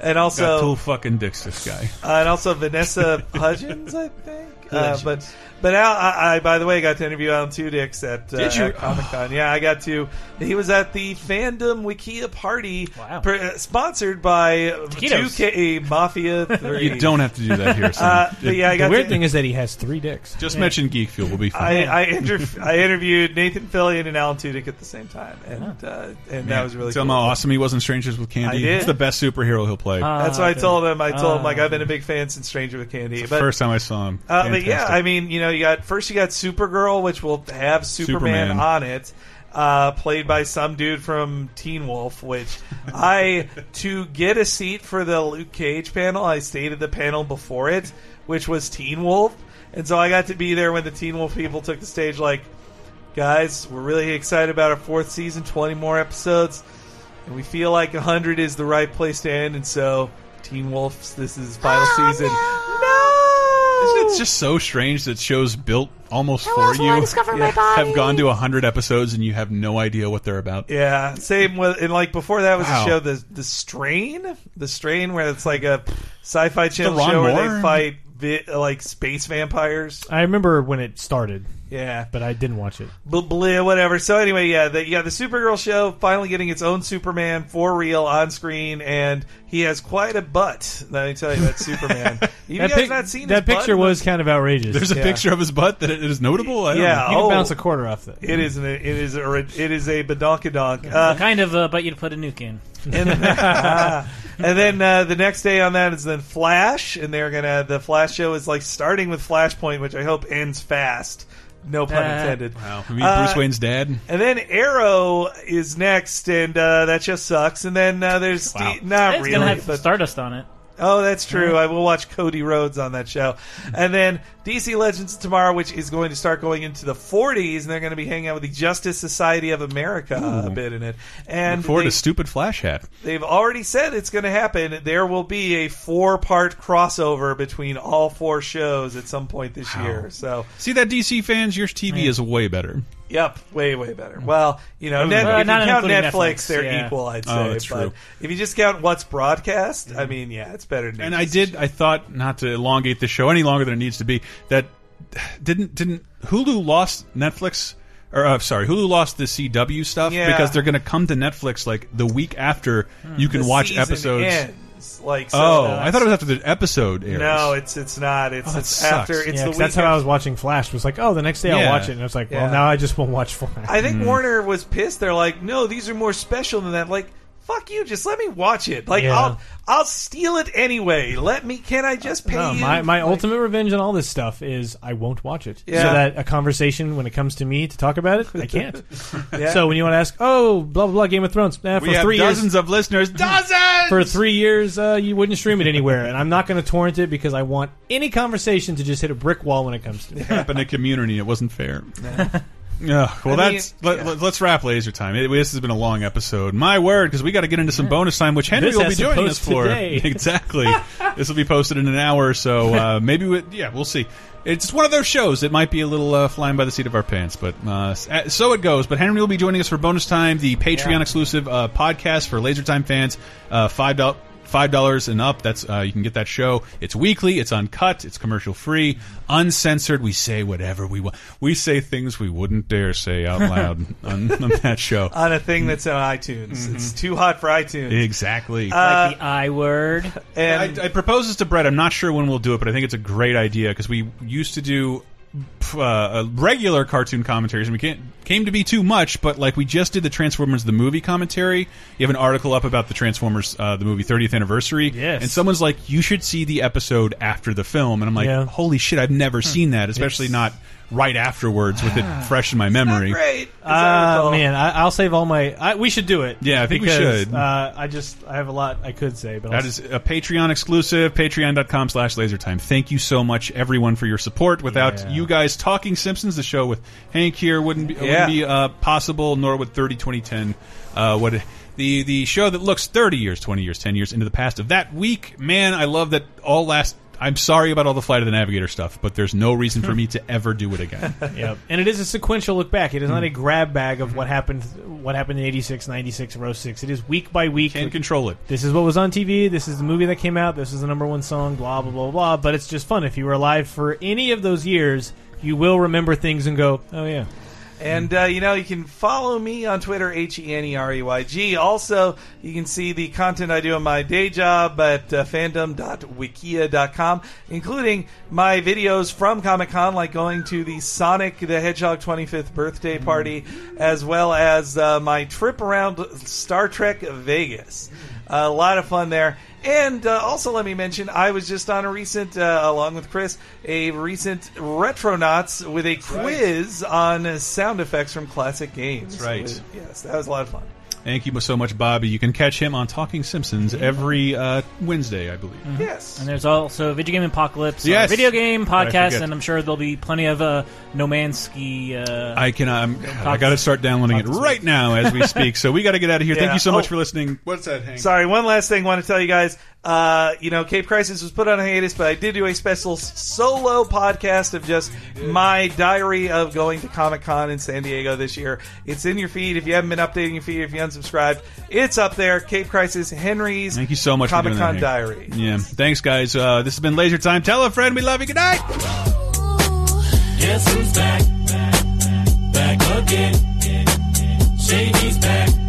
and Oh. got two also fucking dicks. This guy. uh, and also Vanessa Hudgens, I think. *laughs* Uh, Hudgens. but but Al, I, I by the way got to interview Alan Tudix at, uh, Did you? at Comic Con. Yeah, I got to. He was at the fandom Wikia party, pre- uh, sponsored by Taquitos. 2K Mafia Three. *laughs* You don't have to do *laughs* that here. Son. Uh, but yeah, I got the weird to- thing is that he has three dicks. Just mention Geek Fuel. We'll be I fine. I, inter- I interviewed Nathan Fillion and Alan Tudyk at the same time, and uh, and that Man, was really tell cool. him how awesome he was in Strangers with Candy. I Uh, did. It's the best superhero he'll play. That's what I told him. I told him Ah. like I've been a big fan since Stranger with Candy. Oh, It's the but, first time I saw him. Uh, but yeah, Fantastic. I mean, you know, you got first you got Supergirl, which will have Superman, Superman. on it, uh, played by some dude from Teen Wolf. Which I to get a seat for the Luke Cage panel, I stayed at the panel before it, which was Teen Wolf, and so I got to be there when the Teen Wolf people took the stage. Like, guys, we're really excited about our fourth season, twenty more episodes, and we feel like hundred is the right place to end, and so. Teen Wolf's. This is final season. Isn't it just so strange that shows built almost for also I you discovered my body. have gone to hundred episodes and you have no idea what they're about? Yeah, same with and like before that was Wow. a show the the strain, the strain where it's like a sci-fi channel Ron show where Moore? they fight vi- like space vampires. I remember when it started. Yeah, but I didn't watch it. Blah, blah, whatever. So anyway, yeah, the, yeah, the Supergirl show finally getting its own Superman for real on screen, and he has quite a butt. Let me tell you, *laughs* that Superman. you guys pic- not seen that his picture butt? was kind of outrageous. There's a Yeah. picture of his butt that it is notable. I don't yeah, know. You can oh. bounce a quarter off that. It is an, it is a, it is a badonkadonk. The kind of uh, but you'd put a nuke in. and, and then *laughs* uh, the next day on that is then Flash, and they're gonna the Flash show is like starting with Flashpoint, which I hope ends fast. No pun Uh, Eh. intended. Wow. You mean Uh, Bruce Wayne's dad? And then Arrow is next, and uh, that just sucks. And then uh, there's the- not it's really. gonna have but- Stardust on it. Oh, that's true. I will watch Cody Rhodes on that show. And then DC Legends tomorrow, which is going to start going into the 40s, and they're going to be hanging out with the Justice Society of America a Ooh. bit in it. And Look forward they- to stupid Flash hat. They've already said it's going to happen. There will be a four-part crossover between all four shows at some point this year. So See that DC fans, your TV is way better. Yep, way way better. Hmm. Well, you know, Mm. net, Uh, if you not count including Netflix, Netflix, they're yeah. equal. I'd say. Oh, that's but true. If you just count what's broadcast, I mean, yeah, it's better. Than And I did. I thought not to elongate the show any longer than it needs to be. That didn't didn't Hulu lost Netflix or uh, sorry Hulu lost the CW stuff Yeah. Hmm, because they're going to come to Netflix like the week after you can The watch season episodes. ends, like so oh, that's- I thought it was after the episode airs. No, it's it's not. It's, that it's sucks. after. It's Yeah, the 'cause that's how I was watching Flash. Was like, oh, the next day Yeah. I'll watch it, and I was like, well, Yeah. now I just won't watch Flash. I think Warner was pissed. They're like, no, these are more special than that. Like, fuck you. Just let me watch it. Like, Yeah. I'll I'll steal it anyway. Let me. Can I just pay No, you? my my ultimate revenge on all this stuff is I won't watch it. Yeah. So that a conversation when it comes to me to talk about it, I can't. *laughs* Yeah. So when you want to ask, oh, blah blah blah, Game of Thrones, eh, for we have three dozens years, of *laughs* listeners. Dozens for three years, uh, you wouldn't stream it anywhere, and I'm not going to torrent it because I want any conversation to just hit a brick wall when it comes to me. happened in community. It wasn't fair. *laughs* Ugh, well, mean, that's let, us wrap laser time. It- this has been a long episode. My word, because we got to get into some bonus time, which Henry This will be has to joining us post for. today. *laughs* Exactly, this will be posted in an hour or so. *laughs* Uh, maybe, we, yeah, we'll see. It's one of those shows that might be a little uh, flying by the seat of our pants, but uh, s- uh, so it goes. But Henry will be joining us for bonus time, the Patreon exclusive uh, podcast for Laser Time fans. Uh, Five dollars. Five dollars and up. That's uh, you can get that show. It's weekly. It's uncut. It's commercial free, uncensored. We say whatever we want. We say things we wouldn't dare say out *laughs* loud on, on that show. on a thing that's on iTunes. It's Mm-hmm. too hot for iTunes. Exactly. Uh, like the I word. and I, I propose this to Brett. I'm not sure when we'll do it, but I think it's a great idea because we used to do pff, uh, uh, regular cartoon commentaries, and we can't came to be too much. But like we just did the Transformers the movie commentary. You have an article up about the Transformers uh, the movie 30th anniversary, Yes. and someone's like, "You should see the episode after the film," and I'm like, Yeah. Hmm. "Holy shit, I've never seen that, especially not right afterwards with it fresh in my memory." great. Ah man, I, I'll save all my. I, we should do it. Yeah, I think we because, should. Uh, I just I have a lot I could say, but That I'll, is a Patreon exclusive, patreon.com slash lasertime. Thank you so much, everyone, for your support. Without Yeah. you guys talking Simpsons, the show with Hank here wouldn't be, Yeah. wouldn't be uh, possible, nor would 30, 2010. Uh, what, the, the show that looks 30 years, 20 years, 10 years into the past of that week. Man, I love that all last. I'm sorry about all the Flight of the Navigator stuff, but there's no reason for me to ever do it again. Yep. And it is a sequential look back. It is not a grab bag of what happened what happened in 86, 96, row 6. It is week by week. Can't control it. This is what was on TV. This is the movie that came out. This is the number one song, blah, blah, blah, blah. But it's just fun. If you were alive for any of those years, you will remember things and go, oh, yeah. And uh, you know, you can follow me on Twitter, H E N E R E Y G. Also, you can see the content I do on my day job at uh, fandom.wikia.com, including my videos from Comic Con, like going to the Sonic the Hedgehog 25th birthday party, as well as uh, my trip around Star Trek Vegas. a lot of fun there. And uh, also, let me mention, I was just on a recent, uh, along with Chris, a recent Retronauts with a quiz on uh, sound effects from classic games. That's right. With- yes, that was a lot of fun. Thank you so much, Bobby. You can catch him on Talking Simpsons every uh, Wednesday, I believe. Yes. And there's also Video Game Apocalypse, our Yes. video game What I podcast, forget. and I'm sure there'll be plenty of uh, Nomansky. Uh, I can. I'm, I got to start downloading it right now as we speak. So we got to get out of here. Thank Yeah. you so much Oh. for listening. What's that, Hank? Sorry, one last thing I want to tell you guys. Uh, you know, Cape Crisis was put on hiatus, but I did do a special s- solo podcast of just my diary of going to Comic Con in San Diego this year. It's in your feed. If you haven't been updating your feed, if you unsubscribed, it's up there. Cape Crisis, Henry's Thank you so much Comic for doing Con that, Diary. Hank. Yeah. Thanks, guys. Uh, this has been Laser Time. Tell a friend we love you. Good night. Guess who's back? Back again. Shady's back.